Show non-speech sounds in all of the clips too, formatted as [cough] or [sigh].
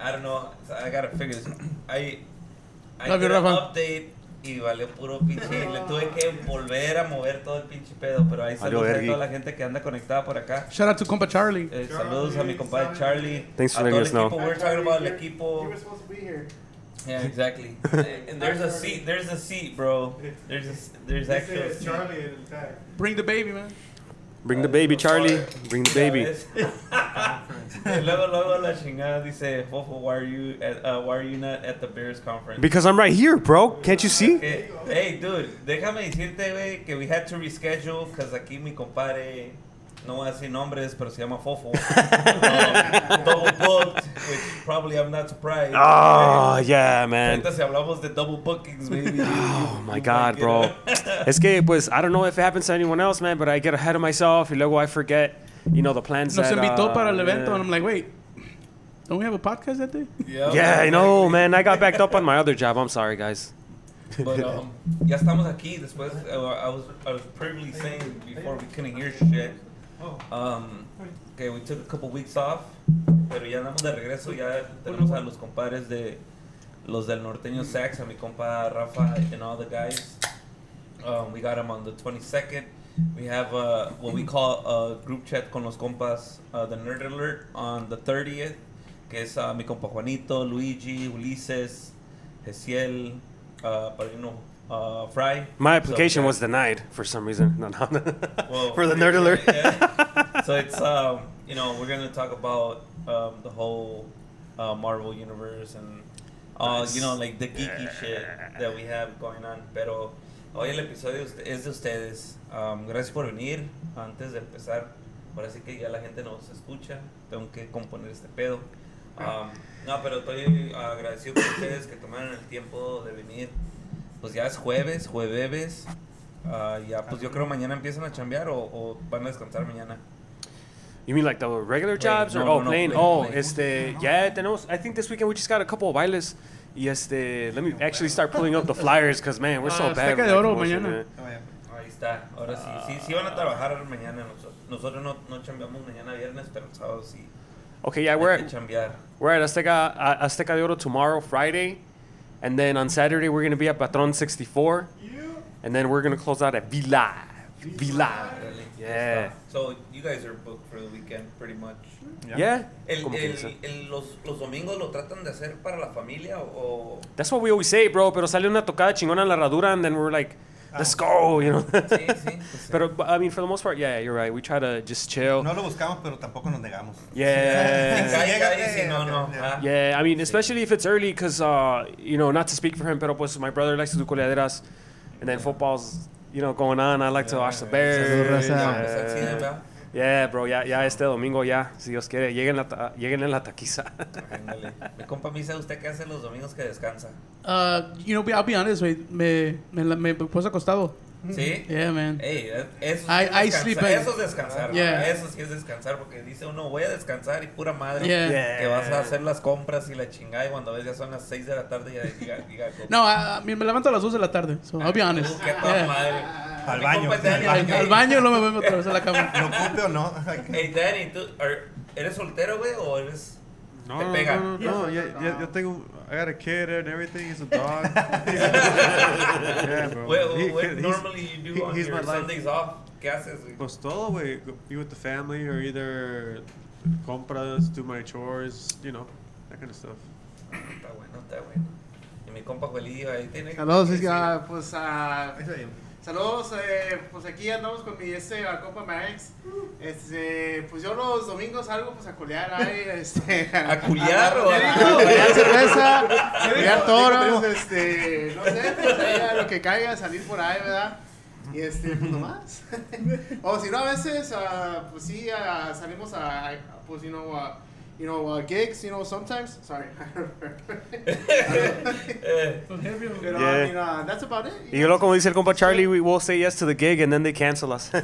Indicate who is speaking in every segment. Speaker 1: I don't know. So I gotta figure this. I I
Speaker 2: Love you,
Speaker 1: did an
Speaker 2: Rafa.
Speaker 1: update y valió puro pinche. Le tuve que volver a mover todo el pinche pedo, pero ahí
Speaker 3: Valió
Speaker 1: saludos a
Speaker 3: vergui.
Speaker 1: toda la gente que anda conectada por acá.
Speaker 2: Shout out to compa Charlie.
Speaker 1: Eh, saludos a mi compadre Charlie.
Speaker 3: Thanks
Speaker 1: a
Speaker 3: for
Speaker 1: todo
Speaker 3: letting
Speaker 1: el
Speaker 3: us know.
Speaker 1: equipo. We're talking about el
Speaker 4: You
Speaker 1: equipo.
Speaker 4: were supposed to be here.
Speaker 1: Yeah, exactly. and there's a seat. There's a seat, bro. There's a, s- there's
Speaker 4: They
Speaker 1: actual
Speaker 4: said it's
Speaker 1: seat.
Speaker 4: Charlie in the tag.
Speaker 2: Bring the baby, man.
Speaker 3: Bring the baby, Charlie. Bring the
Speaker 1: Ya
Speaker 3: baby.
Speaker 1: ves. [laughs] luego, luego la chingada dice, Fofo, why are you at, uh, why are you not at the Bears conference?
Speaker 3: Because I'm right here, bro. Can't you see?
Speaker 1: Que- Eh, hey, dude, déjame decirte, güey, que we had to reschedule because aquí mi compadre, no voy a decir nombres, pero se llama Fofo. Um, double booked, which probably I'm not surprised.
Speaker 3: Oh, yeah, man.
Speaker 1: Ahorita si hablamos de double bookings,
Speaker 3: [laughs]
Speaker 1: maybe.
Speaker 3: Oh my God, bro. Es que, pues, I don't know if it happens to anyone else, man, but I get ahead of myself and luego I forget, you know, the plans
Speaker 2: Nos
Speaker 3: that,
Speaker 2: invitó
Speaker 3: uh,
Speaker 2: para el evento,
Speaker 3: yeah.
Speaker 2: and I'm like, wait, don't we have a podcast that day?
Speaker 3: Yeah, I know, man. I got backed up on my other job. I'm sorry, guys.
Speaker 1: But um, ya estamos aquí. Después, uh, I was I was previously saying before we couldn't hear shit. Um, okay, we took a couple weeks off, pero ya andamos de regreso. Ya tenemos a los compadres de los del norteño sax, a mi compa Rafa and all the guys. Um, we got them on the 22nd. We have uh, what we call a group chat con los compas, uh, the Nerd Alert, on the 30th, que es uh, mi compa Juanito, Luigi, Ulises, Jesiel, uh, Padrino uh, Fry.
Speaker 3: My application
Speaker 1: So,
Speaker 3: was denied for some reason. No, [laughs] no.
Speaker 1: Whoa.
Speaker 3: for the nerd alert. [laughs]
Speaker 1: Yeah. So it's um, you know we're gonna talk about um, the whole uh, Marvel universe and uh, you know like the geeky shit that we have going on. Pero hoy el episodio es de- es de ustedes. Um, gracias por venir. Antes de empezar, ahora sí que ya la gente nos escucha. Tengo que componer este pedo. Um, no, pero estoy uh, agradecido por ustedes que tomaron el tiempo de venir. Pues ya es jueves, jueves. Ah, ya, pues yo creo mañana empiezan a chambear o, o van a descansar mañana.
Speaker 3: You mean like the regular jobs
Speaker 1: no,
Speaker 3: or oh
Speaker 1: no, no,
Speaker 3: plane?
Speaker 1: plane,
Speaker 3: Oh,
Speaker 1: plane.
Speaker 3: este yeah, tenemos. I think this weekend we just got a couple of bailes. Y este, let me actually start pulling up the flyers because man, we're so
Speaker 2: Ah,
Speaker 3: bad.
Speaker 2: Azteca
Speaker 3: with
Speaker 2: de
Speaker 3: that
Speaker 2: Oro
Speaker 3: promotion,
Speaker 2: mañana.
Speaker 3: man.
Speaker 1: Ahí está, ahora sí. Sí, sí van a trabajar mañana. Nosotros, nosotros no, no chambeamos mañana viernes, pero el sábado sí.
Speaker 3: Okay, yeah,
Speaker 1: Hay
Speaker 3: we're
Speaker 1: que
Speaker 3: at,
Speaker 1: chambear.
Speaker 3: we're at Azteca uh, Azteca de Oro tomorrow, Friday, and then on Saturday we're gonna be at Patron 64,
Speaker 4: You?
Speaker 3: and then we're gonna close out at Vila. Vila.
Speaker 1: Really, ya
Speaker 3: Yeah.
Speaker 1: está. So, you guys are booked for the weekend, pretty much.
Speaker 3: Yeah.
Speaker 1: El,
Speaker 3: Como que
Speaker 1: el-
Speaker 3: no sé.
Speaker 1: el- los, ¿Los domingos lo tratan de hacer para la familia
Speaker 2: [laughs]
Speaker 1: o...?
Speaker 3: That's what we always say, bro. Pero sale una tocada chingona en la herradura, and then we're like,
Speaker 2: Ah.
Speaker 3: let's go, you know. [laughs]
Speaker 1: Sí, sí. pues sí.
Speaker 3: But, but I mean, for the most part, yeah, you're right. We try to just chill.
Speaker 5: No lo buscamos, pero tampoco nos negamos.
Speaker 1: Si [laughs]
Speaker 3: Yeah.
Speaker 2: eh,
Speaker 1: cae, cae, si no, no.
Speaker 5: Yeah.
Speaker 1: ah.
Speaker 3: Yeah, I mean, especially if it's early, because, uh, you know, not to speak for him, pero pues my brother likes to do coleaderas, and then football's, you know, going on. I like to watch the Bears.
Speaker 2: Saludos, raza.
Speaker 1: Vamos al cine,
Speaker 3: Yeah,
Speaker 1: ¿verdad?
Speaker 3: Yeah, bro, ya, ya este domingo, ya, si Dios quiere, lleguen, la ta- lleguen en la taquiza. [laughs]
Speaker 1: Ándale. Mi compa me dice, ¿usted qué hace los domingos que descansa?
Speaker 2: Uh, you know, I'll be honest, wait, me, me, la- me puse acostado.
Speaker 1: ¿Sí?
Speaker 2: Mm-hmm. Yeah, man.
Speaker 1: Ey, eh, eso, sí es
Speaker 2: I- I
Speaker 1: descansar,
Speaker 2: sleep in.
Speaker 1: eso es descansar,
Speaker 2: Yeah.
Speaker 1: güey, eso sí es descansar, porque dice uno, voy a descansar y pura madre,
Speaker 2: Yeah.
Speaker 3: Yeah.
Speaker 1: que vas a hacer las compras y la chingada, y cuando ves ya son las 6 de la tarde y ya diga, diga
Speaker 2: No, I, I mean, me levanto a las 2 de la tarde, so I'll be honest.
Speaker 1: que a toda
Speaker 2: Yeah.
Speaker 4: Ah,
Speaker 1: madre.
Speaker 5: Al
Speaker 1: Mi
Speaker 5: baño.
Speaker 1: compa Dani,
Speaker 2: Al, al baño no me voy otra vez a la
Speaker 5: ¿Lo
Speaker 2: cama.
Speaker 5: ocupe
Speaker 4: [laughs]
Speaker 5: o no?
Speaker 1: Hey, Dani, ¿tú are- eres soltero, güey, o eres... te pegan?
Speaker 6: No, no, no, yeah, yeah, yo tengo. I got a kid and everything. He's a dog. [laughs] yeah, bro.
Speaker 1: Wait,
Speaker 6: He-
Speaker 1: what
Speaker 6: he's-
Speaker 1: normally you
Speaker 6: he-
Speaker 1: do on
Speaker 6: he's
Speaker 1: your
Speaker 6: my life.
Speaker 1: Sundays off? ¿Qué haces, güey?
Speaker 6: Pues todo, güey. Go- Be with the family or either compras, do my chores, you know, that kind of stuff.
Speaker 1: Está bueno, está bueno. Y mi compa Juelillo ahí tiene...
Speaker 7: Saludos,
Speaker 1: sí,
Speaker 7: es que, ah, pues ah,
Speaker 5: Está bien.
Speaker 7: saludos, eh, pues aquí andamos con mi este, a compa Max. Este, pues yo los domingos salgo pues a culear,
Speaker 1: [laughs]
Speaker 7: ay, este,
Speaker 1: ¿A culiar o a- [laughs]
Speaker 7: a culear cerveza, a culear
Speaker 5: Digo,
Speaker 7: toros,
Speaker 5: primo.
Speaker 7: este, no sé, pues, ahí a lo que caiga, salir por ahí, ¿verdad? Y este, pues nomás.
Speaker 1: [laughs]
Speaker 7: o si no, a veces, ah, pues sí, ah, salimos a, a- pues, you know, ah, you know, ah, gigs, you know, sometimes, sorry.
Speaker 6: [laughs]
Speaker 1: Eh,
Speaker 7: Pero,
Speaker 3: Yeah.
Speaker 7: I mean, ah, that's about it.
Speaker 3: Y luego, como dice el compa Charlie, we will say yes to the gig, and then they cancel us. [laughs]
Speaker 1: Eh,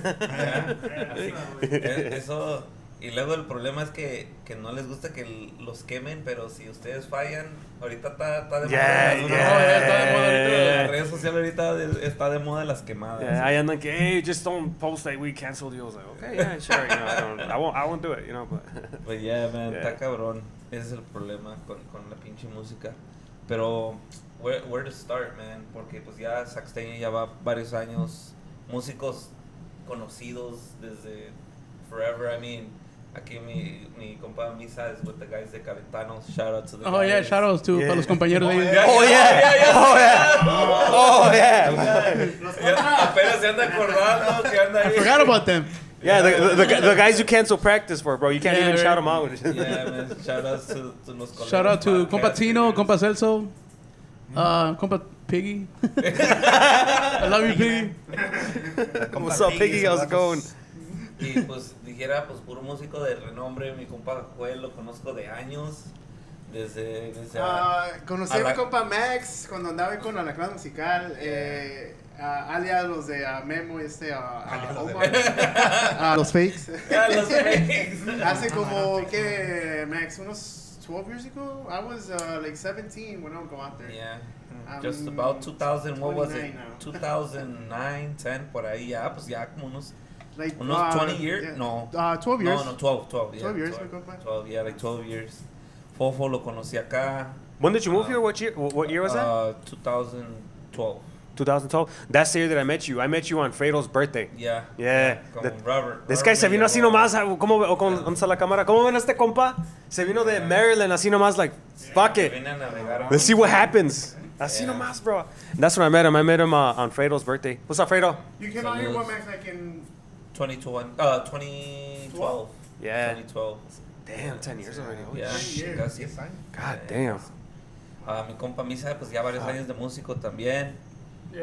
Speaker 1: Eso. Y luego el problema es que, que no les gusta que l- los quemen, pero si ustedes fallan, ahorita está, está de
Speaker 3: Yeah,
Speaker 1: moda. ¿no?
Speaker 3: yeah.
Speaker 1: No, ya está de moda ahorita. Las redes sociales ahorita de- está de moda las quemadas.
Speaker 3: Yeah, I am like, hey, just don't post that we canceled you. I was like, okay, yeah, sure. You know, I, don't, I won't, I won't do it. You know, but [laughs]
Speaker 1: But yeah, Pues man,
Speaker 3: Yeah.
Speaker 1: está cabrón. Ese es el problema con, con la pinche música. Pero, where, where to start, man? Porque pues ya Saxteña ya va varios años. Músicos conocidos desde forever. I mean, aquí mi, mi compa Misa is with the guys de Caventanos. Shout out to the
Speaker 2: Oh, yeah,
Speaker 1: guys.
Speaker 2: shout-outs to, para los compañeros de ellos.
Speaker 1: [laughs] Yeah,
Speaker 4: Oh, yeah. Oh, yeah. Oh, yeah.
Speaker 1: Ya Apenas se anda acordando que anda
Speaker 2: I
Speaker 1: ahí.
Speaker 2: forgot about them.
Speaker 3: Yeah, the, the, the, the guys you cancel practice for, bro. You can't
Speaker 2: Yeah,
Speaker 3: even
Speaker 2: right.
Speaker 3: shout 'em shout them
Speaker 1: [laughs]
Speaker 3: out. [laughs]
Speaker 1: Yeah, man, shout out to, to los colegas.
Speaker 2: Shout out to
Speaker 1: pajeras.
Speaker 2: compa Tino, compa Celso, uh, compa Piggy. [laughs] I love you, Piggy.
Speaker 3: What's up, Piggy? How's it going?
Speaker 1: Y pues dijera, pues puro músico de renombre, mi compa Joel lo conozco de años, desde... desde
Speaker 7: Ah, conocí a
Speaker 1: Ala-
Speaker 7: mi compa Max cuando andaba ahí con Alacrán Musical, eh, ah, alias los de ah, Memo, este,
Speaker 1: [laughs]
Speaker 7: ah, ah,
Speaker 5: Alias los de
Speaker 7: Omar. [laughs] Ah, los fakes.
Speaker 1: Ya, los Knicks.
Speaker 7: [laughs] Hace como, que Max? Unos 12 years ago? I was uh, like 17 when I would go out there. Um,
Speaker 1: Yeah,
Speaker 7: I'm
Speaker 1: just about 2000, what was it?
Speaker 7: 29 now.
Speaker 1: 2009, 10, por ahí ya, pues ya como unos...
Speaker 7: Like,
Speaker 1: Unos
Speaker 7: uh,
Speaker 1: 20 years?
Speaker 7: yeah.
Speaker 1: No.
Speaker 7: Uh, 12 years.
Speaker 1: No, no, 12, 12, yeah.
Speaker 7: 12 years, my compa.
Speaker 1: 12, yeah, like 12 years. Fofo lo conocí acá.
Speaker 3: When did you move here? What year? wh- What year was that?
Speaker 1: Uh, 2012.
Speaker 3: 2012. That's the year that I met you. I met you on Fredo's birthday.
Speaker 1: Yeah.
Speaker 3: Yeah.
Speaker 1: Con
Speaker 3: The-
Speaker 1: Robert.
Speaker 3: This
Speaker 1: Robert
Speaker 3: guy se
Speaker 1: me
Speaker 3: vino así
Speaker 1: llevó.
Speaker 3: nomás, ah, ¿cómo ve- o con, vamos a la cámara, ¿cómo ven a este compa? Se vino de Maryland así nomás, like, fuck
Speaker 1: Se
Speaker 3: it,
Speaker 1: vino a navegar a-
Speaker 3: let's see what happens. Así
Speaker 1: Yeah.
Speaker 3: nomás, bro. That's when I met him, I met him uh, on Fredo's birthday. What's up, Fredo?
Speaker 7: You cannot hear
Speaker 1: Saludos.
Speaker 7: what Max like in
Speaker 1: 2021, uh, 2012.
Speaker 3: Yeah.
Speaker 1: 2012.
Speaker 3: Damn, 10 years already. holy
Speaker 1: Yeah,
Speaker 3: shit.
Speaker 7: shit.
Speaker 1: casi.
Speaker 3: God damn.
Speaker 1: A mi compa Misa, pues ya varios años de músico también.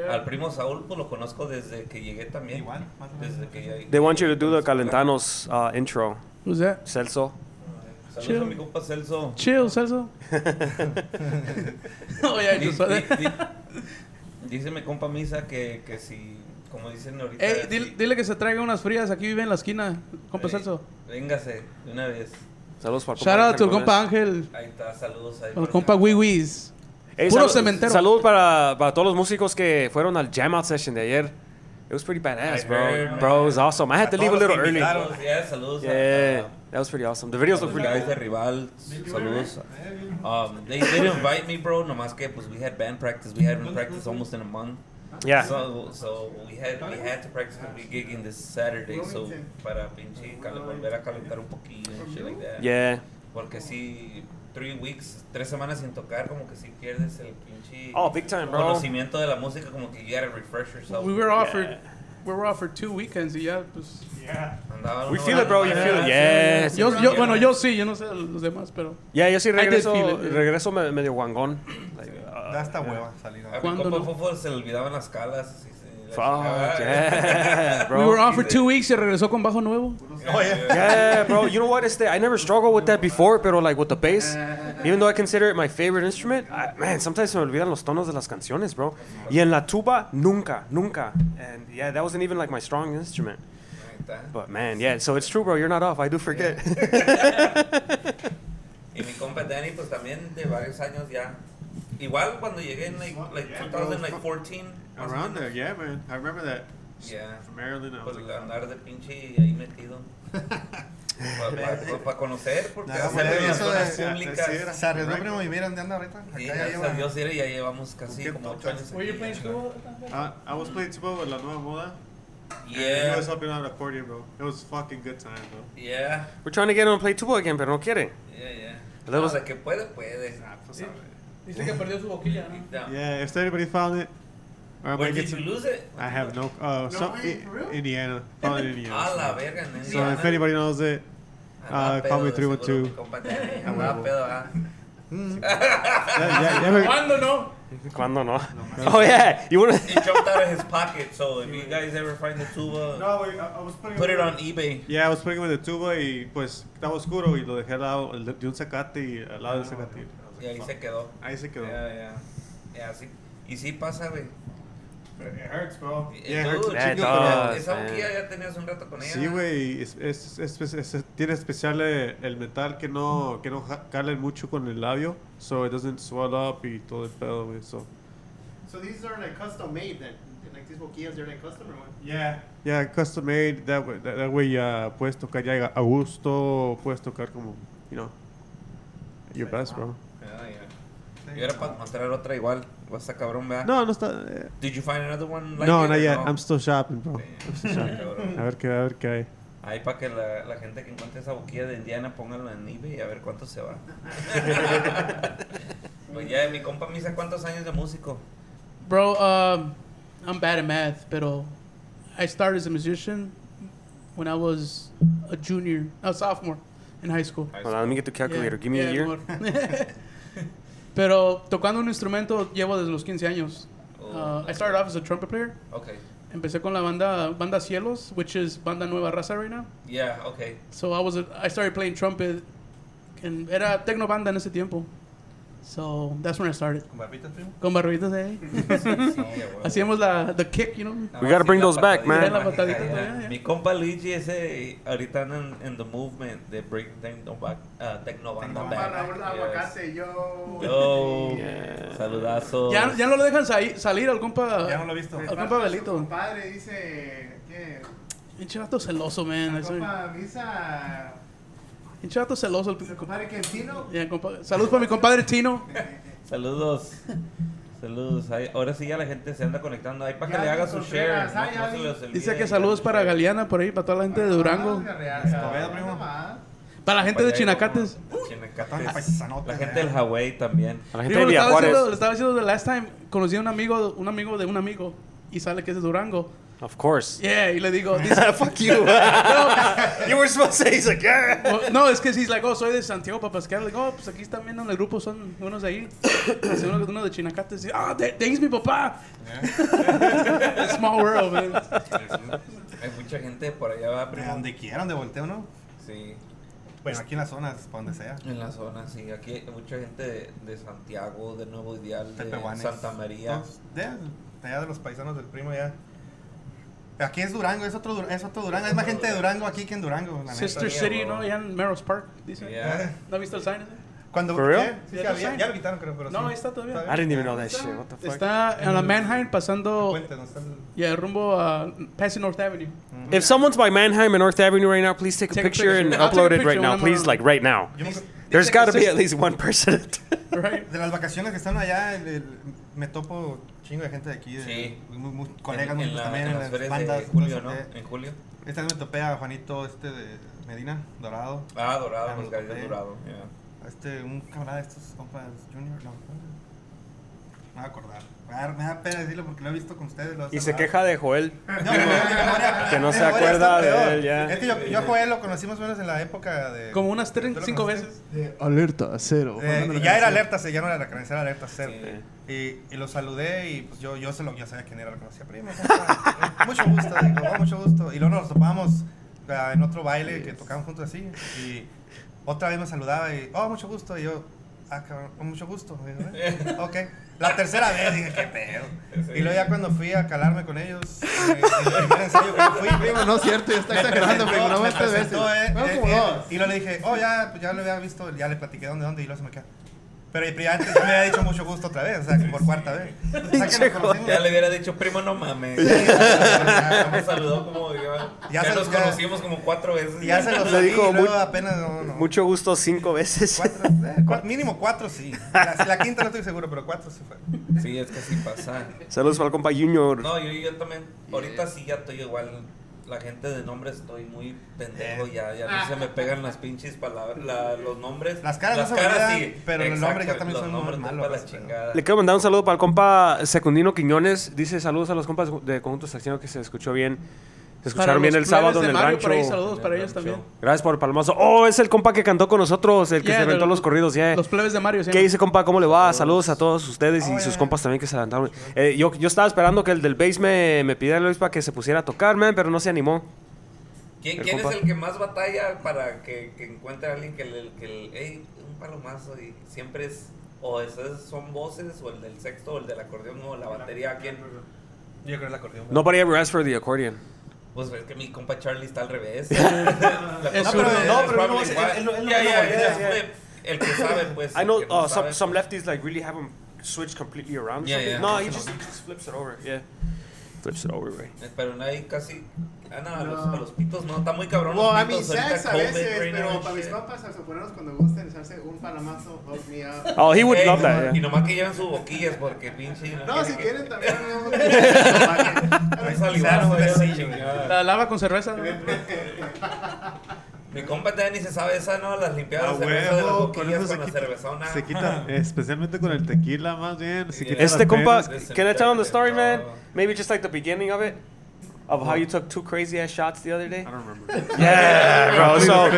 Speaker 1: Al primo Saúl, pues lo conozco desde que llegué también.
Speaker 5: Igual, más o menos.
Speaker 1: Desde que ya-
Speaker 3: They want you to do the Calentanos uh, intro,
Speaker 2: Who's that?
Speaker 3: Celso.
Speaker 1: Saludos
Speaker 2: Chill.
Speaker 1: a mi compa Celso.
Speaker 2: Chill, Celso. oh, yeah, I
Speaker 1: Di-
Speaker 2: just saw
Speaker 1: di-
Speaker 2: that.
Speaker 1: di- Dice mi compa Misa que, que si, como dicen ahorita.
Speaker 2: Ey,
Speaker 1: si-
Speaker 2: dile, dile que se traiga unas frías. Aquí vive en la esquina, compa
Speaker 1: Ey,
Speaker 2: Celso.
Speaker 1: Véngase, de una vez.
Speaker 3: Saludos para
Speaker 2: Shout out to el compa Ángel,
Speaker 1: Ahí está, saludos. Ahí
Speaker 2: el compa Wiwis. Puro cementero.
Speaker 3: Saludos para, para todos los músicos que fueron al jam out session de ayer. It was pretty badass,
Speaker 1: I
Speaker 3: bro.
Speaker 1: heard,
Speaker 3: bro,
Speaker 1: man.
Speaker 3: it was awesome. I had
Speaker 5: A
Speaker 3: to leave a
Speaker 5: todos los
Speaker 3: little
Speaker 5: que
Speaker 3: early.
Speaker 5: invitaron.
Speaker 1: Saludos, yeah, saludos a-
Speaker 3: Yeah,
Speaker 1: a,
Speaker 3: that was pretty awesome. The videos
Speaker 1: Los
Speaker 3: look pretty
Speaker 1: guys
Speaker 3: cool.
Speaker 1: de rival, saludos. Um, they did invite me, bro. Nomás que pues we had band practice. We hadn't practiced almost in a month.
Speaker 3: Yeah.
Speaker 1: So so we had we had to practice the big gig in this Saturday. So para pinche cal- volver a calentar un poquillo and shit like that.
Speaker 3: Yeah.
Speaker 1: Porque si three weeks, tres semanas sin tocar, como que si pierdes el pinche
Speaker 3: Oh, big time, bro.
Speaker 1: conocimiento de la música, como que you gotta refresh yourself.
Speaker 2: We were offered,
Speaker 3: Yeah.
Speaker 2: we were offered two weekends y ya, pues.
Speaker 1: Andaba
Speaker 3: We
Speaker 1: uno-
Speaker 3: feel it, bro. You feel it.
Speaker 1: Eh,
Speaker 3: Yeah.
Speaker 2: Yo, yo, bueno, yo sí, yo no sé los demás, pero.
Speaker 3: Yeah, yo sí
Speaker 2: did
Speaker 3: regreso,
Speaker 2: feel it, yeah.
Speaker 3: regreso me- medio guangón. Like, uh,
Speaker 5: Da
Speaker 1: Ah,
Speaker 5: hasta hueva salir.
Speaker 1: A mi
Speaker 2: ¿Cuándo
Speaker 1: compa
Speaker 2: no?
Speaker 1: Fofo se le olvidaban las calas. y se- la chingada.
Speaker 3: Fuck, yeah,
Speaker 1: [laughs]
Speaker 3: bro.
Speaker 2: We were offered two weeks y regresó con bajo nuevo.
Speaker 5: Oye,
Speaker 3: Yeah, bro. You know what? It's the, I never struggled with that before, pero like with the bass, even though I consider it my favorite instrument, I, man, sometimes se me olvidan los tonos de las canciones, bro. Y en la tuba, nunca, nunca. And yeah, that wasn't even like my strong instrument.
Speaker 1: Ahí está.
Speaker 3: But man, yeah, so it's true, bro. You're not off. I do forget. [laughs]
Speaker 1: [laughs] Y mi compa Danny, pues también de varios años ya. Igual cuando llegué en like, like
Speaker 6: Yeah, bro.
Speaker 1: 2014, más o
Speaker 6: Around
Speaker 1: menos.
Speaker 6: there, yeah, man. I remember that.
Speaker 1: Yeah.
Speaker 6: From Maryland, I was
Speaker 1: Por
Speaker 6: like,
Speaker 1: andar de pinche ahí metido. Para conocer, porque
Speaker 5: Nada,
Speaker 1: hacer
Speaker 5: güey, eso
Speaker 1: relaciones
Speaker 5: de-
Speaker 1: públicas.
Speaker 6: de-
Speaker 5: se arregló primo y mira dónde anda ahorita. Acá
Speaker 1: Sí,
Speaker 5: ya
Speaker 1: gracias a
Speaker 5: lleva.
Speaker 1: Dios, mire, ya llevamos casi
Speaker 5: ¿Qué
Speaker 1: como 8
Speaker 5: tocas?
Speaker 1: años.
Speaker 2: Were you playing scuba?
Speaker 6: I, I was playing tuba with La Nueva Moda. And he
Speaker 1: Yeah,
Speaker 6: was helping out accordion, bro. It was fucking good time, bro.
Speaker 1: yeah,
Speaker 3: We're trying to get him to play tuba again, pero no quiere.
Speaker 1: yeah, yeah.
Speaker 3: A little-
Speaker 1: No, de que puede, puede.
Speaker 2: Dice que perdió su boquilla, ¿no?
Speaker 1: Yeah.
Speaker 6: Yeah, if anybody found it, or I
Speaker 1: Where
Speaker 6: might
Speaker 1: did
Speaker 6: get
Speaker 1: you
Speaker 6: some.
Speaker 1: lose it?
Speaker 6: I have no. Uh, some
Speaker 7: way,
Speaker 6: I-
Speaker 7: for real?
Speaker 6: Indiana, found [laughs] it in Indiana.
Speaker 1: A la verga, en
Speaker 6: so
Speaker 1: Indiana.
Speaker 6: if anybody knows it,
Speaker 1: Andaba
Speaker 6: uh,
Speaker 1: pedo,
Speaker 6: call me
Speaker 1: de seguro,
Speaker 6: 312.
Speaker 1: mi compa
Speaker 6: [laughs]
Speaker 1: Danny.
Speaker 6: Ah,
Speaker 1: Andaba
Speaker 6: huevo.
Speaker 1: pedo, ah.
Speaker 6: yeah,
Speaker 1: [laughs]
Speaker 6: yeah, yeah, but-
Speaker 2: ¿Cuándo no?
Speaker 3: Cuando no? [laughs] Oh yeah, you wanna?
Speaker 1: It jumped out of his pocket. So if you guys ever find the uh, tuba,
Speaker 6: No, wait, I, I was putting E.
Speaker 1: put it on E. eBay.
Speaker 6: Yeah, I was playing with the tuba y pues estaba oscuro y lo dejé al lado el de de un zacate y al lado del zacate.
Speaker 1: Y ahí se quedó.
Speaker 6: Ahí se
Speaker 1: Ya,
Speaker 6: quedó.
Speaker 1: ya. Ya, sí. Y sí pasa, güey.
Speaker 6: It hurts, bro.
Speaker 1: Eh,
Speaker 6: Yeah, it hurts.
Speaker 1: dude,
Speaker 3: Yeah, it
Speaker 1: chingo, pero
Speaker 3: does,
Speaker 1: Esa
Speaker 3: man.
Speaker 1: boquilla ya tenías un rato con ella.
Speaker 6: Sí, güey, es, es- es- es- es- tiene especial eh, el metal que no, que no ja- cala mucho con el labio, so it doesn't swell up y todo el pedo, güey, so.
Speaker 7: So these are like custom made then. Like these boquillas, they're like custom or what?
Speaker 6: Yeah. Yeah, custom made, that way, that, that way, uh, puedes tocar ya a gusto, puedes tocar como, you know, your best, bro.
Speaker 5: Ah,
Speaker 7: Yeah, yeah.
Speaker 1: Y era para encontrar otra igual. Va a estar cabrón, ¿verdad?
Speaker 6: No, no está. eh,
Speaker 1: Did you find another one like
Speaker 6: No,
Speaker 1: it
Speaker 6: not
Speaker 1: or
Speaker 6: yet.
Speaker 1: no?
Speaker 6: I'm still shopping, [laughs] bro.
Speaker 1: Damn,
Speaker 6: A
Speaker 1: cabrón.
Speaker 6: ver qué, a ver qué hay.
Speaker 1: Ahí para que la, la gente que encuentre esa boquilla de Indiana póngala en eBay y a ver cuánto se va. pues ya, mi compa me dice cuántos años de músico.
Speaker 2: Bro, um, I'm bad at math, but I started as a musician when I was a junior, a sophomore in high school.
Speaker 3: Hold on, let me get the calculator. Give me a year.
Speaker 2: year. [laughs] Pero tocando un instrumento llevo desde los 15 años.
Speaker 1: Oh.
Speaker 3: Ah,
Speaker 2: Uh, I started off as a trumpet player.
Speaker 1: Ok.
Speaker 2: Empecé con la banda banda Cielos, which is banda nueva raza right now.
Speaker 1: Yeah,
Speaker 3: [laughs]
Speaker 1: ok.
Speaker 2: So I was a, I started playing trumpet, and era tecno banda en ese tiempo. So that's when I started.
Speaker 5: ¿Con barbitas, primo?
Speaker 2: Con barbitas ahí. Hacíamos la the kick, you know.
Speaker 1: Nada
Speaker 3: We
Speaker 1: más
Speaker 3: gotta
Speaker 1: sí,
Speaker 3: bring
Speaker 1: la
Speaker 3: those back,
Speaker 1: patadita,
Speaker 3: man.
Speaker 1: la
Speaker 2: La patadita
Speaker 1: patadita,
Speaker 2: todavía,
Speaker 1: ya.
Speaker 2: ya.
Speaker 1: Mi compa Luigi ese ahorita anda en, en the movement de break techno back, ah, techno banda
Speaker 7: Compa
Speaker 1: back.
Speaker 7: Raúl
Speaker 1: Yes.
Speaker 7: Aguacate, yo.
Speaker 1: Yo, saludazos.
Speaker 2: Ya, ya no lo dejan sa- salir al compa.
Speaker 5: Ya no lo he visto.
Speaker 2: Al compa Belito.
Speaker 7: Compadre dice. ¿Qué?
Speaker 2: Pinche vato celoso, man.
Speaker 7: Al
Speaker 2: Ese-
Speaker 7: compa Misa.
Speaker 2: Pinche vato celoso. el
Speaker 7: ¿Se
Speaker 2: pi-
Speaker 7: compadre que el chino?
Speaker 2: Ya, compa- Saludos para mi compadre Tino.
Speaker 1: Saludos. Saludos. Ahí- ahora sí ya la gente se anda conectando. Ahí para que
Speaker 7: Ya
Speaker 1: le haga
Speaker 7: vi
Speaker 1: su share.
Speaker 7: Contreras,
Speaker 1: no-
Speaker 7: ah, ya
Speaker 1: no se
Speaker 7: vi.
Speaker 1: les olvide
Speaker 2: Dice
Speaker 1: ahí
Speaker 2: que saludos
Speaker 1: su
Speaker 2: para
Speaker 1: share.
Speaker 2: Galeana, por ahí, para toda la gente de Durango.
Speaker 5: Escobedo, primo.
Speaker 2: Para la gente de
Speaker 1: Para
Speaker 2: Chinacates.
Speaker 5: Tan
Speaker 1: Chinacates.
Speaker 5: paisanote,
Speaker 1: La gente
Speaker 5: ¿verdad?
Speaker 1: del Hawaii también.
Speaker 3: A la gente
Speaker 2: Digo,
Speaker 3: de
Speaker 2: le, estaba
Speaker 3: Villajuárez.
Speaker 2: diciendo, le estaba diciendo the last time, conocí a un amigo, un amigo de un amigo y sale que es de Durango.
Speaker 3: Of course.
Speaker 2: Yeah, [laughs] y le digo,
Speaker 3: [laughs]
Speaker 2: dice,
Speaker 4: Fuck you. you were supposed to say, he's like, yeah.
Speaker 2: well, no, es que sí, like, oh, soy de Santiago Papascal. Le digo, oh, pues aquí también en el grupo son unos de ahí. Dice, uno, uno de Chinacates. Dice, ah, de, de ahí es mi papá. Small world, man.
Speaker 1: Hay mucha gente por allá va
Speaker 5: De
Speaker 1: primo.
Speaker 5: donde quiera, donde volteo, ¿no?
Speaker 1: Sí.
Speaker 5: Bueno, aquí en las zonas, para donde sea.
Speaker 1: En la zona, sí. Aquí hay mucha gente de, de Santiago, de Nuevo Ideal, de
Speaker 5: Tepehuanes.
Speaker 1: Santa María.
Speaker 5: Todos De, de allá de los paisanos del primo ya. Aquí es Durango, es otro, Dur- es otro Durango. Es más gente de Durango aquí que en Durango, la neta.
Speaker 2: Sister City, ¿no? Allá en Merrill's Park, dice.
Speaker 1: Yeah.
Speaker 2: ¿No has visto el sign?
Speaker 5: Cuando,
Speaker 3: For real? Ah,
Speaker 5: ¿qué? Sí,
Speaker 2: Yeah,
Speaker 5: que había-
Speaker 2: sí.
Speaker 5: ya lo quitaron, creo, pero
Speaker 2: No,
Speaker 5: sí.
Speaker 2: ahí está todavía.
Speaker 3: I didn't even know that shit. What the fuck?
Speaker 2: Está en la Manhattan pasando,
Speaker 5: Puente, ¿dónde está el-
Speaker 2: yeah, rumbo a Passing North Avenue.
Speaker 3: If someone's by Mannheim and North Avenue right now, please take a,
Speaker 2: Take a
Speaker 3: picture,
Speaker 2: picture.
Speaker 3: and
Speaker 2: I'll take a
Speaker 3: upload it right
Speaker 2: picture
Speaker 3: now.
Speaker 2: when I'm
Speaker 3: Please,
Speaker 2: on-
Speaker 3: like right now.
Speaker 5: Yo me acu-
Speaker 3: There's got to be
Speaker 2: Dice-
Speaker 3: at least one person.
Speaker 2: Right?
Speaker 5: de las vacaciones que están allá, el- el- me topo chingo de gente de aquí. de-
Speaker 1: Sí.
Speaker 5: muy- muy- colegas
Speaker 1: en,
Speaker 5: muy
Speaker 1: en la-
Speaker 5: también
Speaker 1: en
Speaker 5: en
Speaker 1: las
Speaker 5: las
Speaker 1: ferias
Speaker 5: bandas.
Speaker 1: de julio, ¿no?
Speaker 5: entonces, eh,
Speaker 1: En julio.
Speaker 5: Esta vez me topé a Juanito este de Medina, Dorado.
Speaker 1: Ah, Dorado,
Speaker 5: Ah,
Speaker 1: los
Speaker 5: los
Speaker 1: Galerías
Speaker 5: Café.
Speaker 1: Dorado. yeah.
Speaker 5: A Este, un camarada de estos compas Junior, no. No me voy a acordar. Me da- Me da pena decirlo porque lo he visto con ustedes. lo he
Speaker 3: y se
Speaker 5: saludado.
Speaker 3: queja de Joel.
Speaker 5: No, mi memoria-
Speaker 3: Que no
Speaker 5: mi
Speaker 3: se
Speaker 5: memoria
Speaker 3: acuerda
Speaker 5: está
Speaker 3: de
Speaker 5: peor.
Speaker 3: él, ya.
Speaker 5: Es que yo, yo a Joel lo conocí más o menos en la época de.
Speaker 2: Como unas tres,
Speaker 5: ¿Tú lo
Speaker 2: cinco
Speaker 5: conociste?
Speaker 2: veces.
Speaker 6: Alerta cero.
Speaker 5: Eh, ya era alerta, se- ya no era la cabecera, era alerta cero.
Speaker 1: Sí.
Speaker 5: Y, y lo saludé y pues yo, yo, se lo, yo sabía quién era, lo conocía primo. compa. mucho gusto, digo, "Oh, mucho gusto. Y luego nos topamos ah, en otro baile que tocábamos juntos así. Y otra vez me saludaba y, oh, mucho gusto. Y yo, ah, cabrón, oh, mucho gusto. Digo, "Eh,
Speaker 1: [laughs]
Speaker 5: ok. La tercera vez dije, qué pedo. Y luego ya cuando fui a calarme con ellos, eh, el primer ensayo que
Speaker 1: [laughs]
Speaker 5: yo fui, primo,
Speaker 7: Primo, no es cierto, ya está exagerando, primo. No
Speaker 5: me
Speaker 7: ves tres veces.
Speaker 5: presentó, eh,
Speaker 7: Fueron
Speaker 5: eh,
Speaker 7: como
Speaker 5: eh,
Speaker 7: dos.
Speaker 5: Y luego le dije, oh, ya, pues ya lo había visto, ya le platiqué dónde, dónde, y luego se me queda. Pero el primo antes ya me había dicho mucho gusto otra vez, o sea, que por cuarta vez. O sea, que nos conocimos.
Speaker 1: Ya le hubiera dicho, primo, no mames.
Speaker 5: Ya,
Speaker 1: Me saludó como, ya, ya,
Speaker 5: Ya se-
Speaker 1: nos
Speaker 5: ya-
Speaker 1: conocimos como cuatro veces.
Speaker 5: ya se los
Speaker 3: Le
Speaker 5: di,
Speaker 3: dijo
Speaker 5: y luego
Speaker 3: mu-
Speaker 5: apenas, no, no.
Speaker 3: Mucho gusto cinco veces.
Speaker 5: Cuatro, eh, cua- mínimo cuatro sí. La, la quinta no estoy seguro, pero cuatro sí fue.
Speaker 1: Sí, es que sí pasa.
Speaker 3: [laughs] Saludos para el compa Junior.
Speaker 1: No, yo, yo también. Ahorita sí ya estoy igual. La gente de nombres estoy muy
Speaker 5: Eh.
Speaker 1: pendejo. Ya, ya no se me pegan las pinches palabras, la- los nombres.
Speaker 5: Las caras no se olvidan, pero los nombres ya también
Speaker 1: los
Speaker 5: son muy
Speaker 1: nombres
Speaker 5: malos,
Speaker 1: para la
Speaker 5: pues, pero-
Speaker 1: chingada.
Speaker 3: Le quiero mandar un saludo para el compa Secundino Quiñones. Dice saludos a los compas de Conjunto Saxino que se escuchó bien. Se
Speaker 2: Para
Speaker 3: escucharon bien
Speaker 2: los
Speaker 3: el sábado
Speaker 2: plebes de
Speaker 3: en el
Speaker 2: Mario, por ahí,
Speaker 3: rancho.
Speaker 2: saludos para ellos también.
Speaker 3: Gracias por el palmazo. Oh, es el compa que cantó con nosotros, el que
Speaker 2: Yeah,
Speaker 3: se inventó
Speaker 2: del-
Speaker 3: los corridos. Yeah.
Speaker 2: Los plebes de Mario, sí.
Speaker 3: Eh. ¿Qué dice, compa? ¿Cómo le va? Saludos a todos ustedes y
Speaker 5: Oh,
Speaker 3: sus
Speaker 5: yeah.
Speaker 3: compas también que se levantaron. Eh, yo, yo estaba esperando que el del bass me, me pidiera Luis para que se pusiera a tocar, man, pero no se animó.
Speaker 1: ¿Quién,
Speaker 3: El
Speaker 1: quién es
Speaker 3: compa-
Speaker 1: el que más batalla para que, que encuentre a alguien que le. Que le- "Ey, un palomazo y siempre es. O esas son voces, o el del sexto, o el del acordeón, o la batería. ¿Quién?
Speaker 5: Yo creo el acordeón.
Speaker 3: Nobody ever asked for the accordion.
Speaker 1: Pues es que mi compa Charlie está al revés. [laughs] La
Speaker 2: Es
Speaker 1: compa
Speaker 2: zurdo.
Speaker 1: de-
Speaker 5: No,
Speaker 1: es
Speaker 5: pero él no
Speaker 1: probably
Speaker 5: hace-
Speaker 1: igual.
Speaker 5: él- él no- él no-
Speaker 1: Ya,
Speaker 5: él no
Speaker 1: ya,
Speaker 5: voltea,
Speaker 1: ya,
Speaker 5: yeah.
Speaker 1: El que sabe, pues.
Speaker 3: I
Speaker 1: el
Speaker 3: know
Speaker 1: que no
Speaker 3: uh, some,
Speaker 1: sabe,
Speaker 3: some
Speaker 1: pues.
Speaker 3: lefties like really have them switch completely around. or
Speaker 1: Yeah,
Speaker 3: something.
Speaker 1: yeah.
Speaker 3: No, he just, he just flips it over. Yeah. Flips it over, güey.
Speaker 1: Eh, Pero nadie casi. Ah, no, a los, a los pitos no, está muy cabrón.
Speaker 7: Well,
Speaker 1: los
Speaker 7: I mean,
Speaker 1: pitos ahorita
Speaker 7: sex a
Speaker 1: COVID
Speaker 7: veces,
Speaker 1: right now
Speaker 7: pero
Speaker 1: and
Speaker 7: para mis
Speaker 1: shit.
Speaker 7: compas, a soponeros cuando gusten echarse un palamazo, hook me up.
Speaker 3: Oh, he would
Speaker 1: Ey,
Speaker 3: love that,
Speaker 1: Y
Speaker 3: yeah.
Speaker 1: nomás que llevan sus boquillas porque pinche.
Speaker 7: No, si quieren también. no, no,
Speaker 1: Me
Speaker 7: no.
Speaker 1: salivaron, güey,
Speaker 5: Sí,
Speaker 1: la chingada.
Speaker 2: La lava con cerveza. güey.
Speaker 1: Mi compa Danny se sabe esa, ¿no? Las
Speaker 6: A
Speaker 1: limpiadas de cerveza de las
Speaker 6: Ah, huevo, con
Speaker 1: boquillas
Speaker 6: eso se
Speaker 1: con la
Speaker 6: quita,
Speaker 1: cervezona.
Speaker 6: se quita, especialmente con el tequila más bien. se quita
Speaker 3: Este
Speaker 6: las
Speaker 3: compa,
Speaker 6: penas.
Speaker 1: penas.
Speaker 3: can I tell him the story, man? Maybe just like the beginning of it, of how you took two crazy ass shots the other day.
Speaker 6: I don't remember.
Speaker 3: [laughs] Yeah,
Speaker 6: [laughs]
Speaker 3: bro. So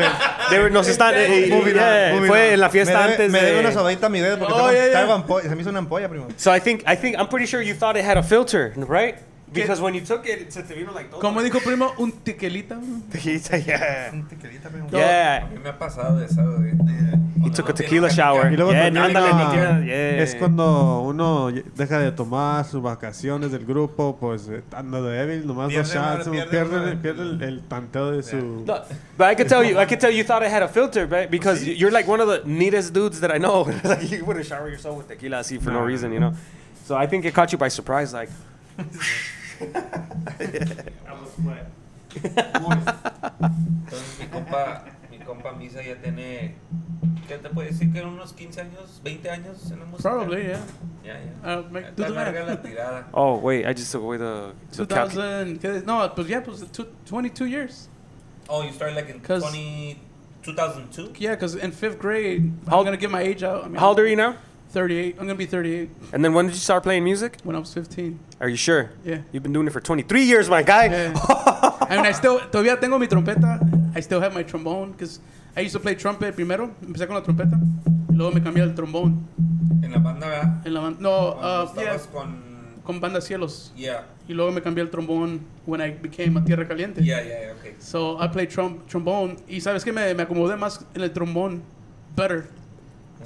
Speaker 3: they were, nos están. eh,
Speaker 5: Moving on,
Speaker 3: yeah,
Speaker 5: moving
Speaker 3: fue
Speaker 5: on.
Speaker 3: en la fiesta
Speaker 5: me debe,
Speaker 3: antes
Speaker 5: Me debe una
Speaker 3: de.
Speaker 5: sobadita a mi dedo porque
Speaker 2: Oh,
Speaker 5: tengo-
Speaker 2: yeah, yeah.
Speaker 5: traigo ampo- se me hizo una ampolla, primo.
Speaker 3: So I think I think I'm pretty sure you thought it had a filter, right? Because when you took it, se te vino like. todo.
Speaker 2: Como dijo primo, un tequilita. güey.
Speaker 3: [laughs] yeah.
Speaker 5: Un tequilita, primo.
Speaker 1: A
Speaker 2: Eh.
Speaker 3: Yeah.
Speaker 1: mí me ha pasado esa, güey.
Speaker 3: He took a tequila shower.
Speaker 6: Y luego
Speaker 3: Yeah,
Speaker 6: también,
Speaker 3: ándale,
Speaker 6: ah,
Speaker 3: ni siquiera- yeah.
Speaker 6: Es cuando uno ye- deja de tomar sus vacaciones del grupo, pues eh, anda débil, nomás
Speaker 5: Pierde
Speaker 6: dos
Speaker 5: una-
Speaker 6: shots, pierde,
Speaker 5: pierde
Speaker 6: pierde,
Speaker 5: una-
Speaker 6: el, el tanteo de su...
Speaker 3: No, but I could tell you, I could tell you thought I had a filter, right? Because you're like one of the neatest dudes that I know. [laughs] like you wouldn't shower yourself with tequila así for no reason, you know. So I think it caught you by surprise, like.
Speaker 1: Entonces mi compa, mi compa Misa ya tiene, ¿qué te puede decir? Que eran unos 15 años, 20 años en la música.
Speaker 2: Probably, yeah.
Speaker 1: Ya,
Speaker 2: Ah,
Speaker 1: ya.
Speaker 2: me-
Speaker 1: Está
Speaker 2: tú te
Speaker 1: larga
Speaker 2: verás.
Speaker 1: la tirada.
Speaker 3: Oh wait, I just took away the. the calc-
Speaker 2: 2000. ¿qué? No, pues ya, pues tw- 22 years.
Speaker 1: Oh, you started like in
Speaker 2: 'Cause-
Speaker 1: 20, 2002?
Speaker 2: Yeah, because in fifth grade,
Speaker 3: How-
Speaker 2: I'm going to get my age out. I mean,
Speaker 3: How old are you now?
Speaker 2: 38. I'm going to be 38
Speaker 3: And then when did you start playing music?
Speaker 2: when I was 15.
Speaker 3: Are you sure?
Speaker 2: Yeah.
Speaker 3: You've been doing it for 23 years, my guy.
Speaker 2: Yeah. I mean, I still, todavía tengo mi trompeta. I still have my trombone because I used to play trumpet primero. Empecé con la trompeta. Y luego me cambié al trombón.
Speaker 1: En la banda, ¿verdad?
Speaker 2: En la ban- no,
Speaker 1: Cuando
Speaker 2: uh, yeah,
Speaker 1: estabas con...
Speaker 2: con Banda Cielos.
Speaker 1: Yeah,
Speaker 2: Y luego me cambié al trombón when I became a Tierra Caliente.
Speaker 1: yeah, yeah, yeah, okay.
Speaker 2: So I played trom trombone. Y sabes que me, me acomodé más en el trombón. Better.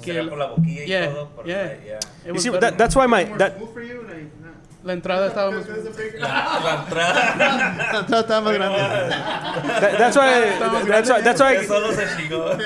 Speaker 1: Que
Speaker 2: Que
Speaker 1: Será
Speaker 2: el-
Speaker 1: por la boquilla y
Speaker 2: yeah,
Speaker 1: todo. Porque,
Speaker 2: yeah.
Speaker 1: yeah.
Speaker 2: It
Speaker 3: You
Speaker 2: was
Speaker 3: see,
Speaker 2: better.
Speaker 3: that, that's why my
Speaker 7: More
Speaker 3: that
Speaker 7: smooth for you, like, nah.
Speaker 2: la entrada estaba más.
Speaker 7: There's a big-
Speaker 1: La entrada.
Speaker 5: Estaba más grande.
Speaker 3: That- that's why that's why that's why
Speaker 1: que solo se chingó.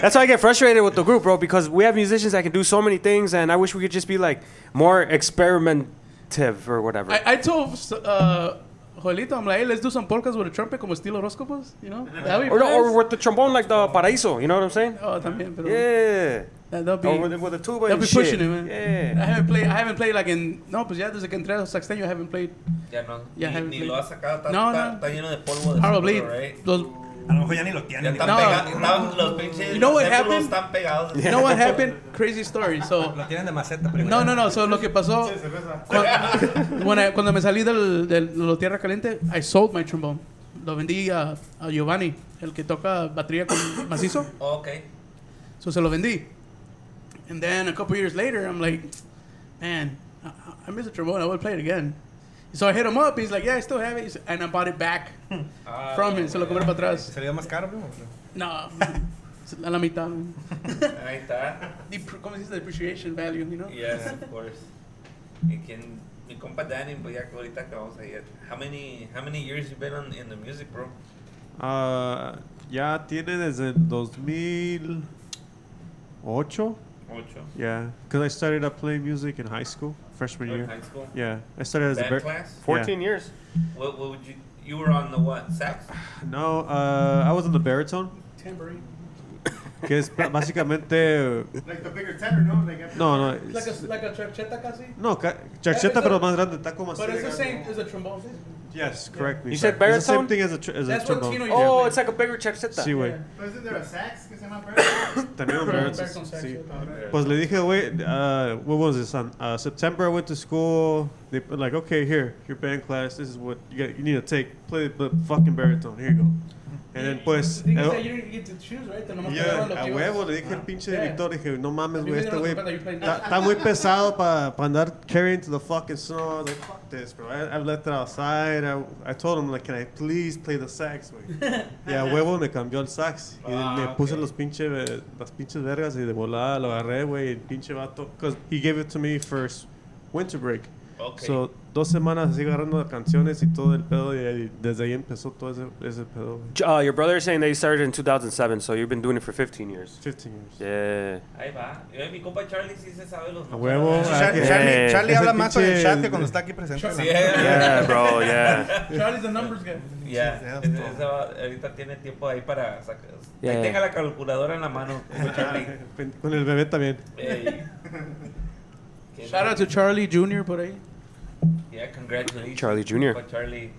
Speaker 3: that's why I get frustrated with the group, bro. Because we have musicians that can do so many things, and I wish we could just be like more experimentative or whatever.
Speaker 2: I, I told uh, Joelito, I'm like, hey, let's do some polkas with a trumpet como estilo horóscopos, you know? That'd be
Speaker 3: or,
Speaker 2: nice.
Speaker 3: or with the trombone like the paraíso, you know what I'm saying?
Speaker 2: Oh, también, pero
Speaker 3: Yeah.
Speaker 2: that, that'll be,
Speaker 3: Or with, with the tuba
Speaker 2: that'll
Speaker 3: and
Speaker 2: be
Speaker 3: shit.
Speaker 2: pushing it, man. I
Speaker 3: Yeah.
Speaker 2: haven't played, I haven't played like in, no, pues ya desde que entré a Saxteño, I haven't played
Speaker 1: ya no.
Speaker 2: Ya,
Speaker 1: ni,
Speaker 2: haven't
Speaker 1: ni
Speaker 2: played.
Speaker 1: lo has sacado. Está,
Speaker 2: No,
Speaker 1: está,
Speaker 2: no.
Speaker 1: está lleno de polvo. De
Speaker 2: probably
Speaker 1: seguro, right?
Speaker 2: los,
Speaker 5: A lo mejor ya ni lo tienen.
Speaker 1: Ya
Speaker 5: ni
Speaker 1: están
Speaker 5: lo-
Speaker 2: No.
Speaker 1: pegados. Estaban los pinches.
Speaker 2: You know what
Speaker 1: los círculos
Speaker 2: happened?
Speaker 1: Están pegados.
Speaker 2: you know
Speaker 1: [laughs]
Speaker 2: what happened? Crazy story, so,
Speaker 5: Lo tienen de maceta, primo.
Speaker 2: no, no, no, so lo que pasó, cuando, when I- cuando me salí del, del, de lo Tierra Caliente, I sold my trombone, lo vendí a, a Giovanni, el que toca batería con macizo.
Speaker 1: Oh, okay.
Speaker 2: So se lo vendí. And then a couple years later, I'm like, man, I, I miss the trombone. I would play it again. So I hit him up. He's like, yeah, I still have it. He's- And I bought it back
Speaker 1: Ah,
Speaker 2: from him. Se lo compré para atrás.
Speaker 5: ¿Se le dio más caro, primo?
Speaker 2: No, [laughs] a la [laughs] mitad. man.
Speaker 1: [laughs] Ahí está.
Speaker 2: Dep- ¿Cómo se dice? Depreciation value, you know?
Speaker 1: Yes, of course. Y quien, mi compa Danny, pues ya que ahorita acabamos de ir. How many, how many years you been on, in the music, bro?
Speaker 6: Ah, ya tiene desde el 2008.
Speaker 1: Ocho.
Speaker 6: Yeah, because I started up playing music in high school, freshman
Speaker 1: In
Speaker 6: year.
Speaker 1: high school.
Speaker 6: Yeah, I started as a
Speaker 1: Band
Speaker 6: ver-
Speaker 1: class.
Speaker 3: 14 years.
Speaker 1: What, what would you? You were on the what? Sax.
Speaker 6: No, uh, I was on the baritone,
Speaker 2: Tambourine.
Speaker 6: que es ba- básicamente
Speaker 7: Like the bigger tenor, no? Like, after-
Speaker 6: no no
Speaker 2: It's Like
Speaker 6: es-
Speaker 2: a, like a charcheta casi.
Speaker 6: no ca- charcheta pero más grande taco más.
Speaker 2: But it's the same as a trombone.
Speaker 6: Yes, correct me.
Speaker 3: You said
Speaker 6: sir. It's the
Speaker 3: baritone?
Speaker 6: same thing as a tr- as a
Speaker 2: That's what Tino
Speaker 6: trombone.
Speaker 2: used
Speaker 3: Oh,
Speaker 2: to
Speaker 3: it's like a bigger checkseta.
Speaker 6: Sí, güey.
Speaker 7: But isn't there a sax que se llama Bertha?
Speaker 6: Tenemos
Speaker 2: Baritone
Speaker 6: baritones.
Speaker 2: sax,
Speaker 6: Sí.
Speaker 2: yeah.
Speaker 6: Pues le dije, güey, uh, what was this? On uh, September, I went to school. They put like, okay, here, your band class. This is what you got. You need to take. Play the fucking baritone. Here you go. And then pues.
Speaker 2: The thing is
Speaker 6: eh,
Speaker 2: that you didn't get to choose, right? Te nomás te
Speaker 6: Yeah,
Speaker 2: daban lo
Speaker 6: a
Speaker 2: que ibas-
Speaker 6: huevo, le dije al pinche
Speaker 2: Yeah.
Speaker 6: Víctor, dije, no mames,
Speaker 2: If
Speaker 6: güey,
Speaker 2: you
Speaker 6: este
Speaker 2: didn't
Speaker 6: güey
Speaker 2: know the band that you played
Speaker 6: está
Speaker 2: now.
Speaker 6: está muy pesado para andar carrying to the fucking snow. I was like, fuck this, bro. I, I left it outside. I, I told him, like, can I please play the sax, güey? y a huevo me cambió el sax. Y
Speaker 1: Ah,
Speaker 6: me puse
Speaker 1: ok.
Speaker 6: los pinche, eh, las pinches vergas y de volada lo agarré, güey, el pinche vato. Because he gave it to me first winter break.
Speaker 1: Ok.
Speaker 6: So, dos semanas así agarrando canciones y todo el pedo, y ahí- desde ahí empezó todo ese, ese pedo. güey.
Speaker 3: Uh, your brother is saying that you started in 2007, so you've been doing it for 15 years.
Speaker 6: 15 years.
Speaker 3: Yeah.
Speaker 1: Ahí va. Eh, Mi compa Charlie sí se sabe los
Speaker 6: A huevo.
Speaker 1: nombres.
Speaker 5: Char-
Speaker 3: Yeah.
Speaker 5: Charlie, Charlie
Speaker 6: Ese
Speaker 5: habla más con el
Speaker 6: pinche-
Speaker 5: chat que cuando está aquí presente.
Speaker 1: Sí,
Speaker 5: ¿no?
Speaker 1: eh.
Speaker 3: Yeah, bro, yeah.
Speaker 2: Charlie's the numbers guy.
Speaker 1: Ya,
Speaker 5: Sí, sí,
Speaker 1: ese- ese va- ahorita tiene tiempo ahí para sacar.
Speaker 3: Ya,
Speaker 1: Ahí
Speaker 3: ya.
Speaker 1: tenga la calculadora en la mano. como Charlie.
Speaker 6: Ah, [laughs] Con el bebé también.
Speaker 3: [laughs]
Speaker 1: Ey. Que
Speaker 2: Shout
Speaker 1: no-
Speaker 2: out to Charlie Jr. por ahí.
Speaker 1: Yeah, congratulations.
Speaker 3: Charlie Jr..
Speaker 1: Compa Charlie.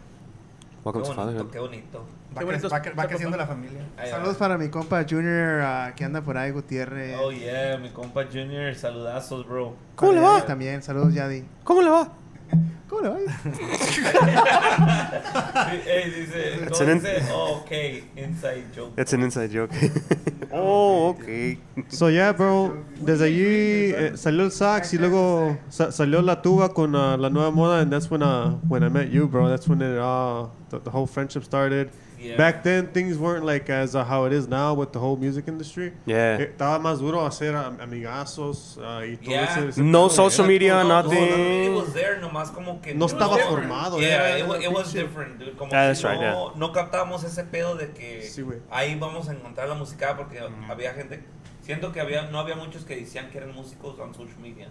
Speaker 3: Welcome
Speaker 1: qué
Speaker 3: to
Speaker 1: bonito,
Speaker 3: fatherhood.
Speaker 1: qué bonito.
Speaker 5: Va,
Speaker 2: Qué bonitos-
Speaker 5: cre- va cre- va creciendo la familia.
Speaker 1: Ahí va.
Speaker 7: Saludos para mi compa Junior ah, que anda por ahí, Gutiérrez.
Speaker 1: Oh, yeah, mi compa Junior, saludazos, bro.
Speaker 3: ¿Cómo le va?
Speaker 7: También, saludos, Yadi.
Speaker 3: ¿Cómo le va?
Speaker 7: [laughs] ¿Cómo le va?
Speaker 1: [laughs] Sí, Ey, dice,
Speaker 3: It's
Speaker 1: ¿cómo
Speaker 3: an-
Speaker 1: dice? Oh, okay, inside joke.
Speaker 3: That's an inside joke. [laughs] oh, [laughs] okay.
Speaker 6: So yeah, bro. Desde allí eh, salió el sax y luego sa- salió la tuba con uh, la nueva moda, and that's when uh, when I met you, bro. That's when it uh, the, the whole friendship started.
Speaker 1: Yeah.
Speaker 6: Back then, things weren't like as uh, how it is now with the whole music industry.
Speaker 3: Yeah.
Speaker 6: Eh, Estaba más duro hacer am- amigazos uh, y todo
Speaker 1: Yeah.
Speaker 6: ese- ese
Speaker 3: No
Speaker 6: pedo,
Speaker 3: social
Speaker 6: güey.
Speaker 3: media,
Speaker 1: no, no, it
Speaker 3: nothing.
Speaker 1: was there, nomás como que...
Speaker 6: No
Speaker 1: it was
Speaker 6: estaba
Speaker 1: different.
Speaker 6: formado,
Speaker 1: Yeah,
Speaker 6: era-
Speaker 1: it, wa-
Speaker 6: era
Speaker 1: it was
Speaker 6: pinche-
Speaker 1: different, dude. Como
Speaker 3: Ah,
Speaker 1: que
Speaker 3: that's right,
Speaker 1: no, no captamos ese pedo de que
Speaker 6: Sí, güey.
Speaker 1: ahí vamos a encontrar la música porque
Speaker 3: Mm.
Speaker 1: había gente... Siento que había, no había muchos que decían que eran músicos on social media.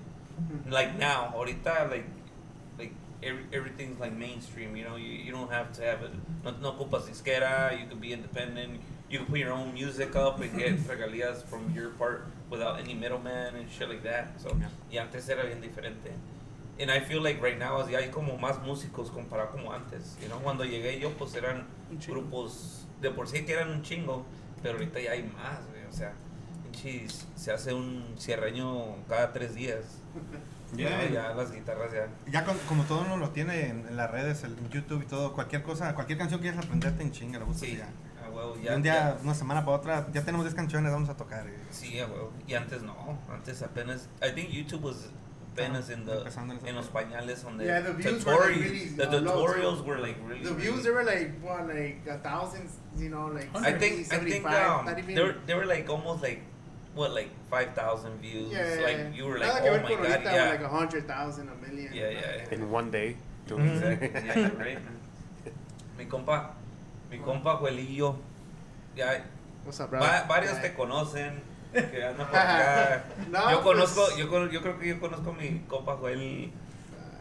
Speaker 1: Like now, ahorita, like... like every, everything's like mainstream, you know? You, you don't have to have it. No, no ocupas disquera, you can be independent. You can put your own music up and
Speaker 2: [laughs]
Speaker 1: get regalías from your part without any middleman and shit like that. So, Y antes era bien diferente. And I feel like right now así hay como más músicos comparado como antes. You know, cuando llegué yo pues eran
Speaker 2: Un chingo.
Speaker 1: grupos de por sí que eran un chingo, pero ahorita ya hay más, güey. O sea, pinches, se hace un cierreño cada tres días. You know,
Speaker 5: Yeah.
Speaker 1: Ya las guitarras ya.
Speaker 5: Ya con- como todo uno lo tiene en, en las redes, el- en YouTube y todo, cualquier cosa, cualquier canción que quieras aprenderte en chinga, lo buscas
Speaker 1: Sí,
Speaker 5: ya.
Speaker 1: a huevo,
Speaker 5: Y
Speaker 1: ya. ya-
Speaker 5: un día, una semana para otra, ya tenemos 10 canciones, vamos a tocar. eh.
Speaker 1: Sí, a huevo. Y antes no, antes apenas, I think YouTube was apenas in the,
Speaker 5: Empezando en esa
Speaker 1: en los pañales donde
Speaker 7: Yeah, the views were,
Speaker 1: tutorials,
Speaker 7: like, really
Speaker 1: the
Speaker 7: low,
Speaker 1: tutorials
Speaker 7: too.
Speaker 1: were like really
Speaker 7: The views,
Speaker 1: really-
Speaker 7: they were like, what, like a thousand, you know, like
Speaker 1: I
Speaker 7: 70,
Speaker 1: think I think
Speaker 7: 75,
Speaker 1: um,
Speaker 7: not even.
Speaker 1: they were they were like almost like what like five thousand views.
Speaker 7: yeah, yeah,
Speaker 1: like
Speaker 7: yeah.
Speaker 1: you were
Speaker 7: Nada
Speaker 1: like,
Speaker 7: que
Speaker 1: oh
Speaker 7: ver
Speaker 1: my
Speaker 7: con
Speaker 1: god,
Speaker 7: ahorita,
Speaker 1: yeah,
Speaker 7: Like oh. a hundred thousand, a million. eh,
Speaker 1: yeah, yeah, yeah.
Speaker 3: In one day. Mm-hmm.
Speaker 1: Exactly. Mm-hmm. yeah, you're right. Mi compa, mi compa Juelillo, ya
Speaker 7: What's up, bro?
Speaker 1: va- varios te
Speaker 7: Yeah.
Speaker 1: conocen. Que andan por acá.
Speaker 7: [laughs] No,
Speaker 1: yo
Speaker 7: pues-
Speaker 1: conozco, yo, cono- yo creo que yo conozco a mi compa Joel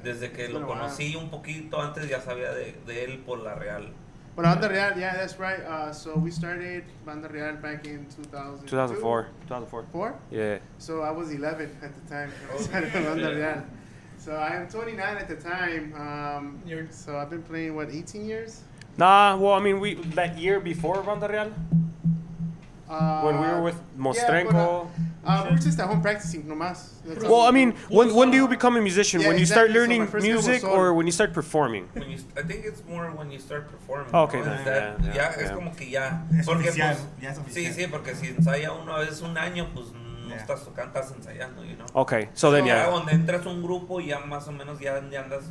Speaker 1: desde que
Speaker 7: It's
Speaker 1: lo
Speaker 7: been a while.
Speaker 1: conocí un poquito antes ya sabía de, de él por la Real.
Speaker 7: But Banda Real, yeah, that's right. Uh, so we started Banda Real back in 2000.
Speaker 3: 2004. 2004.
Speaker 7: Four?
Speaker 3: Yeah.
Speaker 7: So I was 11 at the time. [laughs] when I
Speaker 1: Oh,
Speaker 7: started
Speaker 1: yeah.
Speaker 7: Banda Real. So I am 29 at the time. Um,
Speaker 2: You're-
Speaker 7: so I've been playing, what, 18 years?
Speaker 3: Nah, well, I mean, we that year before Banda Real,
Speaker 7: Uh,
Speaker 3: when we were with Mostrenko.
Speaker 7: Uh, we were just at home practicing, nomás. That's all
Speaker 3: Well, I
Speaker 7: we
Speaker 3: mean,
Speaker 7: do.
Speaker 3: when, when do you become a musician?
Speaker 7: Yeah,
Speaker 3: when you start
Speaker 7: exactly. So my
Speaker 3: learning
Speaker 7: first album was
Speaker 3: music
Speaker 7: solo.
Speaker 3: or when you start performing?
Speaker 1: When you, I think it's more when you start performing.
Speaker 3: Okay,
Speaker 1: ¿no?
Speaker 3: then,
Speaker 1: Is that-
Speaker 3: yeah, yeah,
Speaker 1: Ah, ya es
Speaker 3: yeah.
Speaker 1: como que ya.
Speaker 5: Es
Speaker 1: porque
Speaker 5: oficial,
Speaker 1: pues,
Speaker 5: ya es
Speaker 1: Sí,
Speaker 5: oficial.
Speaker 1: sí, porque si ensaya uno a veces un año, pues no
Speaker 5: Yeah.
Speaker 1: estás tocando, estás ensayando, you know.
Speaker 3: Okay, so then,
Speaker 1: Pero Oh, ya
Speaker 3: yeah.
Speaker 1: donde entras a un grupo y ya más o menos ya, ya andas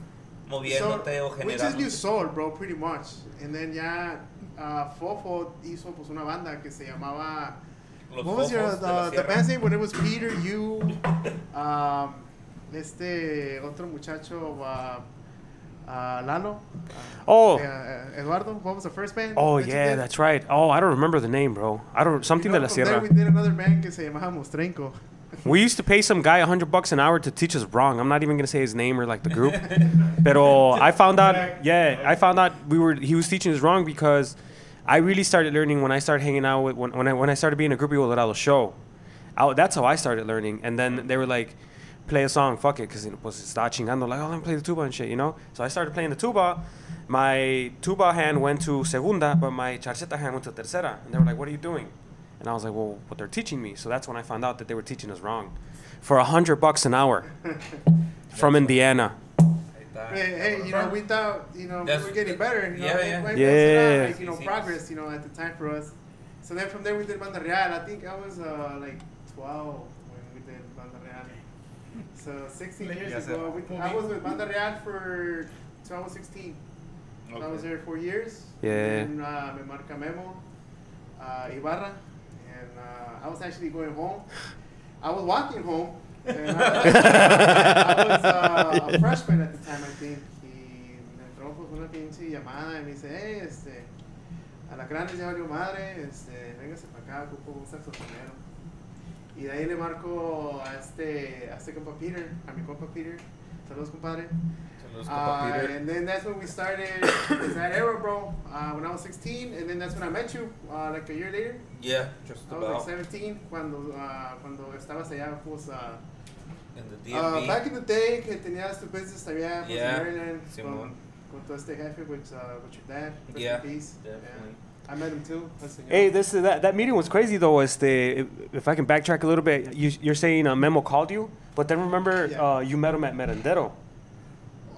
Speaker 1: moviéndote o
Speaker 7: we just
Speaker 1: generando.
Speaker 7: do soul, bro, pretty much. And then ya uh, Fofo hizo pues una banda que se llamaba
Speaker 1: los
Speaker 7: What was your
Speaker 1: focos de la
Speaker 7: uh, the
Speaker 1: sierra.
Speaker 7: band's name when it was Peter
Speaker 1: [laughs]
Speaker 7: you um, este otro muchacho uh, uh, Lalo
Speaker 3: Oh,
Speaker 7: uh, Eduardo what was the first band?
Speaker 3: oh
Speaker 7: that you
Speaker 3: yeah,
Speaker 7: did?
Speaker 3: that's right. Oh, I don't remember the name, bro. I don't
Speaker 7: You
Speaker 3: something
Speaker 7: know,
Speaker 3: de la
Speaker 7: from there
Speaker 3: Sierra.
Speaker 7: We did another band que se llamaba [laughs] Mostrenco.
Speaker 3: We used to pay some guy a hundred bucks an hour to teach us wrong. I'm not even gonna say his name or like the group.
Speaker 7: [laughs]
Speaker 3: Pero I found out, yeah, I found out we were he was teaching us wrong because I really started learning when I started hanging out with when, when I when I started being a group of people that I will show. I, that's how I started learning, and then they were like, play a song, fuck it, because it was está chingando, like, oh, let me play the tuba and shit, you know? So I started playing the tuba. My tuba hand went to segunda, but my charcheta hand went to tercera. And they were like, what are you doing? And I was like, well, what they're teaching me. So that's when I found out that they were teaching us wrong. For a hundred bucks an hour from Indiana.
Speaker 1: Ahí está.
Speaker 7: Hey, hey, Eh, you know, we thought, you know,
Speaker 1: That's-
Speaker 7: we were getting better. You know,
Speaker 1: yeah,
Speaker 7: like,
Speaker 1: yeah.
Speaker 7: like, we said,
Speaker 3: Yeah.
Speaker 7: uh, like, you know,
Speaker 1: Sí, sí.
Speaker 7: progress, you know, at the time for us. So then from there we did Banda Real. I think I was uh, like 12 when we did Banda Real. So 16
Speaker 5: Ya
Speaker 7: years
Speaker 5: se-
Speaker 7: ago, we, I was with Banda Real for, so I was 16. So I was there four years.
Speaker 3: Yeah.
Speaker 7: And then, uh, me marca Memo, uh, Ibarra, and uh, I was actually going home. I was walking home, And I, I was uh, a freshman at the time, I think. Y me entró pues, una pinche llamada y me dice, hey, este, a la grande ya valió madre, este, véngase para acá, ocupo un saxofonero. Y de ahí le marco a este, a este compa Peter, a mi compa Peter. Saludos, compadre.
Speaker 1: Saludos, compa
Speaker 7: Uh,
Speaker 1: Peter.
Speaker 7: and then that's when we started [coughs] in that era, bro. Uh, when I was 16, and then that's when I met you, uh, like a year later.
Speaker 1: Yeah, just
Speaker 7: I was like
Speaker 1: about
Speaker 7: 17 cuando, uh, cuando estabas allá, pues, uh,
Speaker 1: in the
Speaker 7: uh, back
Speaker 1: DMV.
Speaker 7: in the day que tenías tu business allá, pues,
Speaker 1: Yeah,
Speaker 7: en Maryland,
Speaker 1: Simón.
Speaker 7: con, con todo este jefe, with, uh, with your dad, rest
Speaker 1: Yeah,
Speaker 7: in peace. Yeah.
Speaker 1: definitely.
Speaker 7: I met him too, el señor.
Speaker 3: Hey, this that, that meeting was crazy though. Este, if, if I can backtrack a little bit, you, you're saying uh, Memo called you, but then remember
Speaker 7: Yeah.
Speaker 3: uh, you met him at Merendero.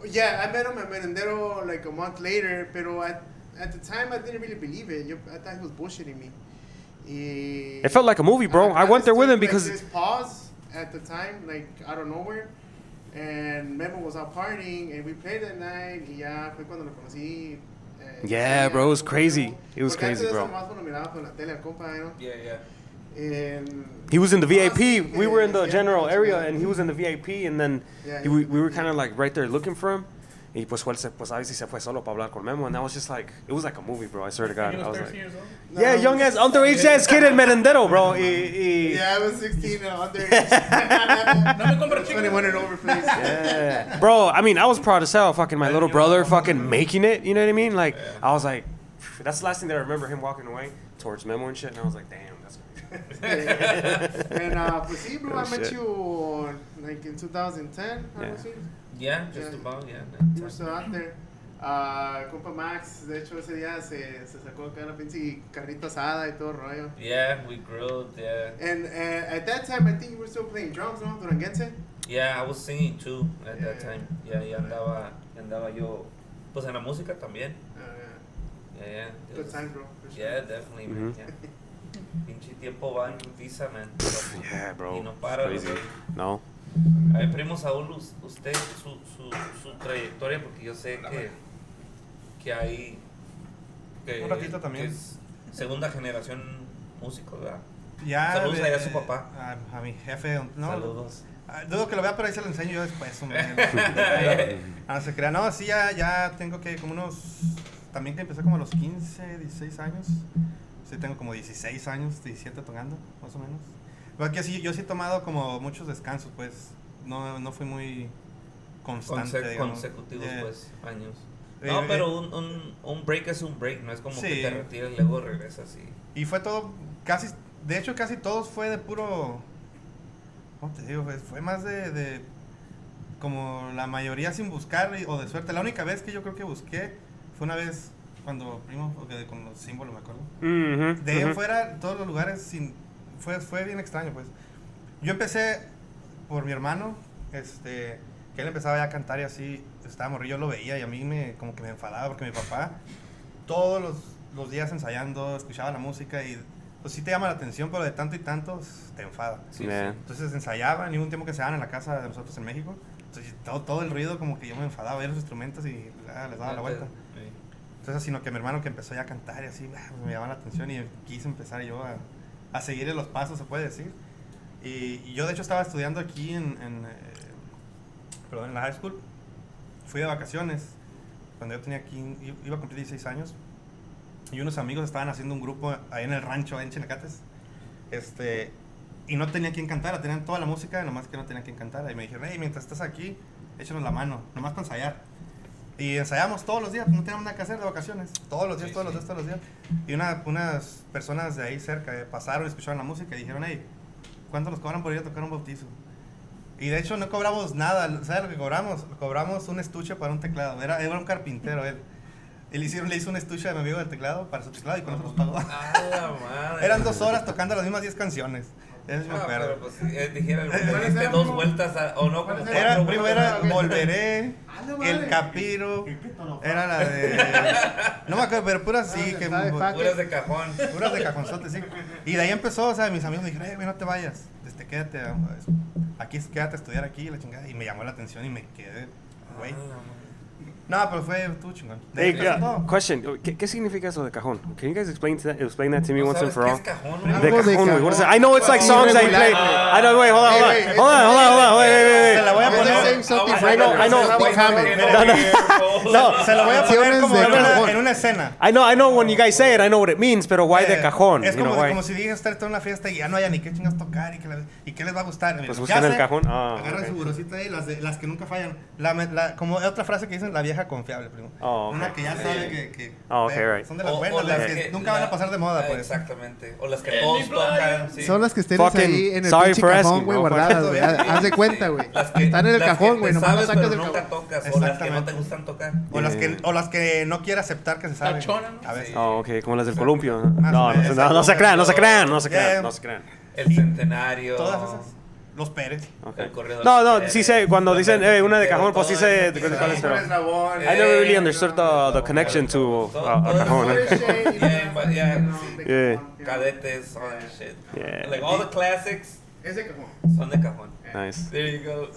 Speaker 7: Yeah, I met him at Merendero like a month later, pero at, at the time I didn't really believe it. Yo- I thought he was bullshitting me. Y-
Speaker 3: It felt like a movie, bro. I went there with him because-
Speaker 7: understood, like, this pause at the time, like out of nowhere, and Memo was out partying, and we played that night. Y ya fue cuando lo conocí. eh,
Speaker 3: Yeah,
Speaker 7: ya,
Speaker 3: bro, it was
Speaker 7: como
Speaker 3: crazy.
Speaker 7: nuevo.
Speaker 3: It was
Speaker 7: Porque antes
Speaker 3: crazy,
Speaker 7: de
Speaker 3: bro.
Speaker 7: eso nomás lo miraba por la tele al compa, ¿no?
Speaker 1: Yeah, yeah.
Speaker 7: And-
Speaker 3: He was in the VIP.
Speaker 7: Ah,
Speaker 3: we were in the
Speaker 7: yeah,
Speaker 3: general
Speaker 7: yeah.
Speaker 3: area, and he was in the VIP, and then
Speaker 7: Yeah,
Speaker 3: he,
Speaker 7: yeah.
Speaker 3: we, we were kind of like right there looking for him. Y pues, well, se, pues obviously se fue solo para hablar con Memo, and that was just like it was like a movie, bro. I swear to God,
Speaker 2: He
Speaker 3: I
Speaker 2: was
Speaker 3: was
Speaker 2: 13
Speaker 3: like,
Speaker 2: years old.
Speaker 3: yeah,
Speaker 7: No.
Speaker 3: young ass underage ass kid in Merendero, bro. Y, y,
Speaker 7: Yeah, I was uh, 16
Speaker 3: [laughs]
Speaker 7: and underage.
Speaker 2: No me compres chicas.
Speaker 7: 21 and over,
Speaker 3: [laughs]
Speaker 7: please.
Speaker 3: Yeah. Bro, I mean, I was proud as hell. Fucking my little brother fucking making it. You know what I mean? Like, I was like, phew, that's the last thing that I remember him walking away towards Memo and shit. And I was like, damn, that's crazy.
Speaker 7: and uh, pues sí, bro, I
Speaker 3: Oh,
Speaker 7: met
Speaker 3: shit.
Speaker 7: you like in 2010. I
Speaker 3: Yeah.
Speaker 7: was here.
Speaker 1: Yeah, just
Speaker 7: Yeah.
Speaker 1: about, yeah.
Speaker 7: You were still out there. Uh, compa Max, de hecho ese día se, se sacó acá la pinche carnita asada y todo el rollo.
Speaker 1: Yeah, we grilled, yeah.
Speaker 7: And uh, at that time, I think you were still playing drums, no? Duranguense?
Speaker 1: Yeah, I was singing too at that
Speaker 7: Yeah.
Speaker 1: time. Yeah, yeah, andaba, andaba yo, pues en la música también.
Speaker 7: Uh,
Speaker 1: Yeah, yeah. it
Speaker 7: good
Speaker 1: was-
Speaker 7: times, bro. for sure.
Speaker 1: Yeah, definitely, man.
Speaker 3: Mhm.
Speaker 1: Yeah. Pinche tiempo va en putiza, man.
Speaker 3: Yeah,
Speaker 1: Y
Speaker 3: bro.
Speaker 1: no para,
Speaker 3: Crazy.
Speaker 1: güey.
Speaker 3: No.
Speaker 1: A ver, primo Saúl, us- usted, su, su, su trayectoria, porque yo sé que, que hay... Que,
Speaker 5: Un ratito también.
Speaker 1: que es segunda generación músico, ¿verdad?
Speaker 5: Ya,
Speaker 1: Saludos
Speaker 5: eh,
Speaker 1: allá a su papá.
Speaker 5: A, a mi jefe. No, [laughs]
Speaker 1: Saludos.
Speaker 5: Ah, Dudo que lo vea, pero ahí se lo enseño yo
Speaker 1: [laughs]
Speaker 5: después. hombre. Pero, ah, se crea. No, sí, ya, ya tengo que como unos. También que empecé como a los 15, 16 años. Sí, tengo como 16 años, 17 tocando, más o menos. Pero aquí sí, yo sí he tomado como muchos descansos, pues. No, no fui muy constante.
Speaker 1: Conse-
Speaker 5: digamos.
Speaker 1: consecutivos,
Speaker 5: Yeah.
Speaker 1: pues, años.
Speaker 5: Eh,
Speaker 1: No,
Speaker 5: eh.
Speaker 1: pero un, un, un break es un break, no es como que
Speaker 5: Sí.
Speaker 1: te retiras y luego regresas y...
Speaker 5: Y fue todo, casi, de hecho casi todos fue de puro, ¿cómo te digo? Pues, fue más de, de, como la mayoría sin buscar y- o de suerte. La única vez que yo creo que busqué fue una vez cuando, primo, porque con los símbolos me acuerdo.
Speaker 3: Mm-hmm.
Speaker 5: De ahí en fuera, todos los lugares sin, fue, fue bien extraño, pues. Yo empecé por mi hermano, este, que él empezaba ya a cantar y así, estaba morrillo, yo lo veía y a mí me, como que me enfadaba porque mi papá, todos los, los días ensayando, escuchaba la música y, pues sí te llama la atención, pero de tanto y tanto s- te enfada.
Speaker 1: Sí,
Speaker 3: yeah.
Speaker 1: sí.
Speaker 5: Entonces ensayaban y hubo un tiempo que ensayaban en la casa de nosotros en México, entonces todo, todo el ruido como que yo me enfadaba, veía los instrumentos y ah, les daba la vuelta.
Speaker 1: Sí.
Speaker 5: Entonces, sino que mi hermano que empezó ya a cantar y así, ah, pues, me llamaba la atención y quise empezar yo a, a seguir los pasos, se puede decir. Y, y yo, de hecho, estaba estudiando aquí en, en, eh, perdón, en la high school. Fui de vacaciones cuando yo tenía 15, i- iba a cumplir 16 años. Y unos amigos estaban haciendo un grupo ahí en el rancho, en Chinacates. Este, y no tenía quien cantara, tenían toda la música, nomás que no tenían quien cantara. Y me dijeron, hey, mientras estás aquí, échanos la mano, nomás para ensayar. Y ensayamos todos los días, no teníamos nada que hacer de vacaciones. Todos los días,
Speaker 1: Sí,
Speaker 5: todos
Speaker 1: sí.
Speaker 5: los días, todos los días. Y una- unas personas de ahí cerca eh, pasaron, escucharon la música y dijeron, hey, ¿cuánto nos cobran por ir a tocar un bautizo? Y de hecho no cobramos nada, ¿sabes lo que cobramos? Cobramos un estuche para un teclado, era, era un carpintero él. Él hicieron, le hizo un estuche a mi amigo del teclado para su teclado y con eso nos pagó.
Speaker 1: Ah, la madre.
Speaker 5: Eran dos horas tocando las mismas 10 canciones. Eso sí me
Speaker 1: Ah, pero
Speaker 5: acuerdo.
Speaker 1: pues eh,
Speaker 5: [laughs]
Speaker 1: dijeron,
Speaker 7: ¿Cuál es
Speaker 1: diste
Speaker 7: el
Speaker 1: dos
Speaker 7: ánimo?
Speaker 1: vueltas a- o no, como
Speaker 7: ¿Cuál es el
Speaker 1: cuatro
Speaker 5: Era,
Speaker 7: ánimo?
Speaker 5: primero
Speaker 1: vueltas.
Speaker 5: era Volveré,
Speaker 7: Ah, no
Speaker 5: El
Speaker 7: mames.
Speaker 5: Capiro, era la de... No me acuerdo, pero puras
Speaker 7: Ah,
Speaker 5: sí,
Speaker 7: se
Speaker 5: que...
Speaker 7: sabe, fuck.
Speaker 1: Puras de cajón.
Speaker 5: Puras de cajonzote, sí. Y de ahí empezó, o sea, mis amigos me dijeron, eh, güey, no te vayas, este, quédate, aquí, quédate a estudiar aquí, la chingada. Y me llamó la atención y me quedé, güey.
Speaker 1: Ah, la madre.
Speaker 5: No, pero fue estuvo chingón.
Speaker 3: Hey,
Speaker 5: Eso es todo.
Speaker 3: uh, question. ¿Qué, ¿Qué significa eso de cajón? Can you guys explain, to that, explain that to me
Speaker 1: ¿No
Speaker 3: once
Speaker 1: sabes
Speaker 3: and for
Speaker 1: qué
Speaker 3: all?
Speaker 1: es cajón,
Speaker 3: De
Speaker 1: güey?
Speaker 7: Algo de
Speaker 3: cajón, güey. What is that?
Speaker 7: cajón.
Speaker 3: I know it's like songs that you play. I know, wait, hold on, hold on.
Speaker 7: Hey, wait,
Speaker 3: Hold on, hold on, hold on. Wait, wait, wait,
Speaker 5: Se la
Speaker 3: wait.
Speaker 5: voy a
Speaker 7: They're
Speaker 5: poner.
Speaker 7: saying
Speaker 1: Ah,
Speaker 7: something
Speaker 3: I know- I know-
Speaker 7: Something happened.
Speaker 1: No, no.
Speaker 3: No,
Speaker 5: Se la voy a poner
Speaker 7: Canciones
Speaker 5: como
Speaker 7: de
Speaker 5: en una,
Speaker 7: cajón.
Speaker 5: en una escena.
Speaker 3: I know, I know when you guys say it, I know what it means, pero why de
Speaker 5: Eh,
Speaker 3: cajón?
Speaker 5: Es
Speaker 3: You know
Speaker 5: como, como
Speaker 3: why?
Speaker 5: si digas estar en una fiesta y ya no haya ni qué chingas tocar y qué, la- y qué les va a gustar. Mira,
Speaker 3: Pues
Speaker 5: ¿qué
Speaker 3: buscan el
Speaker 5: hace?
Speaker 3: cajón. Ah,
Speaker 5: Agarran
Speaker 3: ok.
Speaker 5: su burocita ahí, las, de- las que nunca fallan. La, me- la- como otra frase que dicen, la vieja confiable, primo.
Speaker 3: Oh, ok.
Speaker 5: Una que ya sabe que, que
Speaker 3: Ah, ok,
Speaker 5: eh,
Speaker 3: right.
Speaker 5: son de las
Speaker 1: O- o
Speaker 5: buenas,
Speaker 1: las
Speaker 5: las que
Speaker 1: que-
Speaker 5: nunca van a pasar de moda,
Speaker 1: Ah,
Speaker 5: pues.
Speaker 1: Exactamente. O las que todos tocan. sí.
Speaker 7: Son las que estén
Speaker 3: Fucking
Speaker 7: ahí en el
Speaker 3: sorry
Speaker 7: pinche
Speaker 3: for
Speaker 7: cajón,
Speaker 3: asking,
Speaker 7: güey,
Speaker 3: ¿no?
Speaker 7: guardadas, güey.
Speaker 1: Sí,
Speaker 7: Haz de cuenta,
Speaker 1: sí.
Speaker 7: güey.
Speaker 1: Las que-
Speaker 7: Están en el
Speaker 1: las que
Speaker 7: cajón,
Speaker 1: te
Speaker 7: güey. Nomás
Speaker 1: sabes,
Speaker 7: las sacas
Speaker 1: pero
Speaker 7: del
Speaker 1: nunca
Speaker 7: cajón.
Speaker 1: tocas, o las que no
Speaker 5: Exactamente.
Speaker 1: te gustan tocar.
Speaker 5: O las, que, o las que no quiere aceptar que se sabe.
Speaker 2: Tachona, ¿no?
Speaker 5: A veces.
Speaker 3: Oh, okay, como las del columpio.
Speaker 5: Más o
Speaker 3: No, no, se-
Speaker 5: menos,
Speaker 3: no, no se
Speaker 5: exacto.
Speaker 3: crean, no se crean, no se
Speaker 5: Yeah.
Speaker 3: crean, no se crean.
Speaker 1: El centenario.
Speaker 5: Todas esas. Los Pérez.
Speaker 1: El corredor.
Speaker 3: No, no,
Speaker 1: Pérez,
Speaker 3: sí sé, cuando dicen eh, una de
Speaker 1: Pero
Speaker 3: cajón, pues sí
Speaker 1: todo
Speaker 3: sé
Speaker 1: eso,
Speaker 3: de cuál es, pero...
Speaker 7: Con el rabón,
Speaker 3: I never really
Speaker 7: eh,
Speaker 3: understood the, the connection to uh,
Speaker 1: Todo-
Speaker 3: a
Speaker 1: todo eso
Speaker 3: cajón. eh.
Speaker 1: es-
Speaker 5: [laughs]
Speaker 7: Shane, you know,
Speaker 1: Yeah, but yeah,
Speaker 7: you know,
Speaker 1: sí.
Speaker 7: de
Speaker 3: Yeah.
Speaker 7: cajón, you know.
Speaker 1: Cadetes, all that shit.
Speaker 3: [laughs] Yeah.
Speaker 1: Like all the classics
Speaker 7: Es de cajón.
Speaker 1: son de cajón.
Speaker 3: Nice.
Speaker 1: There you
Speaker 3: [laughs]
Speaker 1: go. [laughs]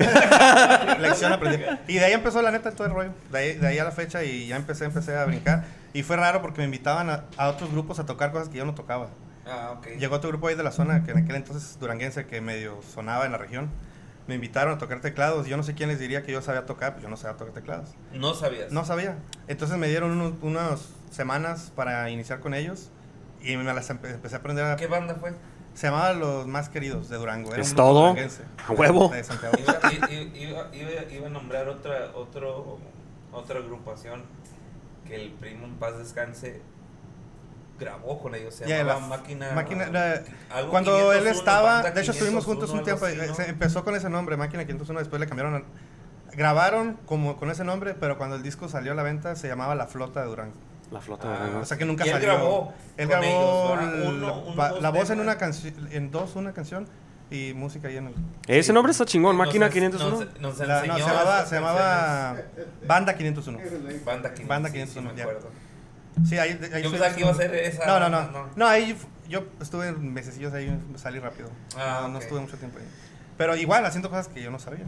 Speaker 5: Lección aprendida. Y de ahí empezó la neta todo el rollo. De ahí, de ahí a la fecha y ya empecé, empecé a brincar. Y fue raro porque me invitaban a, a otros grupos a tocar cosas que yo no tocaba.
Speaker 1: Ah, ok.
Speaker 5: Llegó otro grupo ahí de la zona, que en aquel entonces duranguense, que medio sonaba en la región. Me invitaron a tocar teclados. Yo no sé quién les diría que yo sabía tocar, pues yo no sabía tocar teclados.
Speaker 1: No sabías.
Speaker 5: No sabía. Entonces me dieron unos- unas semanas para iniciar con ellos y me las empe- empecé a aprender. a-
Speaker 1: ¿Qué banda fue?
Speaker 5: Se llamaba Los Más Queridos de Durango. Era
Speaker 3: ¿Es
Speaker 5: un grupo
Speaker 3: todo?
Speaker 5: duranguense.
Speaker 3: ¿A huevo?
Speaker 5: De Santiago.
Speaker 1: [laughs] Iba, i- iba- iba- iba a nombrar otra, otro, otra agrupación que el primo en paz descanse grabó con ellos. Se
Speaker 5: Ya,
Speaker 1: llamaba
Speaker 5: las-
Speaker 1: Máquina.
Speaker 5: máquina- la-
Speaker 1: algo
Speaker 5: cuando
Speaker 1: 501,
Speaker 5: él estaba,
Speaker 1: banda
Speaker 5: de hecho estuvimos
Speaker 1: 501,
Speaker 5: juntos un tiempo,
Speaker 1: algo así,
Speaker 5: eh,
Speaker 1: ¿no?
Speaker 5: se empezó con ese nombre, Máquina 501, después le cambiaron, a- grabaron como con ese nombre, pero cuando el disco salió a la venta se llamaba La Flota de Durango.
Speaker 3: La flota de
Speaker 1: Ah,
Speaker 3: Durango.
Speaker 5: O sea que nunca
Speaker 1: Y él
Speaker 5: salió.
Speaker 1: grabó
Speaker 5: Él
Speaker 1: con
Speaker 5: grabó
Speaker 1: ellos, ¿verdad?
Speaker 5: el-
Speaker 1: Uno- uno,
Speaker 5: pa-
Speaker 1: dos
Speaker 5: la voz en
Speaker 1: temas.
Speaker 5: una canción, en dos una canción y música ahí en el.
Speaker 3: Ese nombre está chingón,
Speaker 1: Nos
Speaker 3: Máquina
Speaker 1: en-
Speaker 3: 501.
Speaker 1: Nos, nos
Speaker 5: La-
Speaker 1: enseñó
Speaker 5: no, se llamaba,
Speaker 1: esas
Speaker 5: se llamaba Banda 501.
Speaker 1: canciones. Banda 500.
Speaker 5: Banda
Speaker 1: sí,
Speaker 5: 501,
Speaker 1: sí, me
Speaker 5: ya.
Speaker 1: acuerdo.
Speaker 5: Sí, ahí, ahí
Speaker 1: Yo
Speaker 5: estuvimos
Speaker 1: pensaba que iba a ser
Speaker 5: juntos.
Speaker 1: esa.
Speaker 5: No, no, no. No, ahí f- yo estuve mesecillos ahí, salí rápido.
Speaker 1: Ah,
Speaker 5: no, no
Speaker 1: ok.
Speaker 5: estuve mucho tiempo ahí. Pero igual, haciendo cosas que yo no sabía.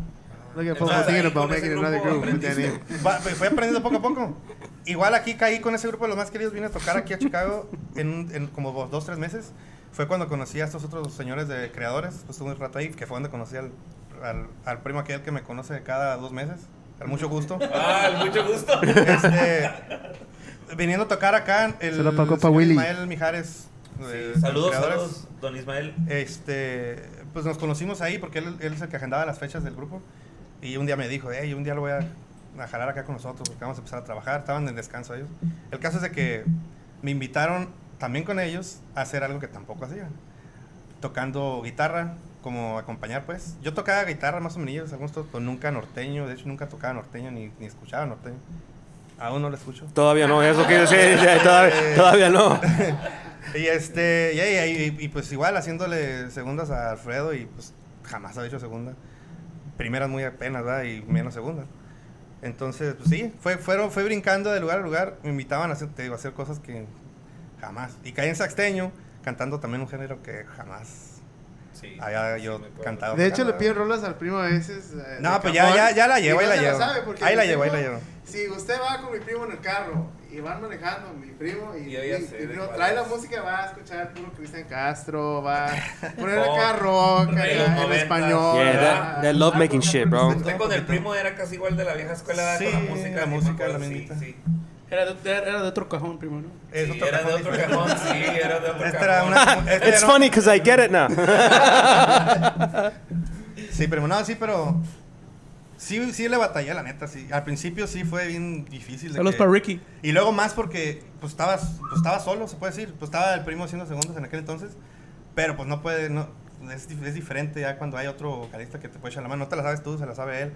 Speaker 5: Este,
Speaker 7: Look at
Speaker 1: Entonces,
Speaker 7: Paul thinking
Speaker 1: ahí con
Speaker 7: about
Speaker 1: ese
Speaker 7: making another
Speaker 1: grupo
Speaker 7: group with that
Speaker 1: aprendiste.
Speaker 7: name.
Speaker 5: Va- fui aprendiendo poco a poco. Igual aquí caí con ese grupo de los más queridos, vine a tocar aquí a Chicago en, un- en como dos, dos, tres meses. Fue cuando conocí a estos otros señores de creadores, pues estuve un rato ahí, que fue donde conocí al, al, al primo aquel que me conoce cada dos meses. Al
Speaker 1: [laughs]
Speaker 5: mucho gusto.
Speaker 1: Ah, mucho gusto.
Speaker 5: Este, viniendo a tocar acá, el
Speaker 7: Se la pagó pa'
Speaker 5: señor
Speaker 7: Willy.
Speaker 5: Ismael Mijares. de- de
Speaker 1: Saludos,
Speaker 5: Creadores.
Speaker 1: saludos, don Ismael.
Speaker 5: Este, pues nos conocimos ahí porque él, él es el que agendaba las fechas del grupo. Y un día me dijo, hey, un día lo voy a, a jalar acá con nosotros porque vamos a empezar a trabajar. Estaban en descanso ellos. El caso es de que me invitaron también con ellos a hacer algo que tampoco hacían. Tocando guitarra, como acompañar pues. Yo tocaba guitarra más o menos, algunos to- pero nunca norteño. De hecho, nunca tocaba norteño ni, ni escuchaba norteño. Aún no lo escucho.
Speaker 3: Todavía no, eso quiere decir, [laughs] ya, todavía, todavía no.
Speaker 5: Y este, y, ahí- y- y, pues igual haciéndole segundas a Alfredo y pues jamás había hecho segunda. Primeras muy apenas, ¿verdad? Y menos segunda. Entonces, pues sí, fue, fueron, fue brincando de lugar a lugar. Me invitaban a hacer, te digo, a hacer cosas que jamás. Y caí en Saxteño cantando también un género que jamás
Speaker 1: Sí.
Speaker 5: había
Speaker 1: sí,
Speaker 5: yo
Speaker 1: me acuerdo.
Speaker 5: cantado.
Speaker 7: De hecho, le
Speaker 5: pido
Speaker 7: piden rolas al primo a veces. eh,
Speaker 5: No,
Speaker 7: de
Speaker 5: pues ya,
Speaker 7: cajón.
Speaker 5: ya, ya la llevo,
Speaker 7: Y
Speaker 5: ahí
Speaker 7: no
Speaker 5: la
Speaker 7: se
Speaker 5: llevo.
Speaker 7: sabe porque
Speaker 5: Ahí
Speaker 7: mi
Speaker 5: la llevo, ahí la
Speaker 7: primo-
Speaker 5: llevo.
Speaker 7: Si usted va con mi primo en el carro y van manejando, mi primo y,
Speaker 1: Yo ya
Speaker 7: mi-
Speaker 1: sé
Speaker 7: mi
Speaker 1: de
Speaker 7: primo
Speaker 1: cuál
Speaker 7: trae la
Speaker 1: es.
Speaker 7: música, va a escuchar puro Cristian Castro,
Speaker 5: [laughs]
Speaker 7: va a poner
Speaker 1: Oh,
Speaker 7: acá rock,
Speaker 1: rey de los
Speaker 7: acá en
Speaker 1: noventas.
Speaker 7: español.
Speaker 3: Yeah,
Speaker 7: va-
Speaker 3: that, that love making shit, bro.
Speaker 1: Usted con el primo era casi igual de la vieja escuela
Speaker 5: Sí,
Speaker 1: con la música.
Speaker 5: la
Speaker 1: sí me
Speaker 5: música,
Speaker 1: acuerdo,
Speaker 5: la
Speaker 1: sí,
Speaker 5: minita.
Speaker 1: sí.
Speaker 2: Era de, era- era de otro cajón, primo, ¿no?
Speaker 5: Es
Speaker 1: Sí,
Speaker 5: otro
Speaker 1: era de
Speaker 5: cajón
Speaker 1: otro
Speaker 5: diferente.
Speaker 1: cajón, sí, era de otro
Speaker 5: Esta era
Speaker 1: cajón.
Speaker 5: una- eh, esta
Speaker 3: It's
Speaker 5: era-
Speaker 3: funny because I get it now.
Speaker 5: Sí, pero no, sí, pero. Sí, sí le batallé, la neta, sí. Al principio sí fue bien difícil. de
Speaker 2: Saludos
Speaker 5: que-
Speaker 2: para Ricky.
Speaker 5: Y luego más porque pues estabas, pues, estaba solo, se puede decir. Pues estaba el primo haciendo segundos en aquel entonces. Pero pues no puede, no, es, dif- es diferente ya cuando hay otro vocalista que te puede echar la mano. No te la sabes tú, se la sabe él.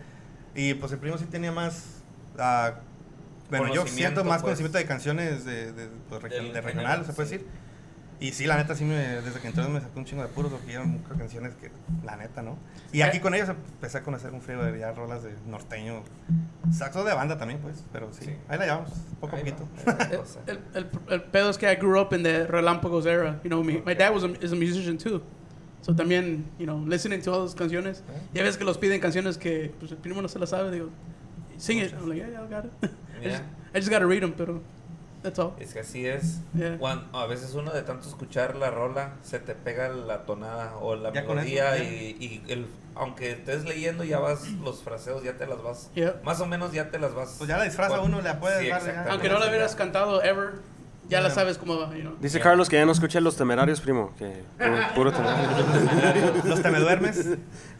Speaker 5: Y pues el primo sí tenía más. ah, bueno, yo
Speaker 1: Conocimiento,
Speaker 5: siento más
Speaker 1: pues.
Speaker 5: conocimiento de canciones de, de, pues, regi-
Speaker 1: Del
Speaker 5: de regional,
Speaker 1: género,
Speaker 5: se puede
Speaker 1: sí.
Speaker 5: decir. Y sí, la neta, sí me, desde que entré me sacó un chingo de puros porque eran muchas canciones que, la neta, ¿no? Y aquí con ellos empecé a conocer un frío de ya rolas de norteño, saxo de banda también, pues, pero sí,
Speaker 1: Sí.
Speaker 5: ahí la llevamos, poco a
Speaker 1: Ahí va,
Speaker 5: poquito.
Speaker 1: ahí va la
Speaker 2: El,
Speaker 1: cosa.
Speaker 2: el, el, el pedo es que I grew up in the Relámpagos era. You know, me, my dad was a, is a musician too. So también, you know, listening to all those canciones. Ya ves que los piden canciones que pues, el primo no se las sabe. Digo, sing it. I'm like, yeah, yeah, I got it. [laughs] I,
Speaker 1: Yeah.
Speaker 5: [laughs]
Speaker 2: just, I just gotta read them, pero that's all.
Speaker 1: Es que así es.
Speaker 2: Yeah.
Speaker 1: Cuan- a veces uno de tanto escuchar la rola se te pega la tonada o la
Speaker 5: Ya con eso,
Speaker 1: melodía
Speaker 5: ya.
Speaker 1: y, y el, aunque estés leyendo ya vas, los fraseos ya te las vas,
Speaker 2: Yeah.
Speaker 1: más o menos ya te las vas.
Speaker 5: Pues ya la disfraza
Speaker 1: Bueno,
Speaker 5: uno, la puede
Speaker 1: sí,
Speaker 5: dar, ya.
Speaker 1: exactamente.
Speaker 2: Aunque no la hubieras cantado ever, ya la sabes cómo va, you know.
Speaker 3: [laughs] Dice Carlos que ya no escuché los temerarios, primo. Que puro, puro temerario.
Speaker 5: Los te me duermes.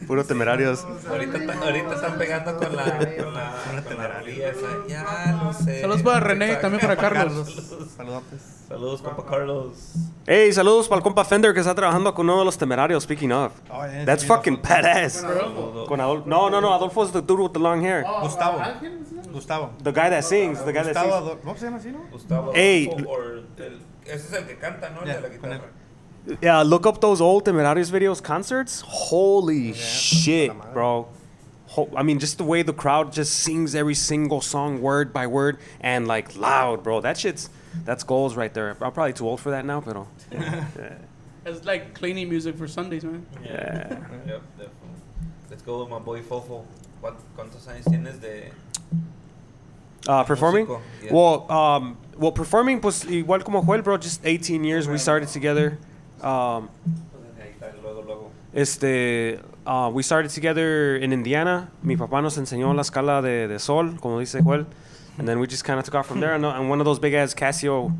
Speaker 3: Puro temerarios.
Speaker 1: Ahorita, ta- ahorita están pegando con la, con la, con la melodía esa. Ya lo sé.
Speaker 2: Saludos para René y
Speaker 1: Exacto.
Speaker 2: también para Carlos.
Speaker 5: Carlos. Saludotes.
Speaker 1: Saludos, compa Carlos.
Speaker 3: Hey, saludos para el compa Fender que está trabajando con uno de los temerarios, speaking of.
Speaker 5: Oh, yeah,
Speaker 3: That's
Speaker 5: sí,
Speaker 3: fucking badass.
Speaker 7: Rodolfo.
Speaker 3: Con Adolfo. No, no, no, Adolfo's the dude with the long hair.
Speaker 7: Oh,
Speaker 5: Gustavo.
Speaker 7: Ángel, ¿sí?
Speaker 5: Gustavo.
Speaker 3: The guy that sings, the guy that
Speaker 5: Gustavo,
Speaker 3: sings.
Speaker 5: Adol- ¿cómo se llama así, no?
Speaker 1: Gustavo.
Speaker 3: Ey.
Speaker 1: o- o el- ese es el que canta, ¿no? El
Speaker 5: Ya,
Speaker 1: de la
Speaker 5: con él.
Speaker 1: guitarra.
Speaker 3: Yeah, look up those old Temerarios videos concerts. Holy shit, bro. Ho- I mean, just the way the crowd just sings every single song word by word and like loud, bro. That shit's that's goals right there. I'm probably too old for that now, pero.
Speaker 2: It's like cleaning music for Sundays, man.
Speaker 3: Yeah.
Speaker 1: Yep, definitely. Let's go with my boy Fofo. ¿Cuán- ¿Cuántos años tienes de
Speaker 3: Uh, performing?
Speaker 1: Músico, yeah.
Speaker 3: Well, um, well, performing pues igual como Joel, bro. Just 18 years we started together. Um,
Speaker 1: pues, Ahí está, luego, luego.
Speaker 3: Este, uh, we started together in Indiana. Mi papá nos enseñó la escala de, de sol, como dice Joel. And then we just kind of took off from there. And, and one of those big ass Casio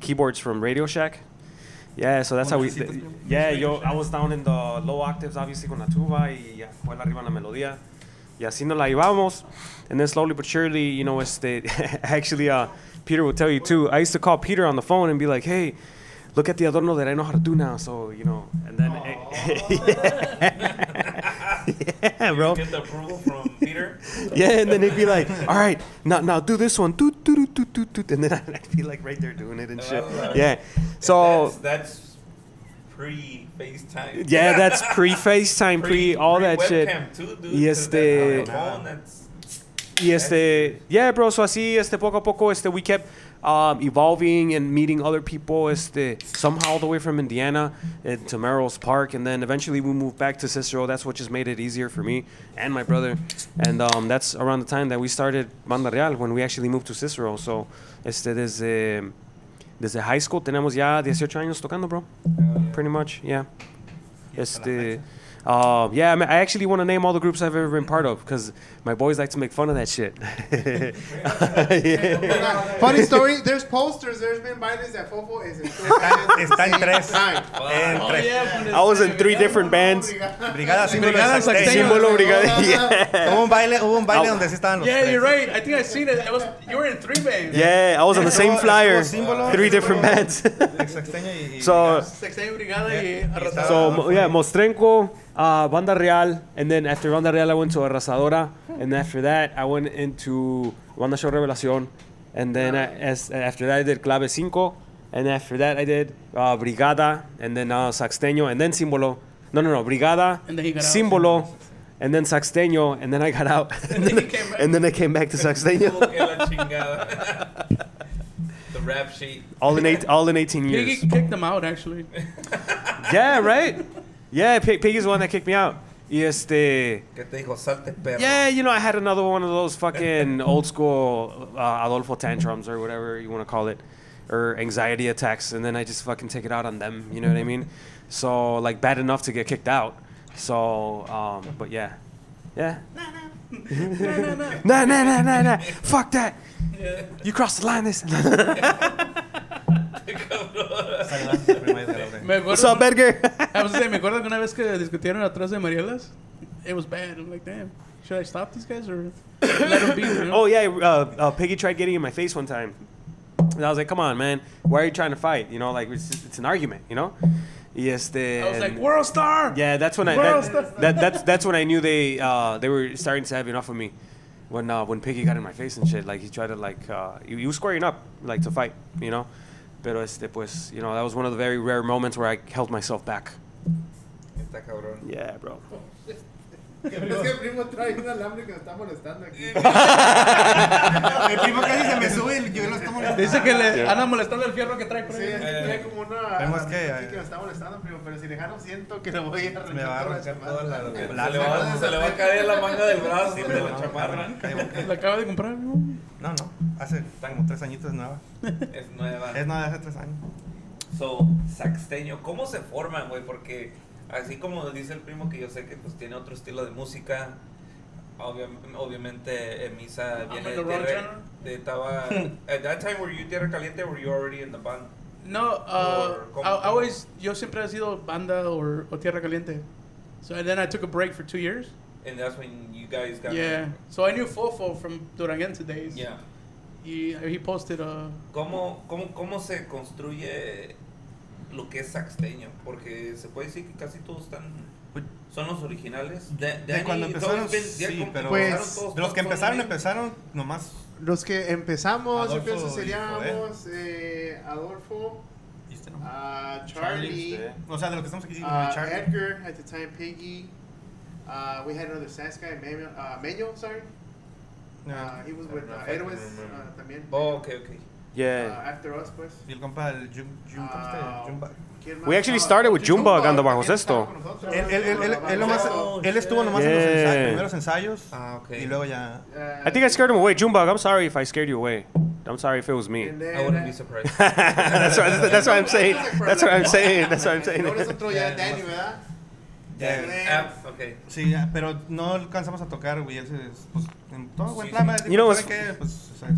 Speaker 3: keyboards from Radio Shack. Yeah, so that's how we. yeah, yo, I was down in the low octaves, obviously, con la tuba y Joel arriba en la melodía. Y así nos la llevamos. And then slowly but surely, you know, este, [laughs] actually, uh, Peter will tell you too. I used to call Peter on the phone and be like, hey, look at the adorno that I know how to do now. So, you know, and then. eh, [laughs] yeah, bro.
Speaker 1: Get the approval from Peter.
Speaker 3: Yeah, and then he'd be like, all right, now, now do this one. Do, do, do, do, do, do. And then [laughs] I'd be like right there doing it and shit.
Speaker 1: Oh,
Speaker 3: Yeah. [laughs] So.
Speaker 1: that's, that's pre FaceTime.
Speaker 3: Yeah, that's pre FaceTime, pre all that shit.
Speaker 1: webcam Too, dude, 'cause
Speaker 3: Y
Speaker 1: that's
Speaker 3: este-
Speaker 1: how they phone, that's-
Speaker 3: Y este, yeah, bro, so así, este, poco a poco, este, we kept um, evolving and meeting other people, este, somehow all the way from Indiana eh, to Merrill's Park, and then eventually we moved back to Cicero. That's what just made it easier for me and my brother, and um, that's around the time that we started Banda Real, when we actually moved to Cicero. So, este, desde, desde high school tenemos ya 18 años tocando, bro, pretty much, yeah. Este, uh, yeah, I, mean, I actually want to name all the groups I've ever been part of because my boys like to make fun of that shit. [laughs] Yeah.
Speaker 7: [laughs] Funny story, there's posters, there's been bailes that Fofo is in
Speaker 5: Está, está en tres.
Speaker 7: Time.
Speaker 5: En Eh, tres.
Speaker 3: I was in three different bands.
Speaker 5: Brigada símbolo
Speaker 2: Brigada
Speaker 5: de Zacatecas.
Speaker 2: Zacatecas.
Speaker 3: Símbolo [laughs] Brigada-
Speaker 5: Hubo un baile, hubo un baile donde sí estaban los
Speaker 2: Yeah,
Speaker 5: tres.
Speaker 2: you're right. I think I seen it. It was you were in three bands.
Speaker 3: Yeah, I was on the same
Speaker 5: Estuvo-
Speaker 3: flyer.
Speaker 5: estuvo símbolo,
Speaker 3: Three
Speaker 5: estuvo
Speaker 3: different bands. [laughs]
Speaker 5: el Sexteño y- y
Speaker 3: so,
Speaker 2: Sexta Brigada y
Speaker 5: y
Speaker 2: Arrasada.
Speaker 5: estaba
Speaker 3: so
Speaker 5: Adolfo.
Speaker 3: yeah, Mostrenco, uh, Banda Real, and then after Banda Real, I went to Arrasadora, and after that, I went into Banda Show Revelación, and then I, as, after that, I did Clave Cinco, and after that, I did uh, Brigada, and then uh, Saxteño, and then Símbolo. No, no, no, Brigada,
Speaker 2: And then he got out.
Speaker 3: Símbolo, and then Saxteño, and then I
Speaker 2: [laughs]
Speaker 3: got out, [laughs] and
Speaker 2: then
Speaker 3: then,
Speaker 2: he came back.
Speaker 3: I came back to Saxteño.
Speaker 2: [laughs]
Speaker 1: Que la chingada. the rap sheet.
Speaker 3: all in eight, all in 18
Speaker 2: Piggy
Speaker 3: years.
Speaker 2: kicked them out actually.
Speaker 3: yeah, right. Yeah, Pig, Pig is the one that kicked me out. Y este.
Speaker 1: Que te dijo, salte perro. [laughs]
Speaker 3: Yeah, you know, I had another one of those fucking old school uh, Adolfo tantrums or whatever you want to call it, or anxiety attacks, and then I just fucking take it out on them. You know what I mean? So like bad enough to get kicked out. So, um, but yeah, yeah.
Speaker 2: no, no, no.
Speaker 3: Nah, nah, nah, nah, nah. Fuck that. You crossed the
Speaker 2: [laughs]
Speaker 3: line. This.
Speaker 5: Saludaste a Primo de la Oreja.
Speaker 2: Me acuerdo-
Speaker 3: What's up, Edgar?
Speaker 2: [laughs] I was saying, me acuerdo que una vez que discutieron atrás de Marielas, it was bad. I'm like, damn, should I stop these guys or let them be? You know?
Speaker 3: Oh yeah, uh, uh, Piggy tried getting in my face one time, and I was like, "Come on, man, why are you trying to fight? You know, like it's, just- it's an argument, you know." Yes, the.
Speaker 2: I was like, world star.
Speaker 3: yeah, that's when I
Speaker 2: World
Speaker 3: that, that that's that's when I knew they uh, they were starting to have enough of me. When uh, when Piggy got in my face and shit, like he tried to like uh, he, he was squaring up like to fight, you know. Pero este pues, you know, that was one of the very rare moments where I held myself back.
Speaker 1: Está cabrón.
Speaker 3: Yeah, bro.
Speaker 7: Es que el primo trae un alambre que nos está molestando aquí.
Speaker 5: El primo casi se me sube y yo lo estoy molestando.
Speaker 2: Dice que le andan molestando el fierro que trae por
Speaker 7: Sí,
Speaker 2: ahí.
Speaker 7: es que trae como una.
Speaker 5: Vemos que- eh,
Speaker 7: así que me está molestando, primo. Pero si dejaron, siento que lo voy a
Speaker 5: Me va a
Speaker 7: toda la
Speaker 5: arrancar
Speaker 7: semana.
Speaker 1: Toda la- se, le
Speaker 5: La-
Speaker 1: va, se le va a caer la manga del brazo de la chamarra.
Speaker 2: La acaba de comprar, ¿no?
Speaker 5: No, no. Hace como tres añitos es nueva.
Speaker 1: Es nueva.
Speaker 5: Es nueva de hace tres años.
Speaker 1: So, saxteño, ¿cómo se forman, güey? Porque así como dice el primo que yo sé que pues tiene otro estilo de música, obviam- obviamente eh, Misa viene de,
Speaker 2: in Ah, pues, the wrong
Speaker 1: Tierra-
Speaker 2: channel.
Speaker 1: de estaba at that time were you Tierra Caliente or were you already in the band?
Speaker 2: No, uh,
Speaker 1: Or como-
Speaker 2: I, I always, yo siempre he sido banda or, o Tierra Caliente. So and then I took a break for two years.
Speaker 1: And that's when you guys got
Speaker 2: Yeah. So I knew Fofo from Duranguense days.
Speaker 1: Yeah.
Speaker 2: He, he posted uh, a.
Speaker 1: ¿Cómo, cómo, ¿Cómo se construye lo que es saxteño? Porque se puede decir que casi todos están
Speaker 5: Pues-
Speaker 1: son los originales. De, de
Speaker 5: De cuando
Speaker 1: ahí,
Speaker 5: empezaron,
Speaker 1: todos ven- de-
Speaker 5: sí,
Speaker 1: como
Speaker 5: pero
Speaker 7: Pues,
Speaker 1: empezaron todos,
Speaker 5: de
Speaker 1: todos
Speaker 5: los que
Speaker 1: son
Speaker 5: empezaron,
Speaker 1: bien.
Speaker 5: empezaron nomás
Speaker 7: Los que empezamos,
Speaker 5: Adolfo
Speaker 7: yo pienso
Speaker 5: y
Speaker 7: seríamos eh, Adolfo, ah, Charlie,
Speaker 5: O sea, de los que estamos aquí, sí,
Speaker 7: ah,
Speaker 5: Charlie.
Speaker 7: Edgar, at the time Piggy. ah, we had another SAS guy, Manuel, uh, Manuel sorry. Ah,
Speaker 5: Ah,
Speaker 7: he was with uh, Héroes ah, también.
Speaker 1: Oh, okay, okay.
Speaker 3: Yeah.
Speaker 7: Ah, after us, pues.
Speaker 5: Y el compa, el Jum, Jum, ¿cómo se llama?
Speaker 7: Ah,
Speaker 5: Jumba.
Speaker 7: ¿quién más?
Speaker 3: We actually
Speaker 7: Ah,
Speaker 3: started with Jumbug
Speaker 7: Jumbo
Speaker 3: on the
Speaker 7: también
Speaker 3: Bajos
Speaker 7: estaba
Speaker 3: Esto.
Speaker 7: con nosotros.
Speaker 5: Él, él, él, él, él nomás,
Speaker 1: Oh,
Speaker 5: él estuvo
Speaker 1: shit.
Speaker 5: nomás en los ensa-
Speaker 3: Yeah.
Speaker 5: primeros ensayos.
Speaker 1: Ah, ok.
Speaker 5: Y luego ya.
Speaker 7: Ah,
Speaker 3: I think I scared him away. Junebug, I'm sorry if I scared you away. I'm sorry if it was me. [laughs]
Speaker 7: and then,
Speaker 1: I wouldn't
Speaker 7: ah,
Speaker 1: be surprised.
Speaker 3: that's what that's what I'm saying. That's what I'm saying. That's what I'm
Speaker 7: Y luego
Speaker 3: saying.
Speaker 7: nosotros ya Danny, ¿verdad?
Speaker 5: ya-
Speaker 1: Yeah. Ah, okay.
Speaker 5: eh, Sí, ya, pero no alcanzamos a tocar, güey. Él se, pues, en todo buen
Speaker 1: Sí,
Speaker 5: plan,
Speaker 1: sí.
Speaker 5: dijo,
Speaker 3: You know,
Speaker 5: "¿Saben qué? Pues, o sea,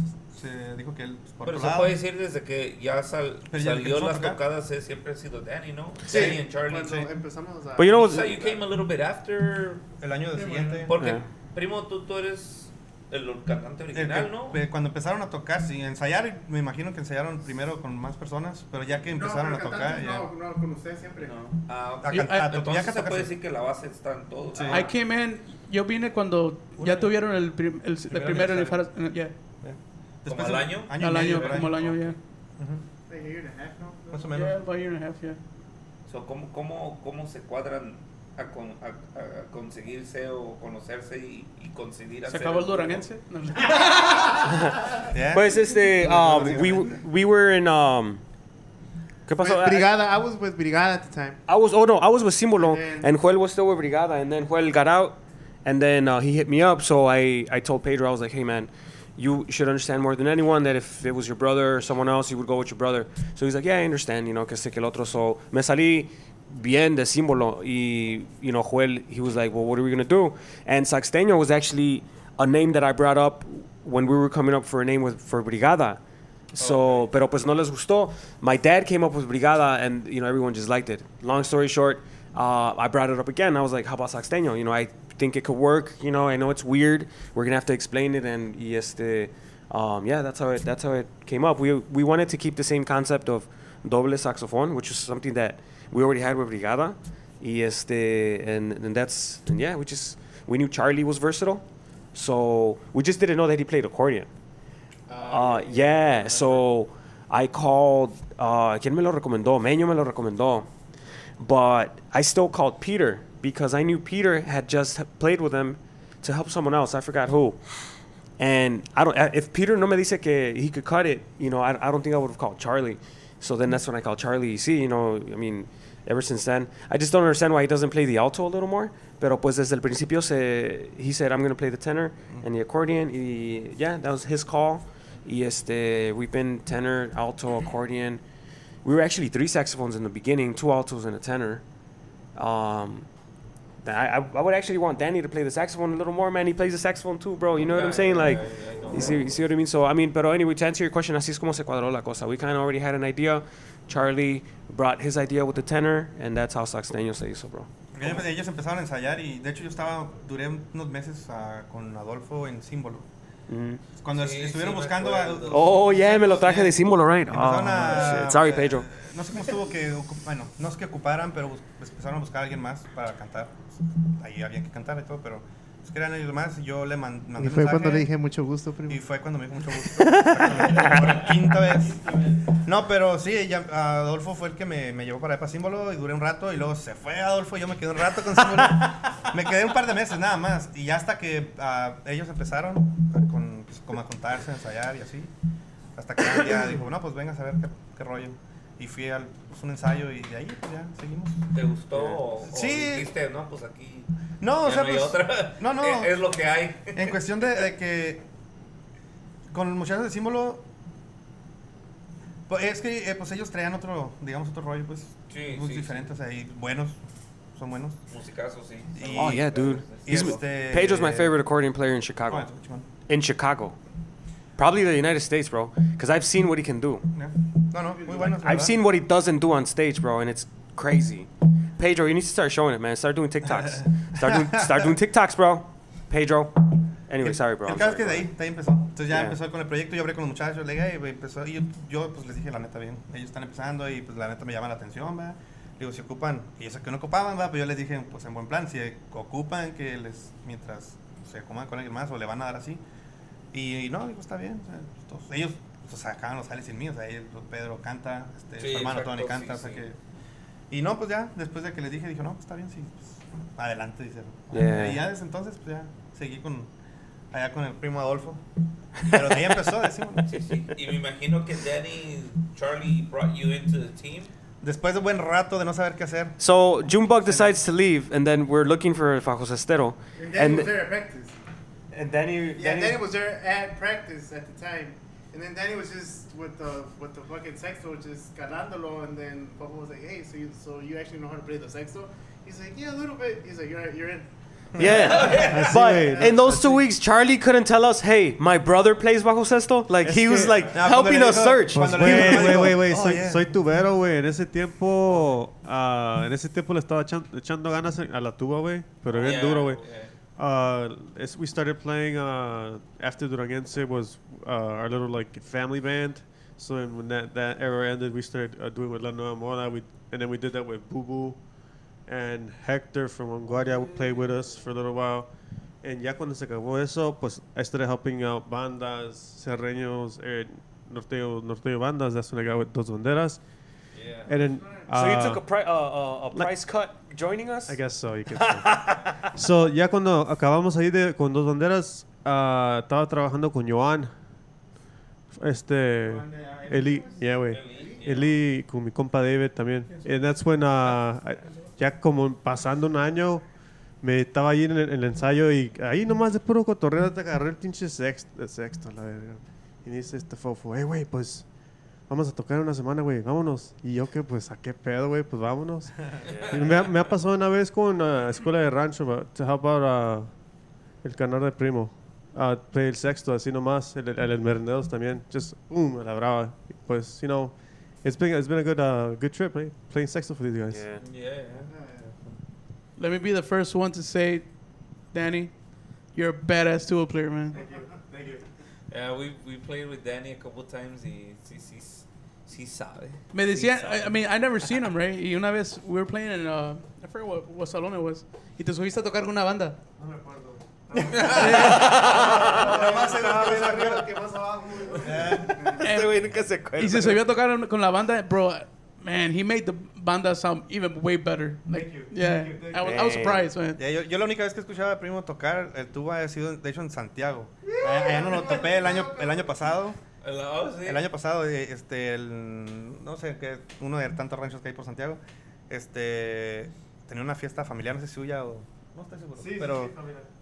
Speaker 5: se dijo que él, pues, por
Speaker 1: Pero
Speaker 5: otro
Speaker 1: se
Speaker 5: lado.
Speaker 1: puede decir desde que ya sal-
Speaker 5: Pero ya
Speaker 1: salió
Speaker 5: empezó a
Speaker 1: las
Speaker 5: tocar.
Speaker 1: tocadas eh, siempre ha sido Danny, ¿no?
Speaker 7: Sí.
Speaker 1: Danny and Charlie.
Speaker 7: Cuando empezamos a...
Speaker 3: But you know
Speaker 1: So you
Speaker 3: what's
Speaker 1: came a little bit after.
Speaker 5: El año de siguiente.
Speaker 1: Porque,
Speaker 3: Yeah.
Speaker 1: primo, tú, tú eres el cantante
Speaker 5: el
Speaker 1: original,
Speaker 5: que-
Speaker 1: ¿no?
Speaker 5: eh, Cuando empezaron a tocar, sí, ensayar, me imagino que ensayaron primero con más personas, pero ya que
Speaker 7: No,
Speaker 5: empezaron
Speaker 7: pero
Speaker 5: a tocar,
Speaker 7: cantantes
Speaker 5: ya.
Speaker 7: No, no, con ustedes siempre.
Speaker 1: No. Ah, ok.
Speaker 5: A
Speaker 2: Yo-
Speaker 5: cantar,
Speaker 2: ah,
Speaker 5: a to- ya
Speaker 1: Entonces
Speaker 5: que
Speaker 1: se
Speaker 5: tocas-
Speaker 1: puede decir que la base está en todo.
Speaker 5: Sí.
Speaker 1: Ah,
Speaker 2: I came in, yo vine cuando ya tuvieron el, prim, el, el
Speaker 5: Primer
Speaker 2: primero en el
Speaker 5: aniversario.
Speaker 2: Faras- yeah,
Speaker 5: ¿Eh? Después
Speaker 1: ¿Como al
Speaker 5: de-
Speaker 1: año?
Speaker 5: y
Speaker 2: al
Speaker 5: medio,
Speaker 2: año,
Speaker 5: por ahí.
Speaker 2: como al año, yeah.
Speaker 5: Ujú,
Speaker 7: Like a year and a half, ¿no?
Speaker 5: Más o menos.
Speaker 2: Yeah, about a year and a half, yeah.
Speaker 1: so, ¿cómo, cómo, ¿Cómo se cuadran a, con- a- a- a conseguirse o conocerse y, y coincidir? a
Speaker 2: Se
Speaker 1: hacer
Speaker 2: acabó el
Speaker 1: grupo?
Speaker 5: [laughs]
Speaker 2: Duranguense. No.
Speaker 5: Ya.
Speaker 3: Pues este, um, we we were in um, ¿qué pasó?
Speaker 7: With Brigada, I was with Brigada at the time.
Speaker 3: I was oh no, I was with Simbolo
Speaker 7: And then-
Speaker 3: and Joel was still with Brigada and then Joel got out and then uh, he hit me up so I I told Pedro I was like, "Hey man, you should understand more than anyone that if it was your brother or someone else, you would go with your brother." So he's like, "Yeah, I understand, you know, que sé que el otro." So me salí bien de Simbolo y you know, Joel he was like, "Well, what are we going to do?" And Saxteño was actually a name that I brought up when we were coming up for a name with for Brigada. So, pero pues no les gustó. My dad came up with Brigada, and you know everyone just liked it. Long story short, uh, I brought it up again. I was like, "How about Saxteño? You know, I think it could work. You know, I know it's weird. We're gonna have to explain it." And y este, um, yeah, that's how it that's how it came up. We we wanted to keep the same concept of doble saxophone, which is something that we already had with Brigada. Y este, and and that's and yeah, we just we knew Charlie was versatile, so we just didn't know that he played accordion. Uh, yeah, so I called. Uh, ¿Quién me lo recomendó? Meño me lo recomendó. But I still called Peter because I knew Peter had just played with him to help someone else. I forgot who. And I don't. uh, If Peter no me dice que he could cut it, you know, I, I don't think I would have called Charlie. So then that's when I called Charlie. You see, you know, I mean, ever since then, I just don't understand why he doesn't play the alto a little more. Pero pues desde el principio se, he said I'm gonna play the tenor and the accordion. Y, yeah, that was his call. Y este, we've been tenor, alto, accordion. We were actually three saxophones in the beginning, two altos and a tenor. Um, I, I I would actually want Danny to play the saxophone a little more, man. He plays the saxophone too, bro. You know what I'm saying? Like, you see, you see what I mean? So, I mean, but anyway, to answer your question, así es como se cuadró la cosa. We kind of already had an idea. Charlie brought his idea with the tenor, and that's how Saxteño se hizo, bro.
Speaker 5: Porque ellos, ellos empezaron a ensayar y de hecho yo estaba, duré unos meses ah, con Adolfo en símbolo.
Speaker 3: Mm.
Speaker 5: Cuando
Speaker 1: Sí,
Speaker 5: es- estuvieron
Speaker 1: sí, me
Speaker 5: buscando a...
Speaker 1: acuerdo.
Speaker 3: Oh, yeah, me lo traje de símbolo, right?
Speaker 5: empezaron
Speaker 3: Oh,
Speaker 5: a-
Speaker 3: shit. Sorry,
Speaker 5: eh,
Speaker 3: Pedro.
Speaker 5: No sé cómo estuvo que, ocu- bueno, no es que ocuparan, pero bus- pues, empezaron a buscar a alguien más para cantar. Ahí había que cantar y todo, pero pues, que eran ellos más, yo le man- mandé
Speaker 8: Y fue
Speaker 5: mensaje,
Speaker 8: cuando le dije mucho gusto, primo.
Speaker 5: Y fue cuando me dijo mucho gusto. Exactamente, por quinta vez. No, pero sí, ya, Adolfo fue el que me, me llevó para allá para símbolo y duré un rato y luego se fue Adolfo y yo me quedé un rato con símbolo. me quedé un par de meses nada más y ya hasta que ah, ellos empezaron a con, pues, como a contarse, a ensayar y así. Hasta que ya dijo, no, pues vengas a ver qué, qué rollo. Y fui a un ensayo y de ahí pues, ya seguimos.
Speaker 1: ¿Te gustó o, o
Speaker 5: Sí.
Speaker 1: dijiste, no, pues aquí
Speaker 5: No,
Speaker 1: ya
Speaker 5: o sea,
Speaker 1: no hay
Speaker 5: pues,
Speaker 1: otra?
Speaker 5: no, no.
Speaker 1: [laughs] Es, es lo que hay.
Speaker 5: En cuestión de, de que con los muchachos de símbolo, pues es que eh, pues ellos traían otro, digamos, otro rollo, pues,
Speaker 1: Sí,
Speaker 5: muy
Speaker 1: sí,
Speaker 5: diferentes ahí, buenos, son buenos.
Speaker 1: Musicazo, sí.
Speaker 5: Y-
Speaker 3: Oh, yeah, dude.
Speaker 5: y
Speaker 3: He's-
Speaker 5: [laughs] este- Ah,
Speaker 3: Pedro's my favorite accordion player in Chicago. In Chicago. Probably the United States, bro. Because I've seen what he can do.
Speaker 5: No, no, muy buenos.
Speaker 3: I've
Speaker 5: ¿verdad?
Speaker 3: seen what he doesn't do on stage, bro, and it's crazy. Pedro, you need to start showing it, man. Start doing TikToks. start doing start doing TikToks, bro. Pedro. Anyway,
Speaker 5: El-
Speaker 3: sorry, bro.
Speaker 5: El
Speaker 3: I'm
Speaker 5: caso es
Speaker 3: sorry,
Speaker 5: que de
Speaker 3: bro.
Speaker 5: ahí, de ahí empezó. Entonces ya
Speaker 3: Yeah.
Speaker 5: empezó con el proyecto, yo hablé con los muchachos, le dije, "Ey, güey, empezó. Y yo, yo, pues les dije, la neta, bien, ellos están empezando y pues la neta me llama la atención, va. Digo, si ocupan, y eso que no ocupaban, va, pues yo les dije, pues en buen plan, si ocupan que les, mientras se coman con alguien más o le van a dar así. Y, y no, digo, está bien. o sea, todos- ellos pues, sacaban los sales sin mí, o sea, ellos- Pedro canta, este,
Speaker 1: Sí,
Speaker 5: su hermano
Speaker 1: exacto,
Speaker 5: Tony canta,
Speaker 1: sí,
Speaker 5: o sea
Speaker 1: sí.
Speaker 5: que... Y no, pues ya, después de que les dije, dijo, no, pues está bien, sí, pues, adelante, dice.
Speaker 3: Yeah.
Speaker 5: Y ya desde entonces, pues ya, seguí con, allá con el primo Adolfo. Pero de ahí empezó, decimos.
Speaker 1: Sí, sí. Y me imagino que Danny, Charlie brought you into the team.
Speaker 5: Después de buen rato de no saber qué hacer.
Speaker 3: So Junebug decides to leave, and then we're looking for Fajo Sestero.
Speaker 7: And Danny was
Speaker 3: And
Speaker 7: there at practice.
Speaker 3: and Danny,
Speaker 7: Yeah, Danny was there at practice at the time. And then Danny was just with the with the fucking sexto, just calándolo. And then Papa was like, "Hey, so you so you actually know how to play the sexto?" He's like, "Yeah, a little bit." He's like, "You're you're in."
Speaker 3: yeah. but
Speaker 6: Así,
Speaker 3: in those two weeks, Charlie couldn't tell us, "Hey, my brother plays bajo sesto." Like he
Speaker 6: Es
Speaker 3: was
Speaker 6: que-
Speaker 3: like
Speaker 5: Ah, cuando
Speaker 3: helping
Speaker 5: le
Speaker 3: us
Speaker 5: dijo-
Speaker 3: search.
Speaker 5: cuando le
Speaker 6: Güey,
Speaker 5: dijo,
Speaker 6: güey,
Speaker 5: dijo,
Speaker 6: güey, güey,
Speaker 5: "Oh,
Speaker 6: soy,
Speaker 5: yeah".
Speaker 6: soy tubero, güey. En ese tiempo, ah, en ese tiempo le estaba echan- echando ganas a la tuba, güey. Pero bien
Speaker 1: Yeah,
Speaker 6: duro, güey.
Speaker 1: yeah.
Speaker 6: Uh, as we started playing uh, after Duranguense was uh, our little like family band. So then when that, that era ended, we started uh, doing with La Nueva Moda. We and then we did that with Boo Boo and Hector from Vanguardia would play with us for a little while. And ya cuando se acabó eso, pues I started helping out bandas, serreños, eh, norteo, norteo bandas. That's when I got with Dos Banderas.
Speaker 1: Yeah.
Speaker 6: And then
Speaker 3: so you
Speaker 6: uh,
Speaker 3: took a, pri- uh, uh, a
Speaker 6: like-
Speaker 3: price cut joining us.
Speaker 6: I guess so, you can say. so, ya cuando acabamos ahí de, con dos banderas, ah, estaba trabajando con Joan. Este. Eli, yeah, güey. Eli con mi compa David también. And that's when, ah, I- ya como pasando un año, me estaba ahí en el, en el ensayo y ahí nomás de puro cotorreo te agarré el pinche sexto, sexto la verga. Y dice este fofo, hey, güey, pues. Vamos a tocar en una semana, güey, vámonos. Y yo que, pues, ¿a qué pedo, güey? Pues [laughs] vámonos. Y Me ha, me ha pasado una vez con la escuela de rancho, va, to help out, ah, el canal de primo. Ah, play el sexto, así nomás, el, el, el Merendeos también. Just, boom, a la brava. Pues, you know, it's been, it's been a good, uh, good trip, eh? Playing sexto for these guys.
Speaker 3: Yeah.
Speaker 1: Yeah.
Speaker 2: Let me be the first one to say, Danny, you're a badass tuba player, man.
Speaker 1: Yeah, we, we played with Danny a couple times. He, he, he, he sabe.
Speaker 2: Me eh,
Speaker 1: Sí
Speaker 2: decían,
Speaker 1: sabe.
Speaker 2: I, I mean, I never seen him, right? Y una vez, we were playing in, uh, I forget what, what salon it was, y te subiste a tocar con una banda.
Speaker 5: [laughs] más se
Speaker 7: Estaba
Speaker 5: lo
Speaker 7: más
Speaker 5: que
Speaker 7: arriba que más abajo, güey.
Speaker 2: And- Eh, [laughs] y se subió a tocar con la banda, bro, man, he made the banda sound even way better. Like,
Speaker 5: Thank you.
Speaker 2: Yeah,
Speaker 5: Thank you. Thank
Speaker 2: I, was, I was
Speaker 3: you.
Speaker 2: surprised, man.
Speaker 5: Ya, yo, yo la única vez que escuchaba a Primo tocar el tuba ha sido, de hecho, en Santiago. Allá, allá no lo topé el año, el año pasado.
Speaker 1: Oh, sí.
Speaker 5: El año pasado, eh, este, el- no sé, que uno de tantos ranchos que hay por Santiago, este, tenía una fiesta familiar, no sé si suya o... No estoy seguro, pero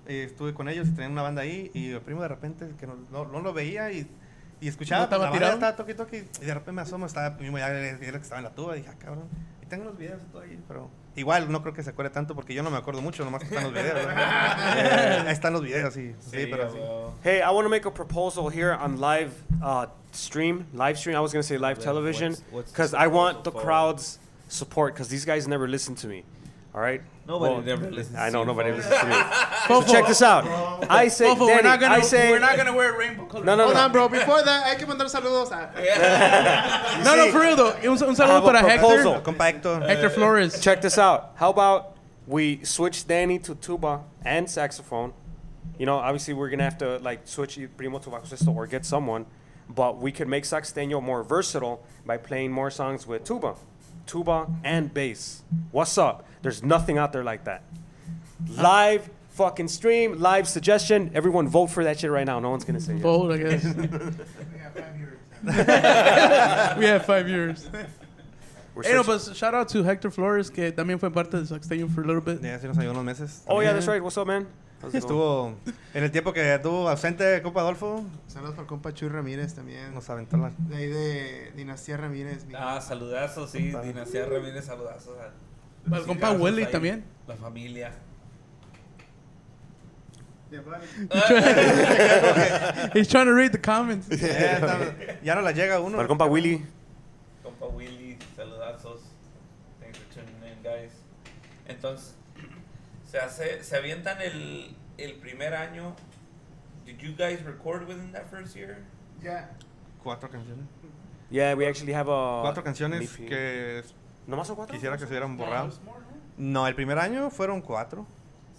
Speaker 5: eh, estuve con ellos y tenían una banda ahí y el primo de repente que no, no, no lo veía y, y escuchaba, pues,
Speaker 2: ¿No estaba
Speaker 5: la banda
Speaker 2: tirado?
Speaker 5: estaba toque y toque y de repente me asomo, estaba primo ya era el que estaba en la tuba y dije, ah, cabrón, y tengo unos videos y todo ahí, pero... Igual no creo que se acuerde tanto porque yo no me acuerdo mucho, nomás que están los videos. ¿no? Eh, ahí están los videos, sí, sí, pero así.
Speaker 1: well,
Speaker 3: Hey, I want to make a proposal here on live uh, stream, live stream. I was gonna say live
Speaker 1: Live,
Speaker 3: television
Speaker 1: what's- what's the
Speaker 3: because I want the
Speaker 1: proposal for?
Speaker 3: crowd's support because these guys never listen to me. All right.
Speaker 1: Nobody
Speaker 3: Well,
Speaker 1: never listens.
Speaker 3: I
Speaker 1: to
Speaker 3: know
Speaker 1: you,
Speaker 3: nobody
Speaker 1: folks.
Speaker 3: listens to me.
Speaker 2: [laughs]
Speaker 3: so check this out. I say,
Speaker 2: Fofo, we're
Speaker 3: Danny,
Speaker 2: not gonna,
Speaker 3: I say,
Speaker 2: we're not gonna wear rainbow colors.
Speaker 3: no, no,
Speaker 7: Hold
Speaker 3: no.
Speaker 7: on, bro. Before that, hay que mandar saludos a.
Speaker 2: No, no, for real though. Un, un
Speaker 3: I have
Speaker 2: saludo
Speaker 3: a
Speaker 2: para
Speaker 3: proposal.
Speaker 2: Hector.
Speaker 5: Compa Héctor.
Speaker 2: Hector Flores.
Speaker 3: Check this out. How about we switch Danny to tuba and saxophone, You know, obviously we're gonna have to like switch y- Primo to bajo sexto or get someone, but we could make Saxteño more versatile by playing more songs with tuba, tuba and bass. What's up? There's nothing out there like that. Live fucking stream, live suggestion. Everyone vote for that shit right now. No one's gonna say yes.
Speaker 2: Bold, I
Speaker 3: [laughs]
Speaker 2: guess. [laughs] we have five years.
Speaker 3: We're
Speaker 2: Hey, no,
Speaker 3: searching-
Speaker 2: but shout out to Hector Flores, que también fue parte de Saxteño for a little bit.
Speaker 5: Ya se nos ayudó unos meses.
Speaker 3: oh yeah, that's right. What's up, man? How's it going?
Speaker 5: Estuvo en el tiempo que estuvo ausente Copa Adolfo,
Speaker 7: Saludos para el compa Chuy Ramírez también.
Speaker 5: nos aventó la.
Speaker 7: De ahí de Dinastía Ramírez. mi-
Speaker 1: Ah, saludazos, sí. Dinastía Ramírez, saludazos. a-
Speaker 2: Para el compa
Speaker 1: Saludazos
Speaker 2: Willy
Speaker 1: ahí,
Speaker 2: también.
Speaker 1: La
Speaker 2: [laughs]
Speaker 1: familia. [laughs]
Speaker 7: de Bali.
Speaker 2: He's trying to read the
Speaker 3: [laughs]
Speaker 2: comments.
Speaker 5: Ya, está- ya no la llega uno.
Speaker 3: Para el compa Willy.
Speaker 1: Compa Willy, saludazos. Thanks for tuning in, guys. Entonces, se, hace, se avientan el, el primer año. Did you guys record within that first year?
Speaker 7: Ya.
Speaker 5: Cuatro canciones.
Speaker 3: Yeah, we actually have a.
Speaker 5: Cuatro canciones
Speaker 3: EP.
Speaker 5: que
Speaker 3: ¿Nomás son cuatro?
Speaker 5: quisiera que se hubieran borrado. No, el primer año fueron cuatro.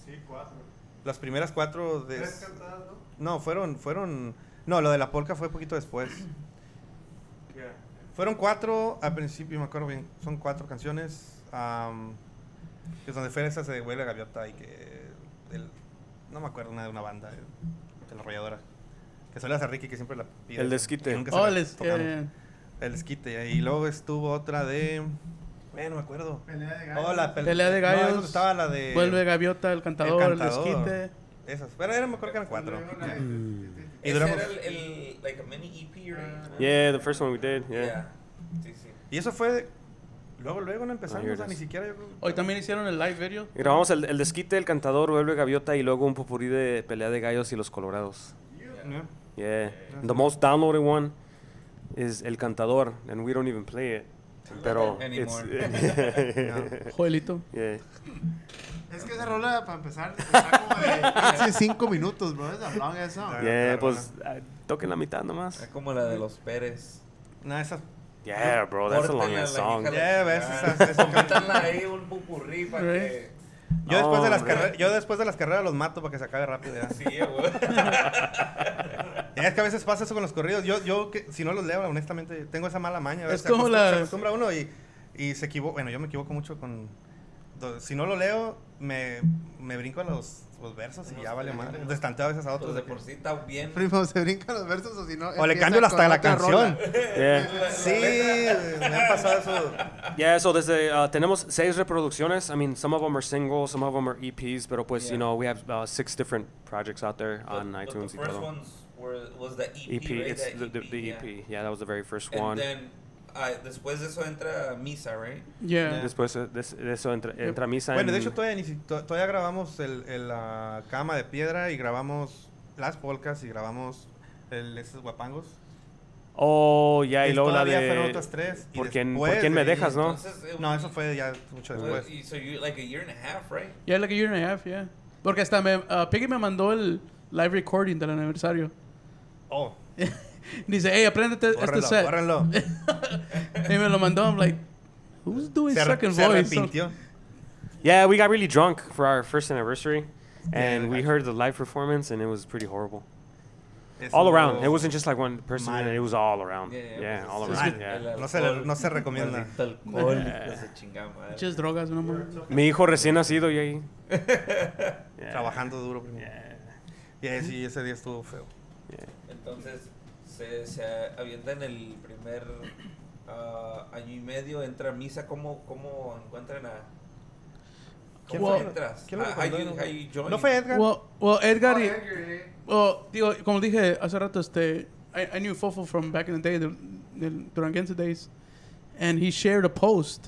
Speaker 7: Sí, cuatro.
Speaker 5: Las primeras cuatro de.
Speaker 7: cantadas, ¿no?
Speaker 5: No, fueron, fueron. No, lo de la polca fue poquito después. Fueron cuatro al principio, me acuerdo bien. Son cuatro canciones. am, que es donde fue esa se huele a gaviota y que. el- no me acuerdo una de una banda eh, de la arrolladora. Que solo hace Ricky que siempre la pide.
Speaker 3: El desquite.
Speaker 5: Y nunca se
Speaker 2: Oh,
Speaker 5: la
Speaker 2: les,
Speaker 5: tocamos.
Speaker 2: eh,
Speaker 5: El desquite. Y luego estuvo otra de. Eh, no me acuerdo.
Speaker 7: Pelea de gallos.
Speaker 5: Oh, la pel-
Speaker 2: Pelea de
Speaker 5: no, es donde
Speaker 2: gallos.
Speaker 5: estaba la de.
Speaker 2: vuelve Gaviota, el cantador, el,
Speaker 5: cantador.
Speaker 2: desquite.
Speaker 5: Esas. Pero era, me acuerdo que eran cuatro.
Speaker 7: Luego la de- Mm.
Speaker 5: Y
Speaker 1: Ese
Speaker 5: duramos-
Speaker 1: era el, el- like a mini EP, right?
Speaker 3: Yeah, the first one we did. Yeah.
Speaker 1: Yeah. Sí, sí.
Speaker 5: Y eso fue. de- Luego, luego no empezamos,
Speaker 3: Ah, here
Speaker 5: o sea,
Speaker 3: it
Speaker 5: ni
Speaker 3: is.
Speaker 5: siquiera yo creo.
Speaker 2: Hoy también hicieron el live video.
Speaker 3: Grabamos el, el desquite, el cantador, vuelve gaviota y luego un popurrí de pelea de gallos y los colorados.
Speaker 5: ¿no?
Speaker 3: Yeah. The most downloaded one is el cantador, and we don't even play it.
Speaker 1: [laughs]
Speaker 3: Pero it's [laughs]
Speaker 2: Joelito.
Speaker 3: yeah.
Speaker 7: Es que esa rola, para empezar, está como [laughs] de 15, cinco minutos, bro. Es la longa esa.
Speaker 5: Ah,
Speaker 3: Yeah,
Speaker 5: claro,
Speaker 3: pues ah, toquen la mitad nomás.
Speaker 1: Es como la de los Pérez.
Speaker 5: No, esas.
Speaker 3: Yeah, bro, that's a long
Speaker 1: Córtenla,
Speaker 3: ass
Speaker 1: la [laughs]
Speaker 3: song.
Speaker 1: hija de-
Speaker 5: Yeah, ves,
Speaker 1: Ah,
Speaker 5: esas- esas-
Speaker 1: Métanla ahí un pupurrí para que...
Speaker 5: Yo, después de las
Speaker 3: Hombre.
Speaker 5: carre- yo después de las carreras los mato para que se acabe rápido.
Speaker 2: [laughs]
Speaker 5: ya.
Speaker 1: Sí, eh, güey.
Speaker 5: Es que a veces pasa eso con los corridos. Yo, yo que, si no los leo, honestamente, tengo esa mala maña. a veces
Speaker 2: Es como
Speaker 5: se acostu-
Speaker 2: la-
Speaker 5: Se acostumbra uno y, y se equivoca. Bueno, yo me equivoco mucho con... do- Si no lo leo, me, me brinco a los, los versos y ya vale madre. Destanteo a veces a otros.
Speaker 1: Pues de
Speaker 5: de que-
Speaker 1: por sí está bien.
Speaker 7: Primo, se brincan los versos o si no.
Speaker 5: O le
Speaker 7: empieza
Speaker 5: cambio
Speaker 7: con
Speaker 5: hasta la
Speaker 7: otra
Speaker 5: canción.
Speaker 7: rola.
Speaker 3: Yeah.
Speaker 5: Sí, me han pasado eso.
Speaker 3: Yeah, so desde uh, tenemos seis reproducciones. I mean, some of them are singles, some of them are EPs, pero pues, you
Speaker 1: Yeah.
Speaker 3: know, we have uh, six different projects out there on
Speaker 1: But- but
Speaker 3: iTunes.
Speaker 1: The
Speaker 3: y
Speaker 1: first
Speaker 3: todo.
Speaker 1: ones were, was the EP, right?
Speaker 3: EP, E it's
Speaker 1: That
Speaker 3: the,
Speaker 1: E
Speaker 3: the, the
Speaker 1: yeah.
Speaker 3: EP. Yeah. that was the very first
Speaker 1: And
Speaker 3: one.
Speaker 1: then, ah, después de eso entra Misa, right?
Speaker 2: Yeah.
Speaker 3: Después eh, des- de eso entra, entra misa.
Speaker 5: Bueno, de
Speaker 3: en-
Speaker 5: hecho todavía, ni si- to- todavía grabamos el, el, la cama de piedra y grabamos las polcas y grabamos el, esos guapangos.
Speaker 3: Oh, ya, y
Speaker 5: Es-
Speaker 3: luego la
Speaker 5: todavía
Speaker 3: de.
Speaker 5: fueron otras tres, y
Speaker 3: ¿Por quién,
Speaker 5: después
Speaker 3: por quién me
Speaker 5: de ahí,
Speaker 3: dejas, no?
Speaker 1: Entonces, it
Speaker 5: No,
Speaker 1: was-
Speaker 5: eso fue ya mucho después.
Speaker 1: was- So you like a year and a half, right?
Speaker 2: Yeah, like a year and a half, yeah. Porque hasta me, uh, Piggy me mandó el live recording del aniversario.
Speaker 5: Oh,
Speaker 2: Dice, hey, apréndete este
Speaker 5: bórrenlo,
Speaker 2: set. [laughs]
Speaker 5: bórrenlo.
Speaker 2: Y me lo mandó. I'm like, who's doing
Speaker 5: Se, arre-
Speaker 2: second
Speaker 5: se
Speaker 2: voice?
Speaker 5: arrepintió.
Speaker 3: Yeah, we got really drunk for our first anniversary, and
Speaker 5: Yeah,
Speaker 3: we
Speaker 5: that's-
Speaker 3: heard the live performance, and it was pretty horrible.
Speaker 5: Eso-
Speaker 3: All around. It wasn't just like one person,
Speaker 5: Mal.
Speaker 3: it was all around.
Speaker 1: Yeah,
Speaker 3: Yeah,
Speaker 1: yeah, pues,
Speaker 3: all
Speaker 1: es-
Speaker 5: [laughs]
Speaker 3: around.
Speaker 5: mal.
Speaker 3: yeah.
Speaker 1: El
Speaker 5: No se-
Speaker 1: alcohol,
Speaker 5: no se recomienda.
Speaker 1: maldito alcohólico, se chinga madre.
Speaker 2: Just drogas, no more.
Speaker 3: Mi hijo recién nacido,
Speaker 5: [laughs]
Speaker 3: y ahí. Yeah.
Speaker 5: Trabajando duro primero. Yeah, sí, ese día estuvo feo.
Speaker 1: Entonces, se, se avienta en el primer ah, año y medio, entra Misa. ¿Cómo, cómo encuentran a.?
Speaker 5: ¿Quién
Speaker 1: ¿Cómo
Speaker 5: fue?
Speaker 1: entras?
Speaker 5: ¿Quién lo
Speaker 1: Ah,
Speaker 5: recomendó?
Speaker 1: how you- how you join?
Speaker 5: ¿No fue Edgar?
Speaker 2: Well, well, Edgar, y-
Speaker 7: eh.
Speaker 2: well, digo, como dije hace rato, este, I, I knew Fofo from back in the day, the, the Duranguense days, and he shared a post,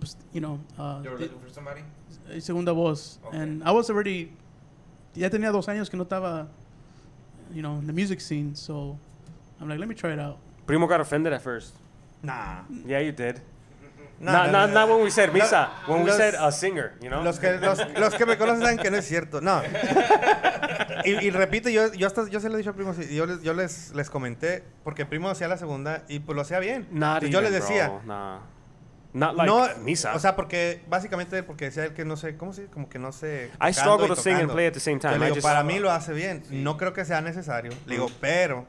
Speaker 2: pues, you know, uh,
Speaker 1: You were
Speaker 2: the-
Speaker 1: looking for somebody?
Speaker 2: eh, segunda voz,
Speaker 1: Okay.
Speaker 2: and I was already, ya tenía dos años que no estaba, you know, in the music scene, so I'm like, let me try it out.
Speaker 3: Primo got offended at first.
Speaker 5: Nah.
Speaker 3: Yeah, you did.
Speaker 5: No,
Speaker 3: not,
Speaker 5: no,
Speaker 3: not,
Speaker 5: no.
Speaker 3: not when we said misa. When we
Speaker 5: Los-
Speaker 3: said a singer, you know?
Speaker 5: Los que, los, los que me conocen saben que no es cierto. No. Y, y repito, yo, yo, hasta, yo se lo he dicho a Primo, sí, yo, les, yo les, les comenté, porque Primo hacía la segunda y pues lo hacía bien.
Speaker 3: Not
Speaker 5: Entonces, yo
Speaker 3: even,
Speaker 5: les decía,
Speaker 3: bro, Nah. Not like
Speaker 5: no,
Speaker 3: Misa.
Speaker 5: o sea, porque básicamente porque decía él que no sé, ¿cómo se? Como que no sé.
Speaker 3: I
Speaker 5: tocando
Speaker 3: struggle
Speaker 5: y
Speaker 3: to sing and
Speaker 5: tocando.
Speaker 3: play at the same time.
Speaker 5: Yo le
Speaker 3: I
Speaker 5: digo,
Speaker 3: just-
Speaker 5: para mí lo hace bien. No creo que sea necesario. Le digo, pero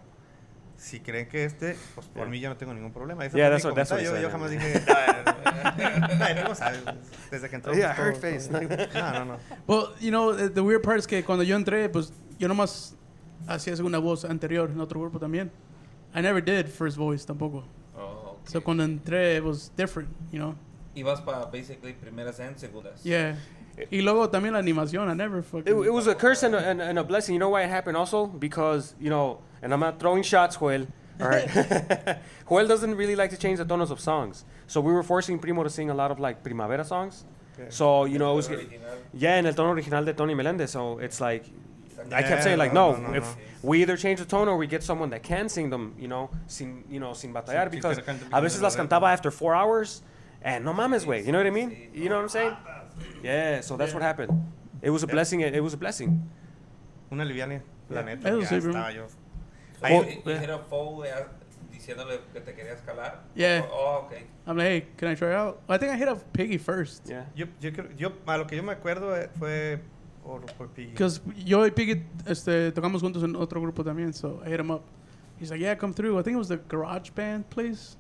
Speaker 5: si creen que este, pues por
Speaker 3: Yeah.
Speaker 5: mí yo no tengo ningún problema. Ese
Speaker 3: Yeah,
Speaker 5: fue mi
Speaker 3: that's what- that's what
Speaker 5: comentario.
Speaker 3: he
Speaker 5: yo,
Speaker 3: said,
Speaker 5: yo jamás
Speaker 3: yeah.
Speaker 5: dije. "Ay, no, no sabes. Desde que entró.
Speaker 3: Yeah,
Speaker 5: pues,
Speaker 3: hurt
Speaker 5: todo-
Speaker 3: face.
Speaker 5: No, no, no.
Speaker 2: Well, you know, the, the weird part es que cuando yo entré, pues yo nomás hacía segunda voz anterior en otro grupo también. I never did first voice tampoco.
Speaker 1: Oh,
Speaker 2: So
Speaker 1: okay.
Speaker 2: cuando entré, it was different, you know?
Speaker 1: Y vas para basically primeras and segundas.
Speaker 2: Yeah.
Speaker 5: Eh.
Speaker 2: Y luego también la animación, I never
Speaker 3: It,
Speaker 2: fucking.
Speaker 3: it was a curse and a, and, and a blessing. You know why it happened also? Because, you know, and I'm not throwing shots, Joel. All right. [laughs] Joel doesn't really like to change the tonos of songs. So we were forcing Primo to sing a lot of like Primavera songs. So, you know, it was. Yeah, and el tono original de Tony Melendez. So it's like, I kept saying like,
Speaker 5: Yeah,
Speaker 3: no,
Speaker 5: no, no, no,
Speaker 3: if we either change the tone or we get someone that can sing them, you know, sin, you know, sin batallar,
Speaker 5: Sí, sí,
Speaker 3: because
Speaker 5: que cante bien
Speaker 3: a veces
Speaker 5: de
Speaker 3: las
Speaker 5: verdad.
Speaker 3: cantaba after four hours, and no mames, way, you know what I mean? You know what I'm saying? Yeah, so that's what happened. It was a blessing. It, it was a blessing.
Speaker 5: Una liviana, la neta.
Speaker 2: Eso
Speaker 5: ya
Speaker 2: sí, bro.
Speaker 5: estaba yo.
Speaker 1: Ahí,
Speaker 3: Oh,
Speaker 1: y- y era Fowl eh, diciéndole que te quería escalar.
Speaker 2: Yeah.
Speaker 1: Oh,
Speaker 5: [laughs]
Speaker 1: okay.
Speaker 2: I'm like, hey, can I try out? I think I hit up Piggy first.
Speaker 3: Yeah.
Speaker 5: Yo, yo, creo- yo, a lo que yo me acuerdo eh, fue por, por Piggy.
Speaker 2: Because yo y Piggy este, tocamos juntos en otro grupo también, so I hit him up. He's like, yeah, come through. I think it was the Garage Band place.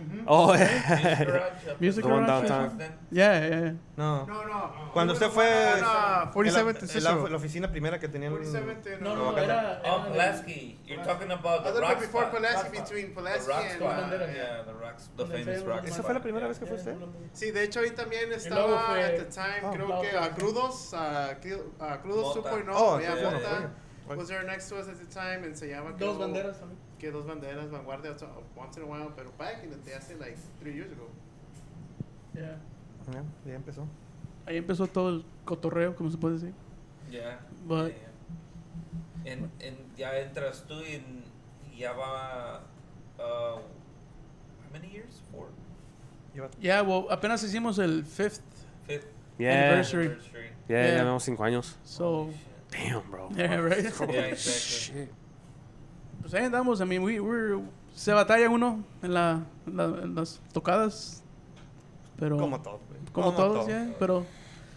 Speaker 2: Mm-hmm.
Speaker 3: [laughs] Oh, yeah.
Speaker 1: Garage,
Speaker 2: Music
Speaker 3: The one
Speaker 2: Garage.
Speaker 3: downtown.
Speaker 2: Yeah, yeah, yeah.
Speaker 5: No.
Speaker 7: No, no.
Speaker 5: Cuando usted
Speaker 7: No,
Speaker 5: fue.
Speaker 7: no, no, 47th
Speaker 5: la-
Speaker 7: Cicero.
Speaker 5: la, la oficina primera que tenían.
Speaker 7: 47th and,
Speaker 2: No,
Speaker 7: uh,
Speaker 2: no, era,
Speaker 1: Oh, Pulaski. You're talking about the
Speaker 7: Other
Speaker 1: rock
Speaker 7: than before
Speaker 1: squad.
Speaker 7: Pulaski,
Speaker 1: Rock squad.
Speaker 7: between
Speaker 1: The
Speaker 7: Pulaski
Speaker 1: rock
Speaker 7: and uh,
Speaker 1: squad.
Speaker 7: Bandera.
Speaker 1: Yeah, the rocks, the famous rock
Speaker 5: ¿Esa
Speaker 1: squad.
Speaker 5: fue la primera vez que fue usted?
Speaker 7: Sí, de hecho ahí también
Speaker 2: luego
Speaker 7: estaba
Speaker 2: fue-
Speaker 7: at the time,
Speaker 5: Oh.
Speaker 7: creo
Speaker 2: Luego.
Speaker 7: que a Crudos, a, Cru- a Crudos
Speaker 1: Mota.
Speaker 7: 2.0,
Speaker 5: Oh,
Speaker 7: ya
Speaker 1: yeah,
Speaker 7: Mota,
Speaker 1: yeah,
Speaker 5: yeah.
Speaker 7: was there next to us at the time, and se llama que
Speaker 2: Dos
Speaker 7: hubo-
Speaker 2: banderas también.
Speaker 7: que dos banderas, vanguardia, so, once in a while, pero back in the day, hace like three years ago.
Speaker 2: Yeah.
Speaker 5: Ya, ya empezó.
Speaker 2: Ahí empezó todo el cotorreo, como se puede decir.
Speaker 1: Yeah.
Speaker 2: But-
Speaker 1: yeah. En, en, ya entras tú y en, ya va. Uh, how many years? Four?
Speaker 2: Yeah, well, apenas hicimos el fifth.
Speaker 1: Fifth
Speaker 3: Yeah.
Speaker 2: Anniversary.
Speaker 1: anniversary.
Speaker 3: Yeah,
Speaker 2: Yeah.
Speaker 3: ganamos cinco años.
Speaker 2: So,
Speaker 1: Holy shit.
Speaker 3: Damn, bro.
Speaker 2: yeah, right?
Speaker 1: Oh, [laughs] Yeah, exactly.
Speaker 3: Shit.
Speaker 2: Pues ahí andamos, I mean, we, we're, se batalla uno en, la, en, la- en las tocadas. Pero,
Speaker 5: Como todos. güey.
Speaker 2: como todos, yeah, pero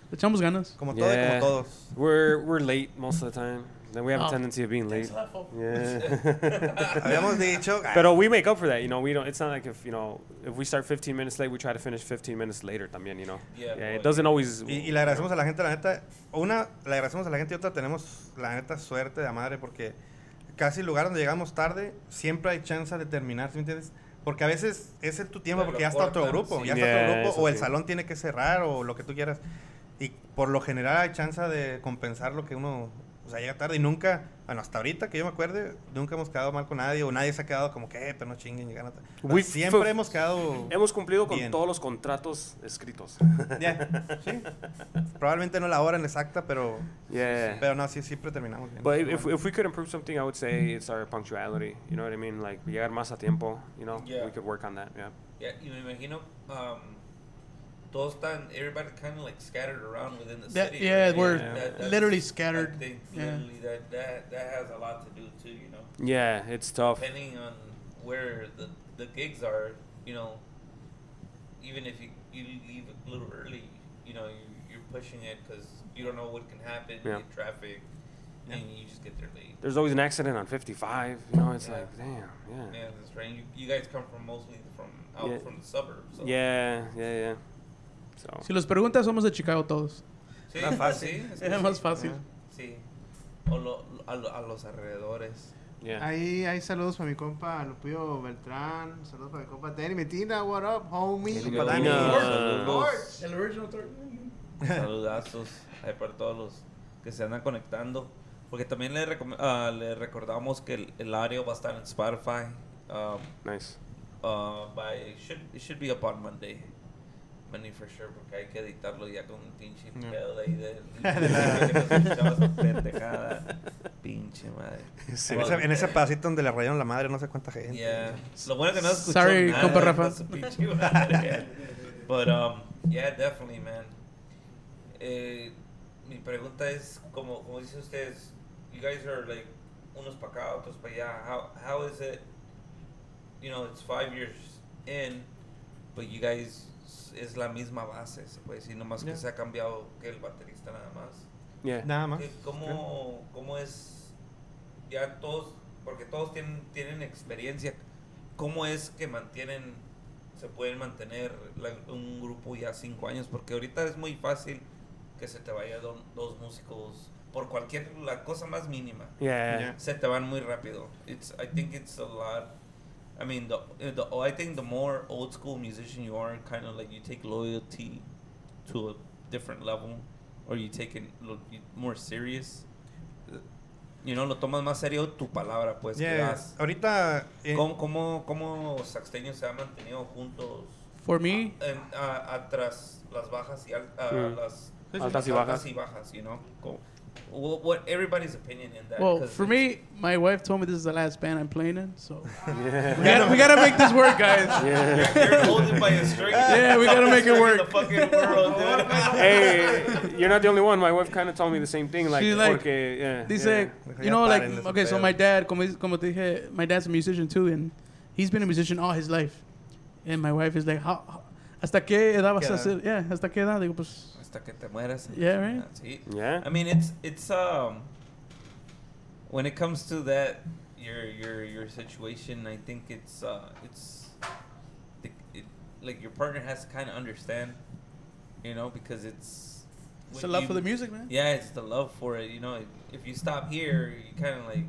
Speaker 2: le echamos ganas.
Speaker 5: Como todo y
Speaker 3: Yeah.
Speaker 5: como
Speaker 3: [laughs]
Speaker 5: todos.
Speaker 3: We're we're late most of the time. Then we have a
Speaker 2: Oh.
Speaker 3: tendency of being late. Yeah. [laughs]
Speaker 5: Habíamos dicho. ay,
Speaker 3: But we make up for that, you know. We don't. It's not like if you know if we start 15 minutes late, we try to finish 15 minutes later. También, you know.
Speaker 1: Yeah,
Speaker 3: yeah it
Speaker 1: boy.
Speaker 3: doesn't always.
Speaker 5: Y, y le agradecemos a la gente, la neta. Una, le agradecemos a la gente y otra, tenemos la neta suerte de la madre porque casi el lugar donde llegamos tarde, siempre hay chance de terminar, ¿sí me entiendes? Porque a veces ese es tu tiempo
Speaker 1: Te lo
Speaker 5: porque ya está otro
Speaker 1: cortan,
Speaker 5: grupo,
Speaker 1: sí.
Speaker 5: ya está
Speaker 3: Yeah,
Speaker 5: otro
Speaker 3: eso
Speaker 5: grupo, o el
Speaker 3: sí.
Speaker 5: salón tiene que cerrar o lo que tú quieras. Y por lo general hay chance de compensar lo que uno, o sea, llega tarde y nunca, bueno, hasta ahorita que yo me acuerde, nunca hemos quedado mal con nadie o nadie se ha quedado como que, "Eh, pero no chinguen, llegan a tarde". O sea,
Speaker 3: We've-
Speaker 5: siempre hemos quedado...
Speaker 3: Hemos cumplido con
Speaker 5: Bien.
Speaker 3: todos los contratos escritos.
Speaker 5: [laughs] Ya, sí. Probablemente no la hora en exacta, pero
Speaker 3: [laughs] Yeah.
Speaker 5: Pero no, sí, siempre terminamos bien.
Speaker 3: But if, if, if we could improve something, I would say it's our punctuality. You know what I mean? Like llegar más a tiempo. You know,
Speaker 1: Yeah.
Speaker 3: we could work on that. Yeah.
Speaker 1: Yeah, y me imagino. Um, todos están. Everybody kind of like scattered around within the
Speaker 2: That-
Speaker 1: city.
Speaker 2: yeah,
Speaker 1: right?
Speaker 2: we're
Speaker 1: that's-
Speaker 2: literally scattered,
Speaker 1: I think
Speaker 2: yeah.
Speaker 1: literally that, that, that has a lot to do too, you know.
Speaker 3: Yeah, it's tough.
Speaker 1: depending on where the, the gigs are, you know, even if you, you leave a little early, you know, you, you're pushing it because you don't know what can happen,
Speaker 3: Yeah.
Speaker 1: in traffic, and you just get there late.
Speaker 3: There's always an accident on 55. You know, it's
Speaker 1: Yeah.
Speaker 3: like damn. Yeah.
Speaker 1: Yeah, that's right. You, you guys come from mostly from out
Speaker 3: Yeah.
Speaker 1: from the suburbs. So.
Speaker 3: Yeah. Yeah. Yeah. So.
Speaker 2: Si los preguntas, somos de Chicago todos.
Speaker 1: Sí,
Speaker 5: Más fácil.
Speaker 1: sí, es que
Speaker 2: Era
Speaker 1: sí.
Speaker 2: más fácil.
Speaker 1: Sí. O lo, a, lo- a los alrededores.
Speaker 3: Yeah.
Speaker 7: Ahí hay saludos para mi compa Lupillo Beltrán, saludos para mi compa Danny Medina, what up, homie?
Speaker 5: Danny Medina.
Speaker 1: Saludos.
Speaker 2: El original third.
Speaker 1: Saludazos ahí para todos los que se andan conectando. Porque también le, recom- ah, le recordamos que el, el audio va a estar en Spotify. Um,
Speaker 3: Nice.
Speaker 1: uh, by, it, should, it should be up on Monday. Monday for sure, porque hay que editarlo ya con un pinche pedo de ahí de, que nos escuchaba esa pendejada. Pinche madre.
Speaker 5: en, ese, en ese pedacito donde le rayaron la madre, no sé cuánta gente.
Speaker 1: Yeah. Lo bueno que no escuchó
Speaker 2: Sorry,
Speaker 1: nada,
Speaker 2: compa Rafa.
Speaker 1: that's a pinche [laughs] madre. But um, yeah, definitely, man. Eh, mi pregunta es, como, como dice ustedes, you guys are like unos para acá, otros para allá. How how is it? You know, it's five years in, but you guys es la misma base, se puede decir, nomás que se ha cambiado que el baterista nada más.
Speaker 3: Yeah.
Speaker 4: Nada más.
Speaker 1: Que ¿Cómo, cómo es, ya todos, porque todos tienen, tienen experiencia, cómo es que mantienen, se pueden mantener la- un grupo ya cinco años? Porque ahorita es muy fácil que se te vayan dos músicos por cualquier, la cosa más mínima
Speaker 3: Yeah.
Speaker 4: Yeah.
Speaker 1: se te van muy rápido. It's, I think it's a lot. I mean, the, eh, the I think the more old school musician you are, kind of like you take loyalty to a different level, or you take it lo- more serious. You know, lo tomas más serio tu palabra, pues. que
Speaker 5: Yeah,
Speaker 1: das.
Speaker 5: Ahorita. eh,
Speaker 1: ¿Cómo, cómo, cómo Saxteño se ha mantenido juntos
Speaker 2: For me,
Speaker 1: en, a- a- tras las bajas y al- a-
Speaker 3: Mm.
Speaker 1: las
Speaker 3: sí. Altas y bajas.
Speaker 1: y bajas, you know? Como- what, what everybody's opinion in that?
Speaker 2: well,
Speaker 1: 'cause
Speaker 2: for
Speaker 1: it's-
Speaker 2: me, my wife told me this is the last band I'm playing in, so we, gotta, we gotta make this work, guys.
Speaker 3: Yeah.
Speaker 1: You're holding by a string.
Speaker 2: [laughs] Yeah, we gotta make
Speaker 1: String
Speaker 2: it
Speaker 1: in
Speaker 2: work.
Speaker 1: The fucking world, dude.
Speaker 3: [laughs] Hey, you're not the only one. My wife kind of told me the same thing. Like,
Speaker 2: She's like-
Speaker 3: porque, yeah.
Speaker 2: Dice,
Speaker 5: Yeah.
Speaker 2: you know,
Speaker 5: Ya
Speaker 2: like,
Speaker 5: paren ese
Speaker 2: okay, so
Speaker 5: pedo.
Speaker 2: my dad, como, es- como te dije, my dad's a musician too, and he's been a musician all his life. And my wife is like, how, how- hasta qué edad vas
Speaker 5: ¿Qué
Speaker 2: a
Speaker 5: edad?
Speaker 2: hacer? Yeah, hasta qué edad? Digo, pues,
Speaker 1: Hasta que te mueras.
Speaker 2: Yeah, right.
Speaker 1: Sí.
Speaker 3: Yeah.
Speaker 1: I mean, it's it's um. When it comes to that, your your your situation, I think it's uh it's, the, it, like your partner has to kind of understand, you know, because it's.
Speaker 2: it's a
Speaker 1: when
Speaker 2: love
Speaker 1: you-
Speaker 2: for the music, man.
Speaker 1: Yeah, it's the love for it. You know, if you stop here, you kind of like,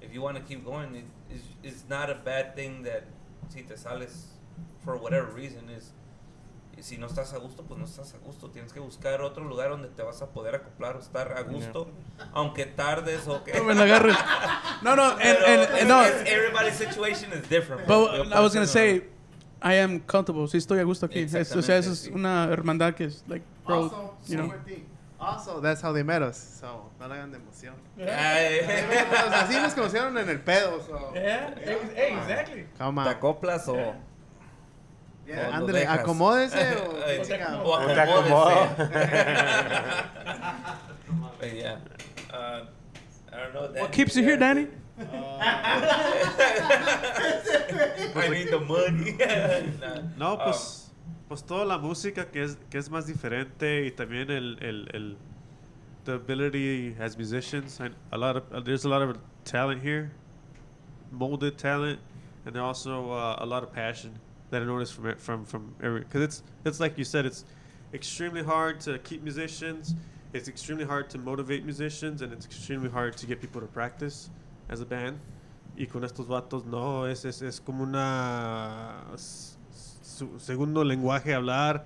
Speaker 1: if you want to keep going, it, it's, it's not a bad thing that si te sales for whatever reason is. Si no estás a gusto, pues no estás a gusto. Tienes que buscar otro lugar donde te vas a poder acoplar o estar a gusto, aunque tardes o que.
Speaker 2: [laughs] No me la agarres. No, no, and,
Speaker 1: Pero
Speaker 2: and,
Speaker 1: es-
Speaker 2: and no.
Speaker 1: es- everybody's situation is different.
Speaker 2: But I was gonna
Speaker 1: to
Speaker 2: say, I am comfortable. Si estoy a gusto aquí. Es, o sea, eso es
Speaker 1: Exactamente, sí.
Speaker 2: una hermandad que es like, bro,
Speaker 7: Also,
Speaker 2: you know.
Speaker 7: super thing. Also, that's how they met us. So, no le hagan de [laughs] emoción.
Speaker 2: [laughs]
Speaker 7: Así
Speaker 1: ¿Te
Speaker 7: nos conocieron en el pedo. So.
Speaker 2: ¿Eh? exactly.
Speaker 7: Come on.
Speaker 1: acoplas o.?
Speaker 7: Yeah,
Speaker 1: O lo
Speaker 7: ándele,
Speaker 1: dejas.
Speaker 7: acomódese [laughs] o
Speaker 1: [laughs] Ay,
Speaker 7: chica,
Speaker 1: o
Speaker 7: o-
Speaker 1: acomódese. But yeah. Uh, I don't know.
Speaker 2: What keeps you here, Danny?
Speaker 1: [laughs] I need the money. [laughs] Um,
Speaker 6: No, pues, [laughs] pues toda la música que es, que es más diferente y también el, el, el the ability as musicians. And a lot of, there's a lot of talent here, molded talent, and also uh, a lot of passion that I noticed from it- from from every because it's it's like you said it's extremely hard to keep musicians. It's extremely hard to motivate musicians, and it's extremely hard to get people to practice as a band. Y con estos vatos, no, es, es, es como una s- su- segundo lenguaje hablar,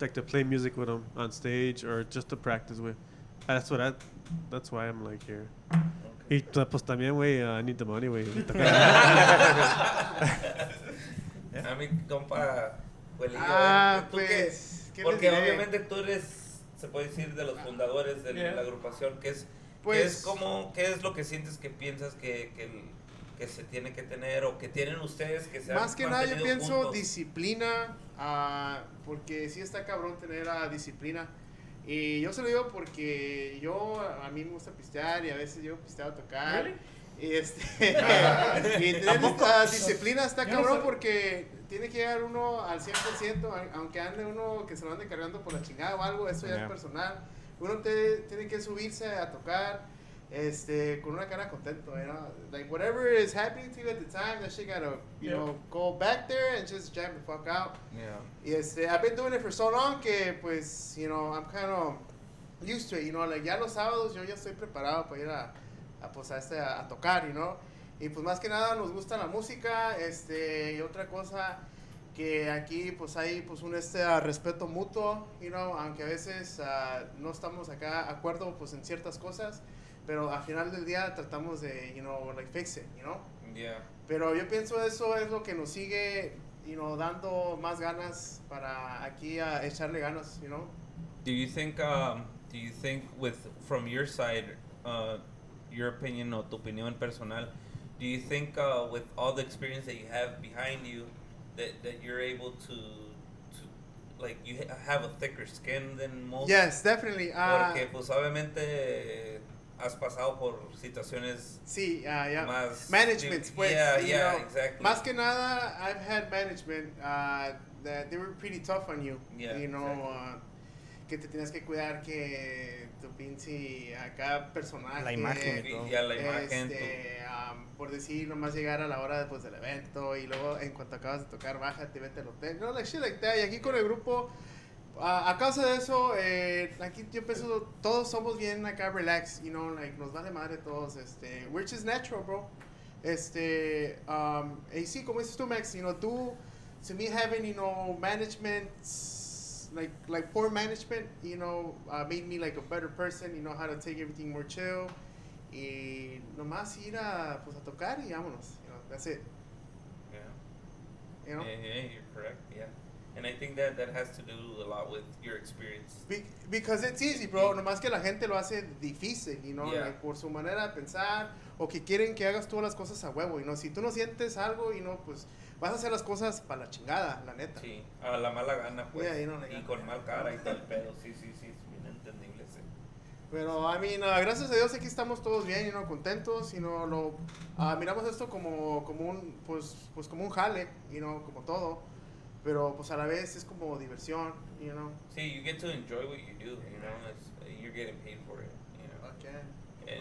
Speaker 6: like to play music with them on stage or just to practice with. That's what I, that's why I'm like here. Y ta- pues también, güey, uh, I need the money, güey.
Speaker 1: A mi compa, Huelillo,
Speaker 7: Ah,
Speaker 1: ¿tú qué?
Speaker 7: pues, ¿qué les
Speaker 1: Porque
Speaker 7: diré? Ah,
Speaker 1: obviamente tú eres, se puede decir, de los fundadores de
Speaker 2: Yeah.
Speaker 1: la agrupación, que es, que
Speaker 7: Pues-
Speaker 1: es como, ¿qué es lo que sientes que piensas que, que, el- que se tiene que tener o que tienen ustedes que se han
Speaker 7: Más que nada yo
Speaker 1: mantenido
Speaker 7: pienso
Speaker 1: juntos?
Speaker 7: disciplina, ah, porque sí está cabrón tener a disciplina. Y yo se lo digo porque yo, a mí me gusta pistear y a veces yo pisteado a tocar. Y, este,
Speaker 1: Ah.
Speaker 7: [laughs] y tener esta disciplina está cabrón porque tiene que llegar uno al 100%, a- aunque ande uno que se lo ande cargando por la chingada o algo, eso ya
Speaker 4: Ya.
Speaker 7: es personal. Uno te- tiene que subirse a tocar este, con una cara contento, you know? Like, whatever is happening to you at the time, that shit gotta, you know, go back there and just jam the fuck out.
Speaker 1: Yeah.
Speaker 7: Y este, I've been doing it for so long que, pues, you know, I'm kind of used to it, you know, like, ya los sábados yo ya estoy preparado para ir a, a pues, a, este, a, a tocar, you know. Y pues más que nada nos gusta la música, este, y otra cosa que aquí pues hay pues un este ah, respeto mutuo, you know, aunque a veces ah, no estamos acá de acuerdo pues en ciertas cosas, pero al final del día tratamos de, you know, like fix it, you know.
Speaker 1: Yeah.
Speaker 7: Pero yo pienso eso es lo que nos sigue, you know, dando más ganas para aquí a echarle ganas, you know.
Speaker 1: Do you think um do you think with from your side uh your opinion or tu opinión personal do you think uh with all the experience that you have behind you that that you're able to to like you ha- have a thicker skin than most
Speaker 7: Yes, definitely. ah,
Speaker 1: porque pues obviamente has pasado por situaciones
Speaker 7: sí, ah, ya.
Speaker 1: más
Speaker 7: Management, pues.
Speaker 1: Yeah,
Speaker 7: you
Speaker 1: yeah,
Speaker 7: know.
Speaker 1: exactly.
Speaker 7: Más que nada, I've had management. ah, that they were pretty tough on you.
Speaker 1: Yeah,
Speaker 7: you know,
Speaker 1: exactly.
Speaker 7: uh, que te tenías que cuidar que tu pinche acá personaje. eh,
Speaker 5: La imagen
Speaker 1: Y y a la imagen, tu-
Speaker 7: Este, am, por decir, nomás llegar a la hora después del evento y luego en cuanto acabas de tocar, bájate, vete al hotel. No, like shit like that. Y aquí con el grupo, a, a causa de eso, eh, aquí yo pienso, todos somos bien acá relax, you know, like nos vale madre todos, este, which is natural, bro. Este, um, y sí, como dices tú, Max, you know, tú, to me having, you know, management, like, like poor management, you know, uh, made me like a better person, you know, how to take everything more chill. Y nomás ir a, pues, a tocar y vámonos. You know, that's it.
Speaker 1: yeah.
Speaker 7: You know?
Speaker 1: Yeah, yeah, you're correct. Yeah, and I think that that has to do a lot with your experience.
Speaker 7: Be- because it's easy, bro. Nomás que la gente lo hace difícil, you know,
Speaker 1: Yeah.
Speaker 7: like, por su manera de pensar o que quieren que hagas todas las cosas a huevo. Y no, si tú no sientes algo y no, pues vas a hacer las cosas para la chingada, la neta.
Speaker 1: Sí, a la mala gana, pues.
Speaker 7: Yeah, you know, like-
Speaker 1: y con mal cara y todo el pedo. Sí, sí, sí, es bien entendible. Sí.
Speaker 7: Pero, I mean, ah, gracias a Dios aquí estamos todos bien, you know, contentos, you know, lo, ah, miramos esto como, como un, pues, pues como un jale, you know, como todo, pero pues a la vez es como diversión, you know.
Speaker 1: See, you get to enjoy what you do, you know, it's, you're getting paid for it, you
Speaker 7: Ah,
Speaker 1: know.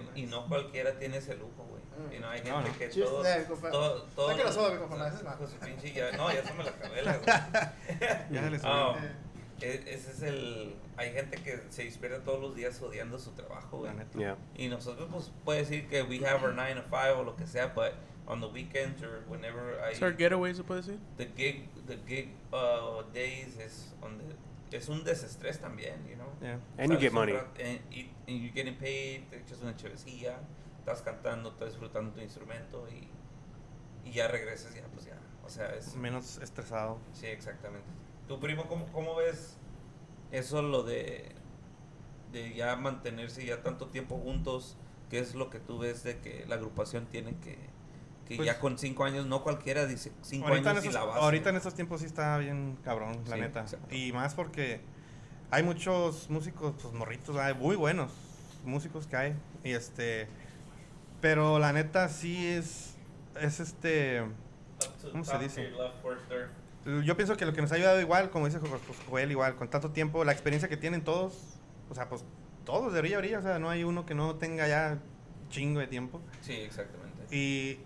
Speaker 1: And, y no cualquiera tiene ese lujo, güey. You know, hay gente que
Speaker 7: Cheers
Speaker 1: todo,
Speaker 7: to Mm. that, compa.
Speaker 1: todo, todo-
Speaker 7: Saca la soda, mi compa, esa es la-
Speaker 1: Con su pinche ya- no, ya se me la acabé, la güey.
Speaker 5: Ya se les
Speaker 1: Ah,
Speaker 5: olvidó.
Speaker 1: e- ese es el, hay gente que se despierta todos los días odiando su trabajo, güey.
Speaker 5: La neta.
Speaker 3: Yeah.
Speaker 1: Y nosotros, pues, puede decir que we have our 9 to 5 o lo que sea, but on the weekends or whenever I...
Speaker 2: Sir, getaway se puede decir.
Speaker 1: the gig the gig uh, days is on the es un desestrés también, you know.
Speaker 5: Yeah.
Speaker 3: And
Speaker 1: Sales
Speaker 3: you get
Speaker 1: un
Speaker 3: money.
Speaker 1: rato- And, y- and you're getting paid, te echas una chevesilla, estás cantando, estás disfrutando tu instrumento y, y ya regresas, ya pues ya. O sea, es.
Speaker 5: Menos estresado.
Speaker 1: Sí, exactamente. Tu primo, ¿cómo, cómo ves eso, lo de, de ya mantenerse ya tanto tiempo juntos? ¿Qué es lo que tú ves de que la agrupación tiene que.? Que
Speaker 5: Pues-
Speaker 1: ya con cinco años, no cualquiera dice cinco
Speaker 5: ahorita, en
Speaker 1: años y
Speaker 5: estos,
Speaker 1: la base.
Speaker 5: ahorita en estos tiempos sí está bien cabrón, la
Speaker 1: Sí,
Speaker 5: neta.
Speaker 1: exacto.
Speaker 5: Y más porque hay muchos músicos, pues morritos, hay muy buenos músicos que hay. Y este. Pero la neta sí es. Es este.
Speaker 1: Up to the
Speaker 5: ¿Cómo se
Speaker 1: top
Speaker 5: dice?
Speaker 1: to your left, first serve.
Speaker 5: Yo pienso que lo que nos ha ayudado igual, como dice Jo- pues, Joel, igual, con tanto tiempo, la experiencia que tienen todos, o sea, pues todos de orilla a orilla, o sea, no hay uno que no tenga ya chingo de tiempo.
Speaker 1: Sí, exactamente.
Speaker 5: Y,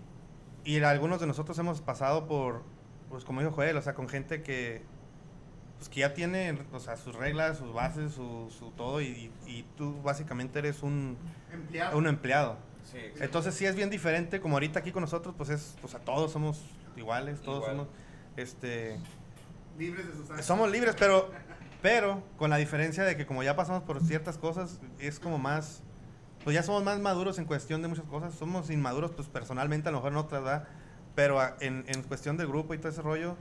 Speaker 5: y algunos de nosotros hemos pasado por, pues como dijo Joel, o sea, con gente que, pues, que ya tiene, o sea, sus reglas, sus bases, su, su todo, y, y tú básicamente eres un,
Speaker 7: Empleado.
Speaker 5: un empleado.
Speaker 1: Sí, exacto.
Speaker 5: Entonces sí es bien diferente, como ahorita aquí con nosotros, pues es, o sea, todos somos iguales, todos
Speaker 1: Igual.
Speaker 5: somos, este,
Speaker 7: Libres de sus actos.
Speaker 5: somos libres, pero, pero con la diferencia de que como ya pasamos por ciertas cosas, es como más, pues ya somos más maduros en cuestión de muchas cosas, somos inmaduros pues personalmente a lo mejor en otras, ¿verdad? Pero a- en, en cuestión del grupo y todo ese rollo,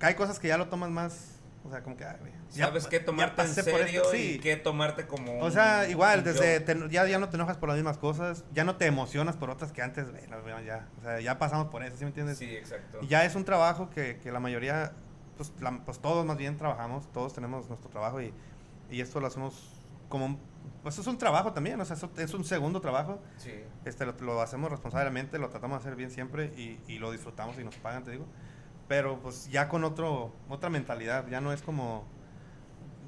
Speaker 5: hay cosas que ya lo tomas más, o sea, como que... ay, güey, ya
Speaker 1: Sabes
Speaker 5: pa-
Speaker 1: qué
Speaker 5: ya
Speaker 1: tomarte en
Speaker 5: pasé por esto,
Speaker 1: serio
Speaker 5: sí.
Speaker 1: y qué tomarte como.
Speaker 5: O sea,
Speaker 1: un-
Speaker 5: igual,
Speaker 1: un
Speaker 5: desde
Speaker 1: joke.
Speaker 5: te- ya, ya no te enojas por las mismas cosas, ya no te emocionas por otras que antes, güey, no, güey, ya, o sea, ya pasamos por eso, ¿sí me entiendes?
Speaker 1: Sí, exacto.
Speaker 5: Y ya es un trabajo que, que la mayoría, pues, la- pues todos más bien trabajamos, todos tenemos nuestro trabajo y, y esto lo hacemos como un, pues es un trabajo también, o sea, eso- es un segundo trabajo,
Speaker 1: Sí.
Speaker 5: este, lo, lo hacemos responsablemente, lo tratamos de hacer bien siempre y, y lo disfrutamos y nos pagan, te digo, pero pues ya con otro, otra mentalidad, ya no es como,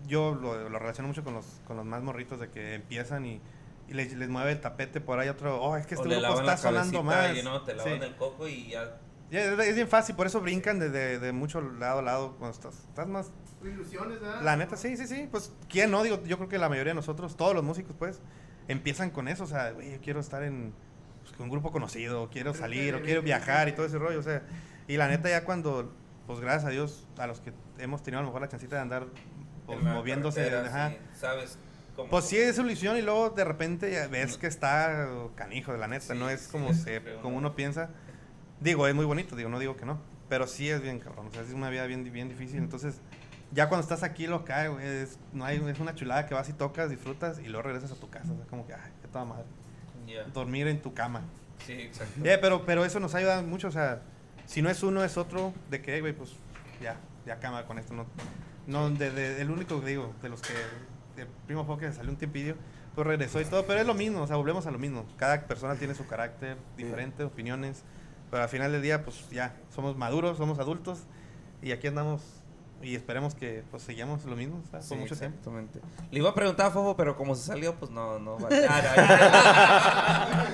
Speaker 5: yo lo, lo relaciono mucho con los, con los más morritos de que empiezan y... y les, les mueve el tapete por ahí otro. Oh, es que
Speaker 1: O
Speaker 5: este
Speaker 1: le
Speaker 5: grupo
Speaker 1: lavan
Speaker 5: está
Speaker 1: la
Speaker 5: sonando
Speaker 1: cabecita
Speaker 5: más.
Speaker 1: y, no, te
Speaker 5: Sí.
Speaker 1: lavan el coco y ya.
Speaker 5: Ya, es- es bien fácil, por eso brincan de, de, de mucho lado a lado cuando estás, estás más...
Speaker 7: Ilusiones, ¿verdad?
Speaker 5: La neta, sí, sí, sí. Pues, ¿quién no? Digo, yo creo que la mayoría de nosotros, todos los músicos, pues, empiezan con eso. O sea, güey, yo quiero estar en pues, con un grupo conocido, o quiero salir, o quiero viajar y todo ese rollo. O sea, y la neta ya cuando, pues, gracias a Dios, a los que hemos tenido a lo mejor la chancita de andar pues,
Speaker 1: en la
Speaker 5: moviéndose,
Speaker 1: carretera,
Speaker 5: ajá,
Speaker 1: sí, Sabes. Cómo,
Speaker 5: pues sí, es su ilusión y luego de repente ya ves que está canijo, la neta.
Speaker 1: Sí,
Speaker 5: no es
Speaker 1: sí,
Speaker 5: como,
Speaker 1: es
Speaker 5: se,
Speaker 1: feo,
Speaker 5: como
Speaker 1: ¿no?
Speaker 5: uno piensa. Digo, es muy bonito, digo, no digo que no. Pero sí es bien cabrón, o sea, es una vida bien, bien difícil. Entonces, ya cuando estás aquí, lo cae, güey, es, no hay, es una chulada que vas y tocas, disfrutas y luego regresas a tu casa. O sea, como que, ay, qué toda madre.
Speaker 1: Ya.
Speaker 5: Dormir en tu cama.
Speaker 1: Sí, exacto.
Speaker 5: Eh, pero, pero eso nos ayuda mucho, o sea, si no es uno, es otro, de que, güey, pues ya, ya cama con esto. No, no de, de- el único que digo, de los que, el primo fue que salió un tiempillo, pues regresó y todo, pero es lo mismo, o sea, volvemos a lo mismo. Cada persona tiene su carácter, diferentes opiniones, pero al final del día, pues ya, somos maduros, somos adultos y aquí andamos Y esperemos que pues sigamos lo mismo ¿sabes? por
Speaker 1: Sí,
Speaker 5: mucho tiempo.
Speaker 1: exactamente. Le iba a preguntar a Fofo, pero como se salió, pues no, no
Speaker 5: [laughs]
Speaker 1: vale. Ah,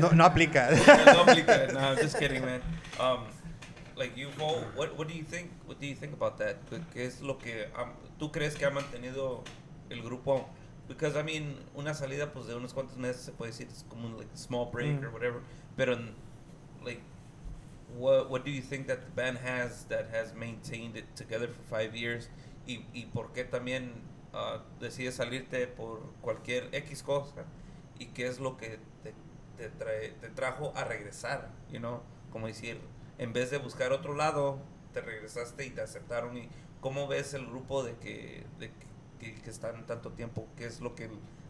Speaker 5: No, no aplica.
Speaker 1: no, aplica. No, I'm just kidding, man. Um, like you, Fofo, what, what do you think? What do you think about that? ¿Qué- ¿Qué es lo que am- tú crees que ha mantenido el grupo? Because I mean, una salida pues de unos cuantos meses se puede decir es como un like small break or whatever. Pero like, what what do you think that the band has that has maintained it together for five years? Y, y por qué también ah, decides salirte por cualquier X cosa y qué es lo que te, te, trae- te trajo a regresar, you know? Como decir, en vez de buscar otro lado, te regresaste y te aceptaron y cómo ves el grupo de que de que, que están tanto tiempo, qué es lo que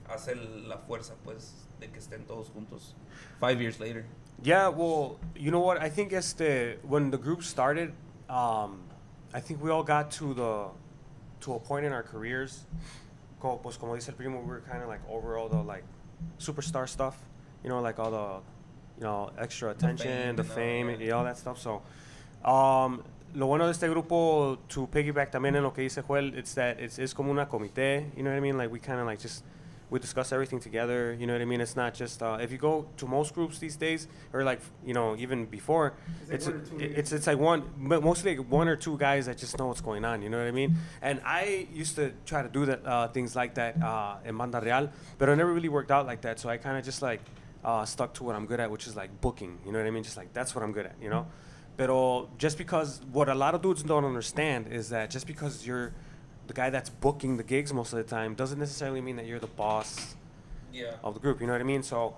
Speaker 1: hace la fuerza pues de que estén todos juntos five years later.
Speaker 3: Yeah, well, you know what? I think it's the when the group started, um, I think we all got to the to a point in our careers. Como, pues como dice el primo, we were kind of like over all the like superstar stuff, you know, like all the you know extra
Speaker 1: fame
Speaker 3: attention,
Speaker 1: and
Speaker 3: the
Speaker 1: all
Speaker 3: fame,
Speaker 1: that.
Speaker 3: and all that stuff. So, um, lo bueno de este grupo, to piggyback también en lo que dice Joel, it's that it's es como una comité. You know what I mean? Like we kind of like just we discuss everything together. You know what I mean? It's not just uh, if you go to most groups these days, or like you know even before,
Speaker 7: It's like
Speaker 3: it's a-
Speaker 7: one or two
Speaker 3: it-
Speaker 7: leaders.
Speaker 3: it's it's like one but mostly like one or two guys that just know what's going on. You know what I mean? And I used to try to do that uh, things like that uh, in Manda Real, but it never really worked out like that. So I kind of just like uh, stuck to what I'm good at, which is like booking. You know what I mean? Just like that's what I'm good at. You know. Pero just because what a lot of dudes don't understand is that just because you're the guy that's booking the gigs most of the time doesn't necessarily mean that you're the boss
Speaker 1: Yeah.
Speaker 3: of the group. You know what I mean? So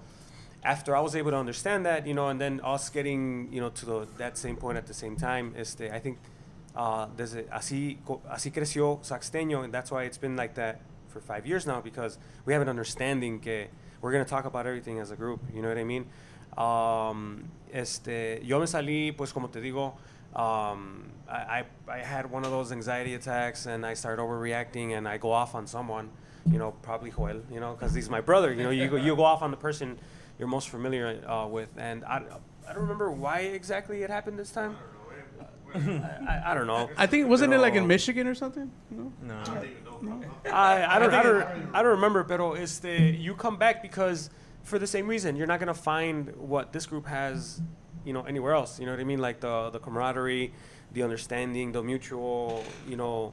Speaker 3: after I was able to understand that, you know, and then us getting, you know, to the, that same point at the same time, este, I think uh, desde así, co- así creció Saxteño, and that's why it's been like that for five years now because we have an understanding que we're going to talk about everything as a group. You know what I mean? Um, este, yo me salí, pues como te digo, um, I, I, I had one of those anxiety attacks and I start overreacting and I go off on someone, you know, probably Joel, you know, because he's my brother. You know, you go, you go off on the person you're most familiar uh, with. And I, I don't remember why exactly it happened this time. I, I, I don't know.
Speaker 2: I think wasn't it like in
Speaker 3: Pero-
Speaker 2: Michigan or something? No.
Speaker 3: I, I don't, I don't, I don't remember, pero este, you come back because for the same reason, you're not gonna find what this group has, you know, anywhere else. You know what I mean? Like the the camaraderie, the understanding, the mutual, you know.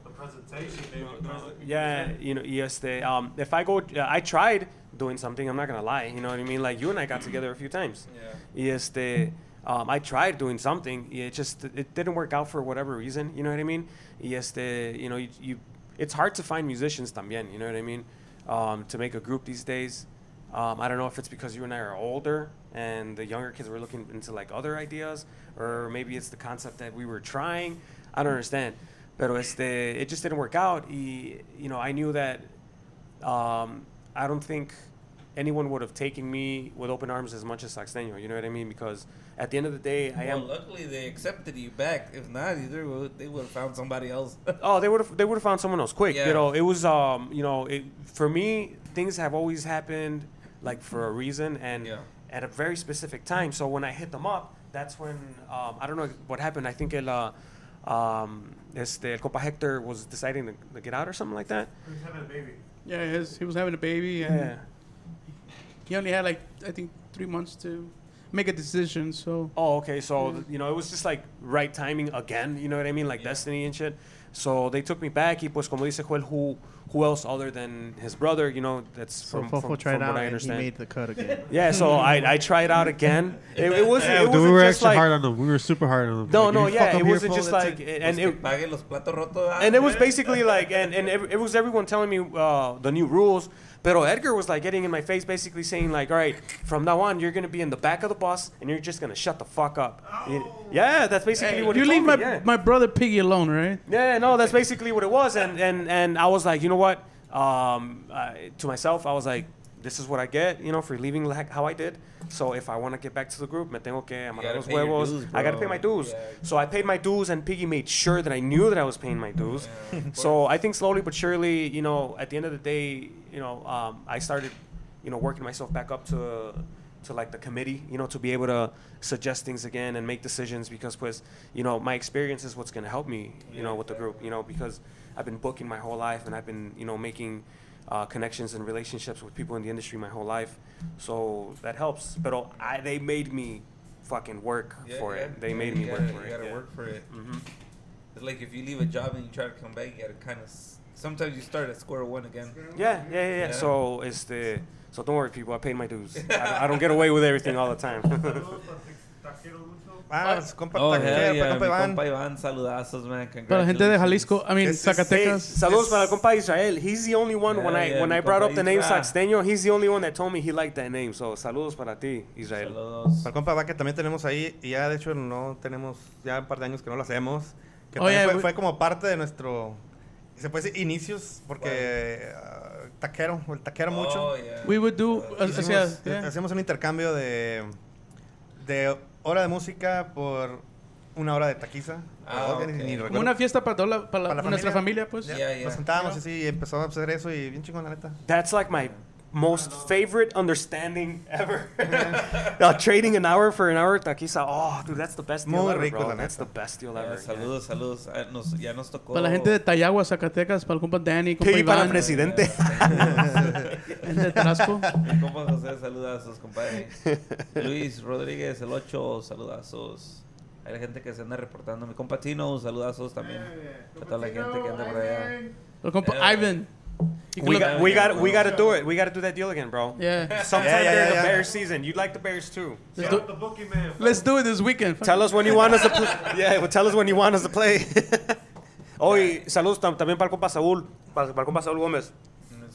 Speaker 3: Yeah, you know, yes, they. Um, if I go, I tried doing something. I'm not gonna lie. You know what I mean? Like you and I got together a few times.
Speaker 1: Yeah.
Speaker 3: Y este, um, I tried doing something. y It just it didn't work out for whatever reason. You know what I mean? Y este, you know, you, you it's hard to find musicians también. You know what I mean? Um, to make a group these days. Um, I don't know if it's because you and I are older and the younger kids were looking into like other ideas, or maybe it's the concept that we were trying. I don't understand. Pero este, it just didn't work out. Y, you know, I knew that um, I don't think anyone would have taken me with open arms as much as Saxteño. You know what I mean? Because at the end of the day, I
Speaker 1: well,
Speaker 3: am.
Speaker 1: luckily they accepted you back. If not, either would- they would have found somebody else. [laughs]
Speaker 3: Oh, they would have. They would have found someone else quick.
Speaker 1: Yeah.
Speaker 3: You know, it was. Um, you know, it, for me, things have always happened like for a reason and
Speaker 1: Yeah.
Speaker 3: at a very specific time. So when I hit them up, that's when um, I don't know what hhappened. I think el, uh, um, este, el compa Hector was deciding to, to get out or something like that.
Speaker 2: Yeah, his, he was having a baby and
Speaker 3: yeah.
Speaker 2: he only had like I think three months to make a decision. So
Speaker 3: Oh, okay. So
Speaker 6: Mm.
Speaker 3: th- you know, it was just like right timing again. You know what I mean, like destiny and shit. So they took me back. Y pues como dice Joel, who who else other than his brother? You know, that's
Speaker 8: So
Speaker 3: from,
Speaker 8: Fofo
Speaker 3: from,
Speaker 8: tried
Speaker 3: from
Speaker 8: out
Speaker 3: what I
Speaker 8: and he
Speaker 3: understand.
Speaker 8: made the cut again.
Speaker 3: yeah.
Speaker 6: [laughs]
Speaker 3: So I I tried out again. It, it wasn't.
Speaker 6: Yeah,
Speaker 3: it
Speaker 6: dude, we
Speaker 3: wasn't
Speaker 6: were
Speaker 3: just
Speaker 6: extra hard
Speaker 3: like.
Speaker 6: on them. We were super hard on them.
Speaker 3: No,
Speaker 6: Like,
Speaker 3: no,
Speaker 6: you
Speaker 3: yeah,
Speaker 6: fuck
Speaker 3: it
Speaker 6: 'em, you're
Speaker 3: wasn't
Speaker 6: full,
Speaker 3: just
Speaker 6: that's
Speaker 3: like,
Speaker 6: it.
Speaker 3: and
Speaker 1: Los que
Speaker 3: it,
Speaker 1: paguen los platos rotos. ah.
Speaker 3: and it was basically like, and, and ev- it was everyone telling me uh, the new rules. Pero Edgar was like getting in my face, basically saying like, "All right, from now on, you're gonna be in the back of the bus, and you're just gonna shut the fuck up." Yeah, that's basically
Speaker 2: Oh. Hey,
Speaker 3: what
Speaker 2: you
Speaker 3: he
Speaker 2: leave
Speaker 3: told
Speaker 2: my
Speaker 3: me, yeah.
Speaker 2: my brother Piggy alone, right?
Speaker 3: Yeah, no, that's basically what it was, and and and I was like, you know what? Um, I, to myself, I was like, this is what I get, you know, for leaving like how I did. So if I want to get back to the group, me tengo que amarrar
Speaker 1: gotta
Speaker 3: los
Speaker 1: pay your
Speaker 3: huevos.
Speaker 1: dues,
Speaker 3: I gotta pay
Speaker 1: bro.
Speaker 3: my dues.
Speaker 1: Yeah.
Speaker 3: So I paid my dues, and Piggy made sure that I knew that I was paying my dues. so I think slowly but surely, you know, at the end of the day, you know, um, I started, you know, working myself back up to to like the committee, you know, to be able to suggest things again and make decisions because pues, you know, my experience is what's gonna help me, you know, with the group, you know, because I've been booking my whole life and I've been, you know, making uh, connections and relationships with people in the industry my whole life, so that helps. But I, they made me fucking work
Speaker 1: Yeah,
Speaker 3: for
Speaker 1: yeah.
Speaker 3: it. They
Speaker 1: You
Speaker 3: made me
Speaker 1: gotta-
Speaker 3: work for
Speaker 1: You
Speaker 3: it.
Speaker 1: gotta
Speaker 3: yeah. Mm-hmm.
Speaker 1: work for it. It's like if you leave a job and you try to come back, you gotta kind of. Sometimes you start at square one again.
Speaker 3: Yeah, yeah, yeah, yeah.
Speaker 1: Yeah.
Speaker 3: So it's the so don't worry, people. I paid my dues. I, don't- I don't get away with everything all the
Speaker 5: [laughs]
Speaker 3: time.
Speaker 5: Ah, pues, compa,
Speaker 1: Oh,
Speaker 5: taquero,
Speaker 1: hell yeah.
Speaker 5: compa
Speaker 1: mi
Speaker 5: Iván.
Speaker 1: compa Iván, saludazos, man.
Speaker 2: Para la gente de
Speaker 1: congratulations.
Speaker 2: Jalisco, I mean,
Speaker 5: This is-
Speaker 3: hey,
Speaker 2: Zacatecas.
Speaker 3: saludos para el compa Israel. He's the only one when
Speaker 1: Yeah,
Speaker 3: I
Speaker 1: yeah,
Speaker 3: when
Speaker 1: mi
Speaker 3: I brought
Speaker 1: compa
Speaker 3: up the name
Speaker 1: Isra.
Speaker 3: Saxteño. He's the only one that told me he liked that name. So saludos para ti, Israel.
Speaker 1: Saludos.
Speaker 5: Para el compa Iván, que también tenemos ahí, y ya de hecho no tenemos, ya un par de años que no lo hacemos. Que
Speaker 2: Oh,
Speaker 5: también
Speaker 2: yeah,
Speaker 5: fue,
Speaker 2: we-
Speaker 5: fue como parte de nuestro, se puede decir, inicios, porque ah, taquero, el taquero mucho.
Speaker 1: Oh, yeah.
Speaker 2: We would do, o- o sea,
Speaker 5: Hicimos-
Speaker 2: yeah.
Speaker 5: Hacemos un intercambio de, de hora de música por una hora de taquiza.
Speaker 1: Ah,
Speaker 5: O- ni- ni
Speaker 1: ok. Como
Speaker 5: recuerdo.
Speaker 2: una fiesta para toda la, para la-
Speaker 5: Para la
Speaker 2: nuestra
Speaker 5: familia.
Speaker 2: familia, pues.
Speaker 1: Yeah, yeah.
Speaker 5: Nos sentábamos y así y empezó a hacer eso y bien chingón, la neta.
Speaker 3: That's like my most favorite
Speaker 1: [laughs]
Speaker 3: understanding ever. [laughs] uh, trading an hour for an hour, taquiza. Oh, dude, that's the best deal
Speaker 5: Muy
Speaker 3: ever,
Speaker 5: rico,
Speaker 3: bro.
Speaker 5: la
Speaker 3: That's the
Speaker 5: neta.
Speaker 3: best deal
Speaker 1: Yeah,
Speaker 3: ever. yeah.
Speaker 1: saludos, saludos. Ah, nos- ya nos tocó.
Speaker 2: Para la gente de Tayagua, Zacatecas, para el compa Danny, compa
Speaker 3: Sí, para
Speaker 2: Iván,
Speaker 3: el presidente.
Speaker 2: gente de Tarasco.
Speaker 1: [laughs] Mi compa José, saludazos, [laughs] compadre. Luis Rodríguez, el 8, saludazos. Hay la gente que se anda reportando. Mi compa Tino, saludazos también.
Speaker 7: Eh,
Speaker 1: A toda la gente que anda por allá.
Speaker 2: El compa
Speaker 1: Yeah.
Speaker 2: Ivan. You
Speaker 3: We
Speaker 2: can
Speaker 3: got,
Speaker 2: look-
Speaker 3: we got, we got to do it. We got to do that deal again, bro.
Speaker 2: Yeah.
Speaker 5: Yeah, yeah,
Speaker 3: Sometime during
Speaker 5: yeah,
Speaker 3: the
Speaker 5: yeah.
Speaker 3: Bears season, you'd like the Bears too.
Speaker 2: Let's do, let's do it this weekend.
Speaker 3: Tell us when you want us to. Play. Yeah, well, tell us when you want us to play. [laughs] Hoy, saludos tam- también para el compa Saúl, para, para el compa Saúl Gómez.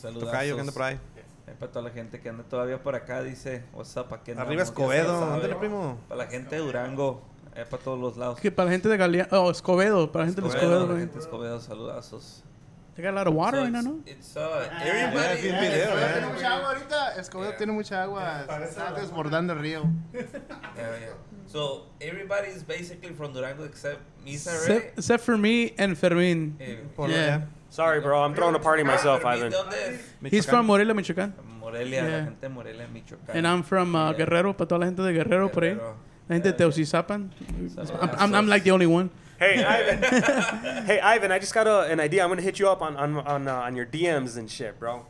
Speaker 5: Tocayo, que anda
Speaker 1: Saludazos.
Speaker 5: por ahí.
Speaker 1: Ahí Para toda la gente que anda todavía por acá, dice, what's up, aquí andamos,
Speaker 5: Arriba
Speaker 1: ya se
Speaker 5: Escobedo,
Speaker 1: sabe.
Speaker 5: ándale, primo.
Speaker 1: Para la gente de Durango, eh, para todos los lados.
Speaker 2: Que para la gente de Galea, oh, Escobedo, para la gente
Speaker 1: Escobedo,
Speaker 2: de Escobedo,
Speaker 1: la
Speaker 2: güey.
Speaker 1: gente de Escobedo, saludazos.
Speaker 2: They got a lot of water
Speaker 1: So
Speaker 2: right now,
Speaker 1: it's-
Speaker 2: ¿no?
Speaker 1: it's, uh, everybody-
Speaker 5: Ah, yeah, yeah, yeah.
Speaker 7: Escobedo tiene mucha agua ahorita. Escobedo tiene mucha agua. Está desbordando el río.
Speaker 1: Yeah, yeah. So everybody's basically from Durango except Misa,
Speaker 2: Except,
Speaker 1: right?
Speaker 2: except for me and Fermin.
Speaker 1: Eh,
Speaker 5: Por
Speaker 2: Yeah.
Speaker 5: allá.
Speaker 3: Sorry, bro, I'm throwing a party myself,
Speaker 1: Fermín,
Speaker 3: Ivan.
Speaker 1: ¿de dónde es?
Speaker 2: He's from Morelia, Michoacán.
Speaker 1: Morelia,
Speaker 2: Yeah.
Speaker 1: la gente de Morelia, Michoacán.
Speaker 2: And I'm from uh,
Speaker 1: Yeah.
Speaker 2: Guerrero, para toda la gente de Guerrero, por ahí.
Speaker 1: Guerrero. [laughs]
Speaker 2: La gente de
Speaker 1: Yeah.
Speaker 2: Teucizapan. I'm,
Speaker 1: Saludazos.
Speaker 2: I'm, I'm like the only one.
Speaker 3: Hey, Ivan. hey, Ivan, I just got a, an idea. I'm gonna hit you up on on on, uh, on your DMs and shit, bro.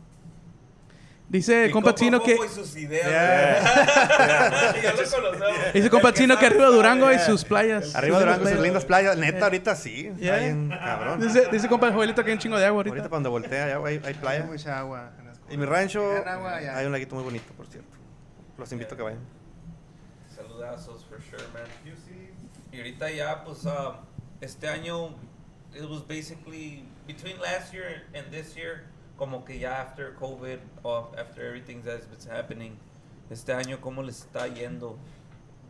Speaker 2: Dice
Speaker 1: Mi
Speaker 2: compa Tino que...
Speaker 1: Coco y pues, sus ideas,
Speaker 5: Yeah.
Speaker 1: güey. [laughs] Ya lo conocemos.
Speaker 2: Dice compa
Speaker 1: El que
Speaker 2: Tino que
Speaker 1: sabe,
Speaker 2: arriba
Speaker 1: sabe.
Speaker 2: Durango y
Speaker 1: Yeah.
Speaker 2: sus playas.
Speaker 5: Arriba
Speaker 2: Sus
Speaker 5: Durango, sus
Speaker 2: playas.
Speaker 5: lindas playas. Neta, ahorita sí. Está
Speaker 2: Yeah.
Speaker 5: bien,
Speaker 2: [laughs]
Speaker 5: cabrón.
Speaker 2: Eh, Dice, dice compa Joelito que hay un chingo de agua
Speaker 5: Ahorita
Speaker 2: ahorita.
Speaker 5: para donde voltea, ya, güey, hay
Speaker 7: Hay
Speaker 5: playa.
Speaker 7: mucha agua.
Speaker 5: Y mi rancho,
Speaker 7: Gran agua, ya.
Speaker 5: hay un laguito muy bonito, por cierto. Los invito a que vayan.
Speaker 1: Saludazos, for sure, man. Y ahorita ya, pues, um, este año, it was basically between last year and this year, como que ya after COVID, or after everything that's been happening, este año, ¿cómo les está yendo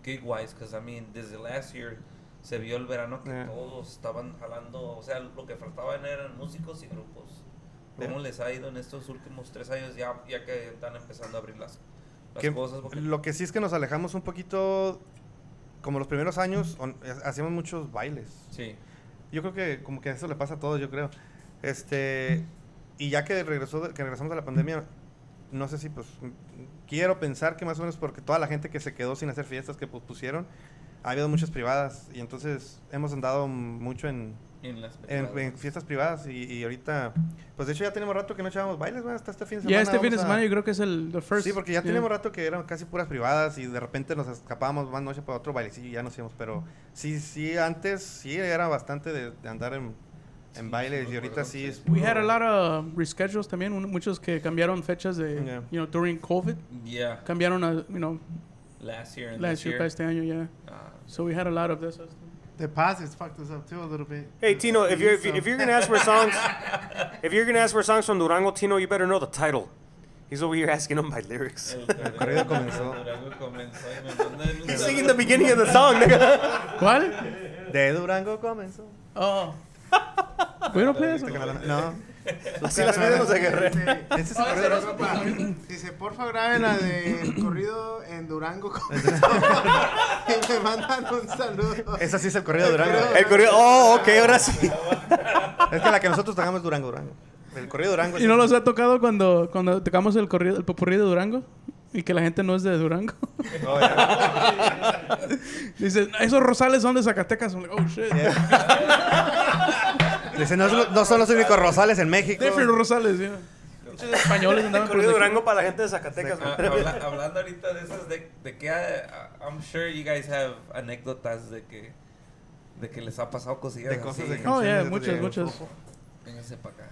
Speaker 1: gig-wise? Because, I mean, desde last year se vio el verano que
Speaker 5: Yeah.
Speaker 1: todos estaban jalando, o sea, lo que faltaban eran músicos y grupos. ¿Cómo les ha ido en estos últimos tres años ya, ya que están empezando a abrir las, las
Speaker 5: Que-
Speaker 1: cosas? Porque-
Speaker 5: Lo que sí es que nos alejamos un poquito, como los primeros años, on- eh, hacíamos muchos bailes.
Speaker 1: sí.
Speaker 5: Yo creo que como que eso le pasa a todos, yo creo. Este, y ya que regresó que regresamos a la pandemia, no sé si pues m- quiero pensar que más o menos porque toda la gente que se quedó sin hacer fiestas que pues pusieron, ha habido muchas privadas y entonces hemos andado mucho en,
Speaker 1: En las
Speaker 5: en, en fiestas privadas y, y ahorita pues de hecho ya tenemos rato que no echábamos bailes, ¿verdad? hasta este fin de
Speaker 2: Ya
Speaker 5: semana.
Speaker 2: este fin de
Speaker 5: vamos a-
Speaker 2: semana yo creo que es el the first.
Speaker 5: Sí, porque ya
Speaker 2: yeah.
Speaker 5: teníamos rato que eran casi puras privadas y de repente nos escapábamos más noche para otro bailecillo y ya nos íbamos. Pero sí, sí, antes sí era bastante de, de andar en, en
Speaker 1: Sí,
Speaker 5: bailes
Speaker 1: sí me
Speaker 5: y ahorita
Speaker 1: acuerdo,
Speaker 5: sí
Speaker 1: sí.
Speaker 5: es.
Speaker 2: We
Speaker 5: puro-
Speaker 2: had a
Speaker 3: [laughs]
Speaker 2: lot of reschedules también, un- muchos que cambiaron fechas de,
Speaker 5: Yeah.
Speaker 2: you know, during COVID.
Speaker 1: Yeah,
Speaker 2: Cambiaron a, you know,
Speaker 1: last year and
Speaker 2: last
Speaker 1: this
Speaker 2: year,
Speaker 1: year.
Speaker 2: para este año, yeah.
Speaker 1: Ah,
Speaker 2: So we had a lot of this.
Speaker 7: Deposits fucked us up too a little bit.
Speaker 3: Hey, Tino, if you're if, you- if you're gonna ask for songs, if you're gonna ask for songs from Durango, Tino, you better know the title. He's over here asking him by lyrics.
Speaker 1: el [laughs]
Speaker 5: corrido comenzó.
Speaker 1: El Durango comenzó y me mandan un
Speaker 3: He's singing the beginning of [laughs] the song, nigga.
Speaker 2: ¿Cuál?
Speaker 5: De Durango comenzó.
Speaker 2: Oh. pues, We don't play that song.
Speaker 5: No.
Speaker 3: [laughs] Así las piden los de Guerrero.
Speaker 7: este
Speaker 5: Ese es el
Speaker 7: Oye,
Speaker 5: corrido.
Speaker 7: pero, compa, Dice, porfa, graben la del corrido en
Speaker 5: [laughs]
Speaker 7: Durango. con- [laughs] y me mandan un saludo.
Speaker 5: Ese sí es el corrido de Durango.
Speaker 3: El corrido. Oh, ok, ahora sí.
Speaker 5: Es que la que nosotros tocamos es Durango, Durango. El corrido de Durango.
Speaker 2: ¿Y no los ha tocado cuando, cuando tocamos el corrido, el popurrí de Durango? y que la gente no es de Durango. [laughs]
Speaker 5: Oh, yeah.
Speaker 2: Dice, esos rosales son de Zacatecas. I'm like, oh shit.
Speaker 7: Dice, no, son- no son los únicos rosales en México.
Speaker 2: Different rosales, yeah. Muchos españoles andaban por
Speaker 3: Corrido
Speaker 2: aquí.
Speaker 3: Durango para la gente de Zacatecas.
Speaker 1: Ah, habla- hablando ahorita de esas, de, de que ah, I'm sure you guys have anécdotas de que, de que les ha pasado cosillas
Speaker 5: De cosas
Speaker 1: así
Speaker 5: de
Speaker 1: en-
Speaker 2: Oh, yeah,
Speaker 5: Canciones
Speaker 2: muchas,
Speaker 5: de-
Speaker 2: muchas.
Speaker 1: Vénganse pa' acá.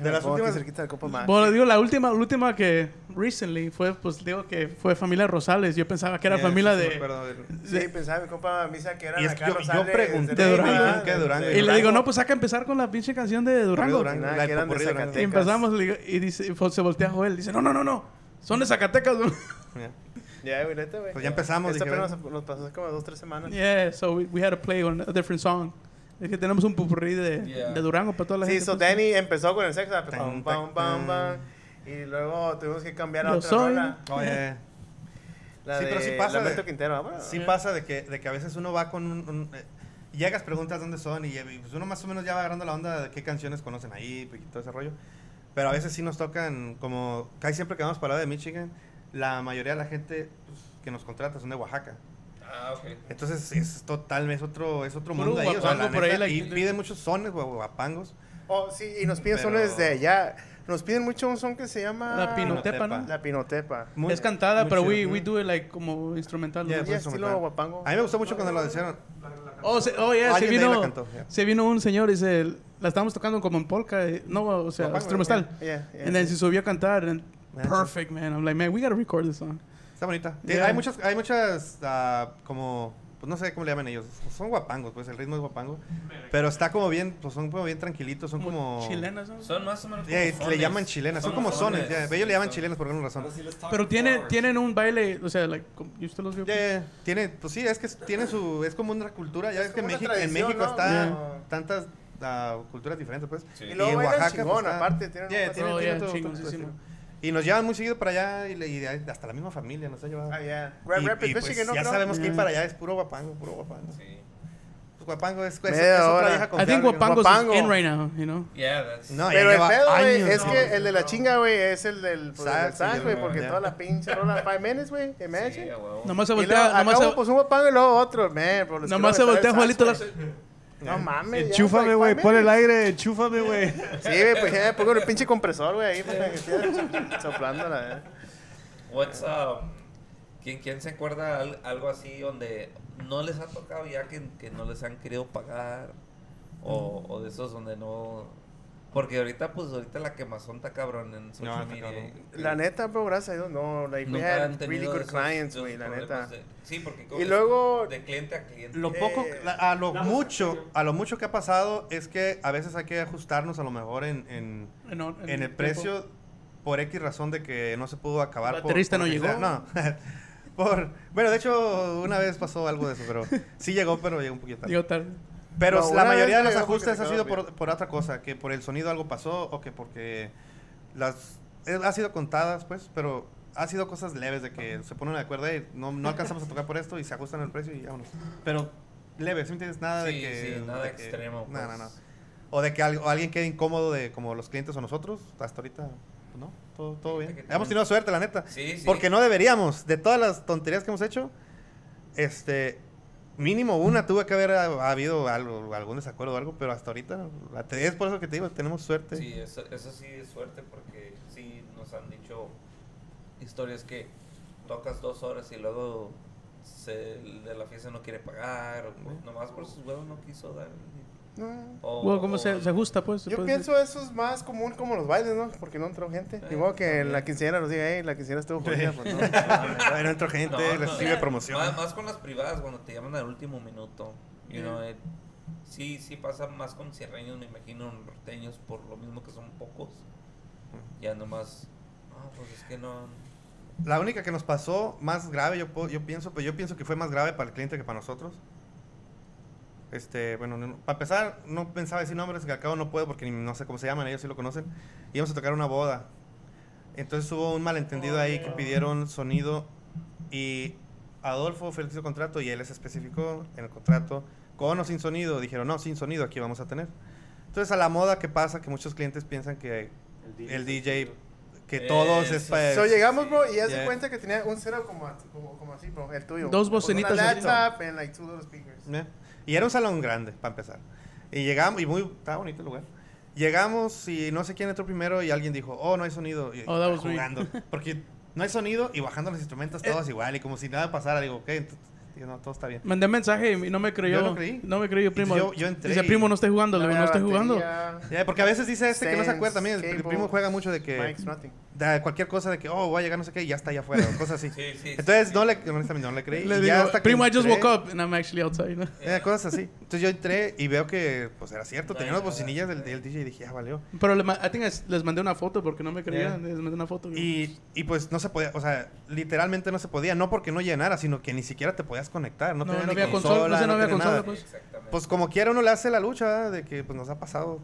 Speaker 5: De las
Speaker 7: Pongo aquí
Speaker 5: últimas.
Speaker 7: cerquita del Copa Max.
Speaker 2: Bueno, digo, la última, la última que recently fue, pues digo que fue familia Rosales. Yo pensaba que era
Speaker 5: Yeah,
Speaker 2: familia
Speaker 5: sí, sí me
Speaker 2: de.
Speaker 5: acuerdo del-
Speaker 7: Sí, pensaba mi compa Misa que era
Speaker 5: Y es
Speaker 7: la
Speaker 5: que yo-
Speaker 7: Carlos
Speaker 5: yo
Speaker 7: Sales,
Speaker 5: pregunté,
Speaker 7: de Ah,
Speaker 5: güey, que de Durango.
Speaker 2: Y le digo, no, pues saca empezar con la pinche canción de Durango.
Speaker 5: Durango.
Speaker 7: Nada,
Speaker 5: la
Speaker 7: que eran de
Speaker 5: popurrí de Durango.
Speaker 7: Zacatecas.
Speaker 2: Y empezamos le digo, y dice, y fue- se voltea Joel. Dice, no, no, no, no. Son de Zacatecas.
Speaker 5: Yeah.
Speaker 7: Ya, güey, neta, güey.
Speaker 5: Pues ya empezamos,
Speaker 7: Esta
Speaker 5: dije,
Speaker 7: apenas nos, nos pasó hace como dos, tres semanas.
Speaker 2: yeah, so we, we had to play on a different song. Es que tenemos un pupurrí de,
Speaker 1: Yeah.
Speaker 2: de Durango para toda la
Speaker 7: Sí,
Speaker 2: gente.
Speaker 7: so
Speaker 2: pues.
Speaker 7: Danny empezó con el sexo.
Speaker 5: Tan,
Speaker 7: Pam, pam, pam,
Speaker 5: tan.
Speaker 7: pam. Y luego tuvimos que cambiar a
Speaker 2: Yo
Speaker 7: otra
Speaker 2: soy.
Speaker 7: rola.
Speaker 5: Oh, yeah.
Speaker 7: La
Speaker 5: Sí,
Speaker 7: de
Speaker 5: pero sí pasa
Speaker 7: Lamento
Speaker 5: de-
Speaker 7: Quintero, ah, vámonos.
Speaker 5: Sí pasa de que, de que a veces uno va con un... un, eh, llegas, preguntas dónde son y, y pues uno más o menos ya va agarrando la onda de qué canciones conocen ahí pues, y todo ese rollo. Pero a veces sí nos tocan, como casi siempre que vamos para la de Michigan, la mayoría de la gente pues, que nos contrata son de Oaxaca.
Speaker 1: Ah, ok.
Speaker 5: Entonces es total, es otro, es otro
Speaker 2: Puro
Speaker 5: mundo ahí. O sea, la
Speaker 2: guapango por
Speaker 5: neta,
Speaker 2: ahí, like-
Speaker 5: y piden muchos sones o guapangos.
Speaker 7: Oh, sí, y nos piden
Speaker 5: Pero-
Speaker 7: sones de allá. Nos piden mucho un son que se llama...
Speaker 2: La Pinotepa, ¿no?
Speaker 7: La Pinotepa.
Speaker 5: Muy-
Speaker 2: es cantada,
Speaker 5: muy
Speaker 2: pero
Speaker 5: chido,
Speaker 2: we,
Speaker 5: ¿no?
Speaker 2: we do it like como instrumental. ¿no?
Speaker 5: Yeah,
Speaker 7: Ya
Speaker 5: pues,
Speaker 7: estilo
Speaker 5: instrumental.
Speaker 7: guapango.
Speaker 5: A mí me gustó mucho cuando lo hicieron.
Speaker 2: Oh, se, oh yeah, se
Speaker 5: Alguien de ahí la
Speaker 2: vino,
Speaker 5: cantó, yeah.
Speaker 2: se vino un señor y se, la estábamos tocando como en polka, eh, no, o sea, instrumental.
Speaker 7: Yeah, yeah,
Speaker 2: and then
Speaker 7: yeah.
Speaker 2: se subió a cantar, and
Speaker 5: Yeah,
Speaker 2: perfect, man. I'm like, man, we gotta record this song.
Speaker 5: Está bonita. Te-
Speaker 2: Yeah.
Speaker 5: Hay muchas, hay muchas ah, como, pues no sé cómo le llaman ellos. Son guapangos, pues el ritmo es guapango. Pero está como bien, pues son como bien tranquilitos, son como...
Speaker 2: chilenas, ¿no?
Speaker 1: Son más o menos como
Speaker 5: Yeah, le
Speaker 1: sones.
Speaker 5: llaman chilenas, son, como sones. ya. Ellos le llaman chilenas por alguna razón.
Speaker 2: Pero tiene, tienen un baile, o sea, like, como- ¿y usted los vio?
Speaker 5: Ya, ya, Tiene, pues sí, es que es- tiene su, es como una cultura. Ya ves que en
Speaker 7: como una
Speaker 5: México, en
Speaker 7: tradición,
Speaker 5: México
Speaker 7: ¿no?
Speaker 5: está
Speaker 7: Yeah.
Speaker 5: tantas ah, culturas diferentes, pues.
Speaker 1: Sí.
Speaker 7: Y luego bailan chingón,
Speaker 5: está-
Speaker 7: aparte, tienen
Speaker 5: Yeah,
Speaker 7: un-
Speaker 5: tienen-
Speaker 2: Oh,
Speaker 5: tienen
Speaker 2: yeah,
Speaker 5: todo- todo-
Speaker 2: chingoncísimo.
Speaker 5: todo. Y nos llevan muy seguido para allá y, le- y hasta la misma familia nos ha llevado.
Speaker 7: Ah, yeah.
Speaker 5: Y-
Speaker 7: Rap, rap,
Speaker 5: y,
Speaker 7: es
Speaker 5: pues,
Speaker 7: Michigan, ¿no?
Speaker 5: ya
Speaker 7: creo?
Speaker 5: sabemos que ir para allá es puro guapango, puro guapango.
Speaker 1: Sí.
Speaker 5: Pues guapango es, es- es
Speaker 7: Media
Speaker 5: otra
Speaker 7: hora.
Speaker 5: vieja
Speaker 2: I think
Speaker 5: confiable, ¿no?
Speaker 2: Wapango's
Speaker 7: Wapango.
Speaker 2: is in right now, you know?
Speaker 1: Yeah, that's...
Speaker 5: No, ya
Speaker 7: Pero el
Speaker 5: lleva
Speaker 7: pedo, güey,
Speaker 5: años,
Speaker 7: es
Speaker 5: ¿no?
Speaker 7: que el de la chinga, güey, es el del pues,
Speaker 5: Sax,
Speaker 7: del sax,
Speaker 5: sí,
Speaker 7: güey,
Speaker 5: no,
Speaker 7: porque
Speaker 5: ya.
Speaker 7: toda la pinche rola Five Minutes, güey,
Speaker 1: Sí,
Speaker 7: imagine.
Speaker 1: a huevo.
Speaker 2: Nomás se
Speaker 7: Y luego,
Speaker 2: voltea, nomás
Speaker 7: acabo,
Speaker 2: se,
Speaker 7: pues un guapango y luego otro, man, bro, les
Speaker 2: nomás se
Speaker 7: quiero
Speaker 2: voltea
Speaker 7: aventar el
Speaker 2: Juanito.
Speaker 7: sax,
Speaker 2: la-
Speaker 7: güey. No mames. ya,
Speaker 6: Enchúfame,
Speaker 7: like,
Speaker 6: güey.
Speaker 7: five
Speaker 6: Pon el
Speaker 7: minutes.
Speaker 6: aire. Enchúfame, güey.
Speaker 7: Sí, güey, pues ya pongo el pinche compresor, güey, ahí para que eh. esté soplando la verdad.
Speaker 1: What's um, ¿quién, ¿Quién se acuerda al- algo así donde no les ha tocado ya que, que no les han querido pagar? O,
Speaker 5: Mm.
Speaker 1: o de esos donde no... Porque ahorita, pues, ahorita la quemazón está cabrón en social
Speaker 5: está
Speaker 1: media.
Speaker 5: cabrón.
Speaker 7: La neta, bro, gracias a Dios, no, like, we
Speaker 1: Nunca
Speaker 7: had
Speaker 1: han tenido
Speaker 7: really good
Speaker 1: esos-
Speaker 7: clients,
Speaker 1: esos
Speaker 7: güey, la neta.
Speaker 1: problemas de- sí, porque como
Speaker 7: Y
Speaker 1: es
Speaker 7: luego-
Speaker 1: de cliente a cliente.
Speaker 5: Lo poco,
Speaker 7: Eh,
Speaker 5: la- a lo mucho, a lo mucho que ha pasado es que a veces hay que ajustarnos a lo mejor en, en,
Speaker 2: en or-
Speaker 5: en el
Speaker 2: tiempo.
Speaker 5: precio por X razón de que no se pudo acabar.
Speaker 2: El
Speaker 5: por-
Speaker 2: baterista no
Speaker 5: por lo que
Speaker 2: llegó.
Speaker 5: sea, no. [laughs] por, bueno, de hecho, una vez pasó algo de eso, pero sí llegó, pero llegó un poquito tarde.
Speaker 2: Digo, tal.
Speaker 5: Pero
Speaker 7: No,
Speaker 5: la
Speaker 7: una
Speaker 5: mayoría de los
Speaker 7: vez llegó porque
Speaker 5: ajustes
Speaker 7: se
Speaker 5: ha
Speaker 7: quedó
Speaker 5: sido
Speaker 7: dormido.
Speaker 5: por, por otra cosa, que por el sonido algo pasó o que porque las eh, ha sido contadas, pues, pero ha sido cosas leves de que se ponen de acuerdo "Ey, no, no alcanzamos a tocar por esto y se ajustan el precio y vámonos. Pero leves, ¿sí me entiendes? Nada de
Speaker 1: Sí,
Speaker 5: que...
Speaker 1: sí, nada
Speaker 5: de que-
Speaker 1: extremo,
Speaker 5: No, no,
Speaker 1: pues.
Speaker 5: no. O de que al- o alguien quede incómodo de como los clientes o nosotros, hasta ahorita, pues, no, todo, todo
Speaker 1: Fíjate que
Speaker 5: bien.
Speaker 1: también-
Speaker 5: Hemos tenido suerte, la neta.
Speaker 1: Sí, sí.
Speaker 5: Porque no deberíamos. De todas las tonterías que hemos hecho, este, mínimo una tuvo que haber ha- habido algo, algún desacuerdo o algo, pero hasta ahorita, la te- es por eso que te digo, tenemos suerte.
Speaker 1: Sí, eso, eso sí es suerte porque sí nos han dicho historias que tocas dos horas y luego se- el de la fiesta no quiere pagar, o por- nomás por sus huevos no quiso dar.
Speaker 7: No.
Speaker 1: O,
Speaker 2: Bueno, ¿cómo
Speaker 1: o-
Speaker 2: se, se ajusta, pues? se
Speaker 7: Yo
Speaker 2: puede
Speaker 7: pienso eso es más común como los bailes, ¿no? Porque no entró gente. Ni modo que en la quinceañera nos diga, hey, la quinceañera estuvo jodida.
Speaker 1: [laughs]
Speaker 7: Pues, no.
Speaker 5: [laughs] Bueno, entra gente,
Speaker 1: No,
Speaker 5: les
Speaker 1: no,
Speaker 5: sirve
Speaker 1: no.
Speaker 5: promoción.
Speaker 1: Más, más con las privadas, cuando te llaman al último minuto. You know, it- sí, sí pasa más con cierreños, me imagino, norteños, por lo mismo que son pocos. Ya nomás, no, pues es que no.
Speaker 5: La única que nos pasó más grave, yo, puedo- yo pienso, pero yo pienso que fue más grave para el cliente que para nosotros. Este, bueno, no- para empezar, no pensaba decir nombres, que al cabo no puedo porque ni- no sé cómo se llaman, ellos sí lo conocen. Íbamos a tocar una boda. Entonces hubo un malentendido ahí que pidieron sonido y Adolfo ofreció el contrato y él les especificó en el contrato con o sin sonido. Dijeron, no, sin sonido, aquí vamos a tener. Entonces a la moda que pasa que muchos clientes piensan que el DJ que todos es
Speaker 1: Eso.
Speaker 5: para...
Speaker 7: So, llegamos, bro, y ya se
Speaker 5: Yeah.
Speaker 7: cuenta que tenía un setup como, a- como, como así, bro, el tuyo.
Speaker 2: Dos
Speaker 7: Con
Speaker 2: bocinitas
Speaker 7: Una
Speaker 2: así.
Speaker 7: laptop and like two little speakers.
Speaker 5: ¿no? Eh, Y era un salón grande, para empezar. Y llegamos, y muy, estaba bonito el lugar. Llegamos y no sé quién entró primero y alguien dijo, oh, no hay sonido. Y
Speaker 2: Oh, that was me. Eh.
Speaker 5: jugando. Porque no hay sonido y bajando los instrumentos todos igual y como si nada pasara. Digo, ok, ent- digo, no, todo está bien.
Speaker 2: Mandé mensaje y no me creyó.
Speaker 5: Yo no creí.
Speaker 2: No me creyó, primo.
Speaker 5: Yo- yo entré
Speaker 2: Dice,
Speaker 5: y-
Speaker 2: primo, no estoy jugando. Le digo, no estoy
Speaker 7: estoy
Speaker 2: jugando.
Speaker 5: Ya, porque a veces dice este que no se acuerda también.
Speaker 7: Stands,
Speaker 5: El
Speaker 7: cable,
Speaker 5: primo juega mucho de que...
Speaker 7: Mike's nothing.
Speaker 5: de cualquier cosa de que, oh, voy a llegar no sé qué y ya está allá afuera. o cosas así.
Speaker 1: Sí, sí,
Speaker 5: Entonces,
Speaker 1: sí.
Speaker 5: no le, honestamente, no le creí.
Speaker 2: Le
Speaker 5: y ya
Speaker 2: digo,
Speaker 5: hasta que
Speaker 2: primo, I just
Speaker 5: entré-
Speaker 2: woke up and I'm actually outside. ¿no?
Speaker 5: Eh, cosas así. Entonces yo entré y veo que, pues era cierto,
Speaker 1: No
Speaker 5: tenía
Speaker 1: hay
Speaker 5: unas
Speaker 1: nada.
Speaker 5: bocinillas del, del DJ y dije, ya valió.
Speaker 2: Pero le ma- I think es- les mandé una foto porque no me creían.
Speaker 5: Yeah.
Speaker 2: Les mandé una foto.
Speaker 5: Y, y, pues no se podía, o sea, literalmente no se podía, no porque no llenara, sino que ni siquiera te podías conectar. No,
Speaker 2: No,
Speaker 5: tenía
Speaker 2: no
Speaker 5: ni
Speaker 2: había consola, no sé, no había
Speaker 5: tenía
Speaker 2: consola,
Speaker 5: nada.
Speaker 2: pues.
Speaker 1: Exactamente.
Speaker 5: Pues como quiera uno le hace la lucha ¿verdad? de que pues nos ha pasado,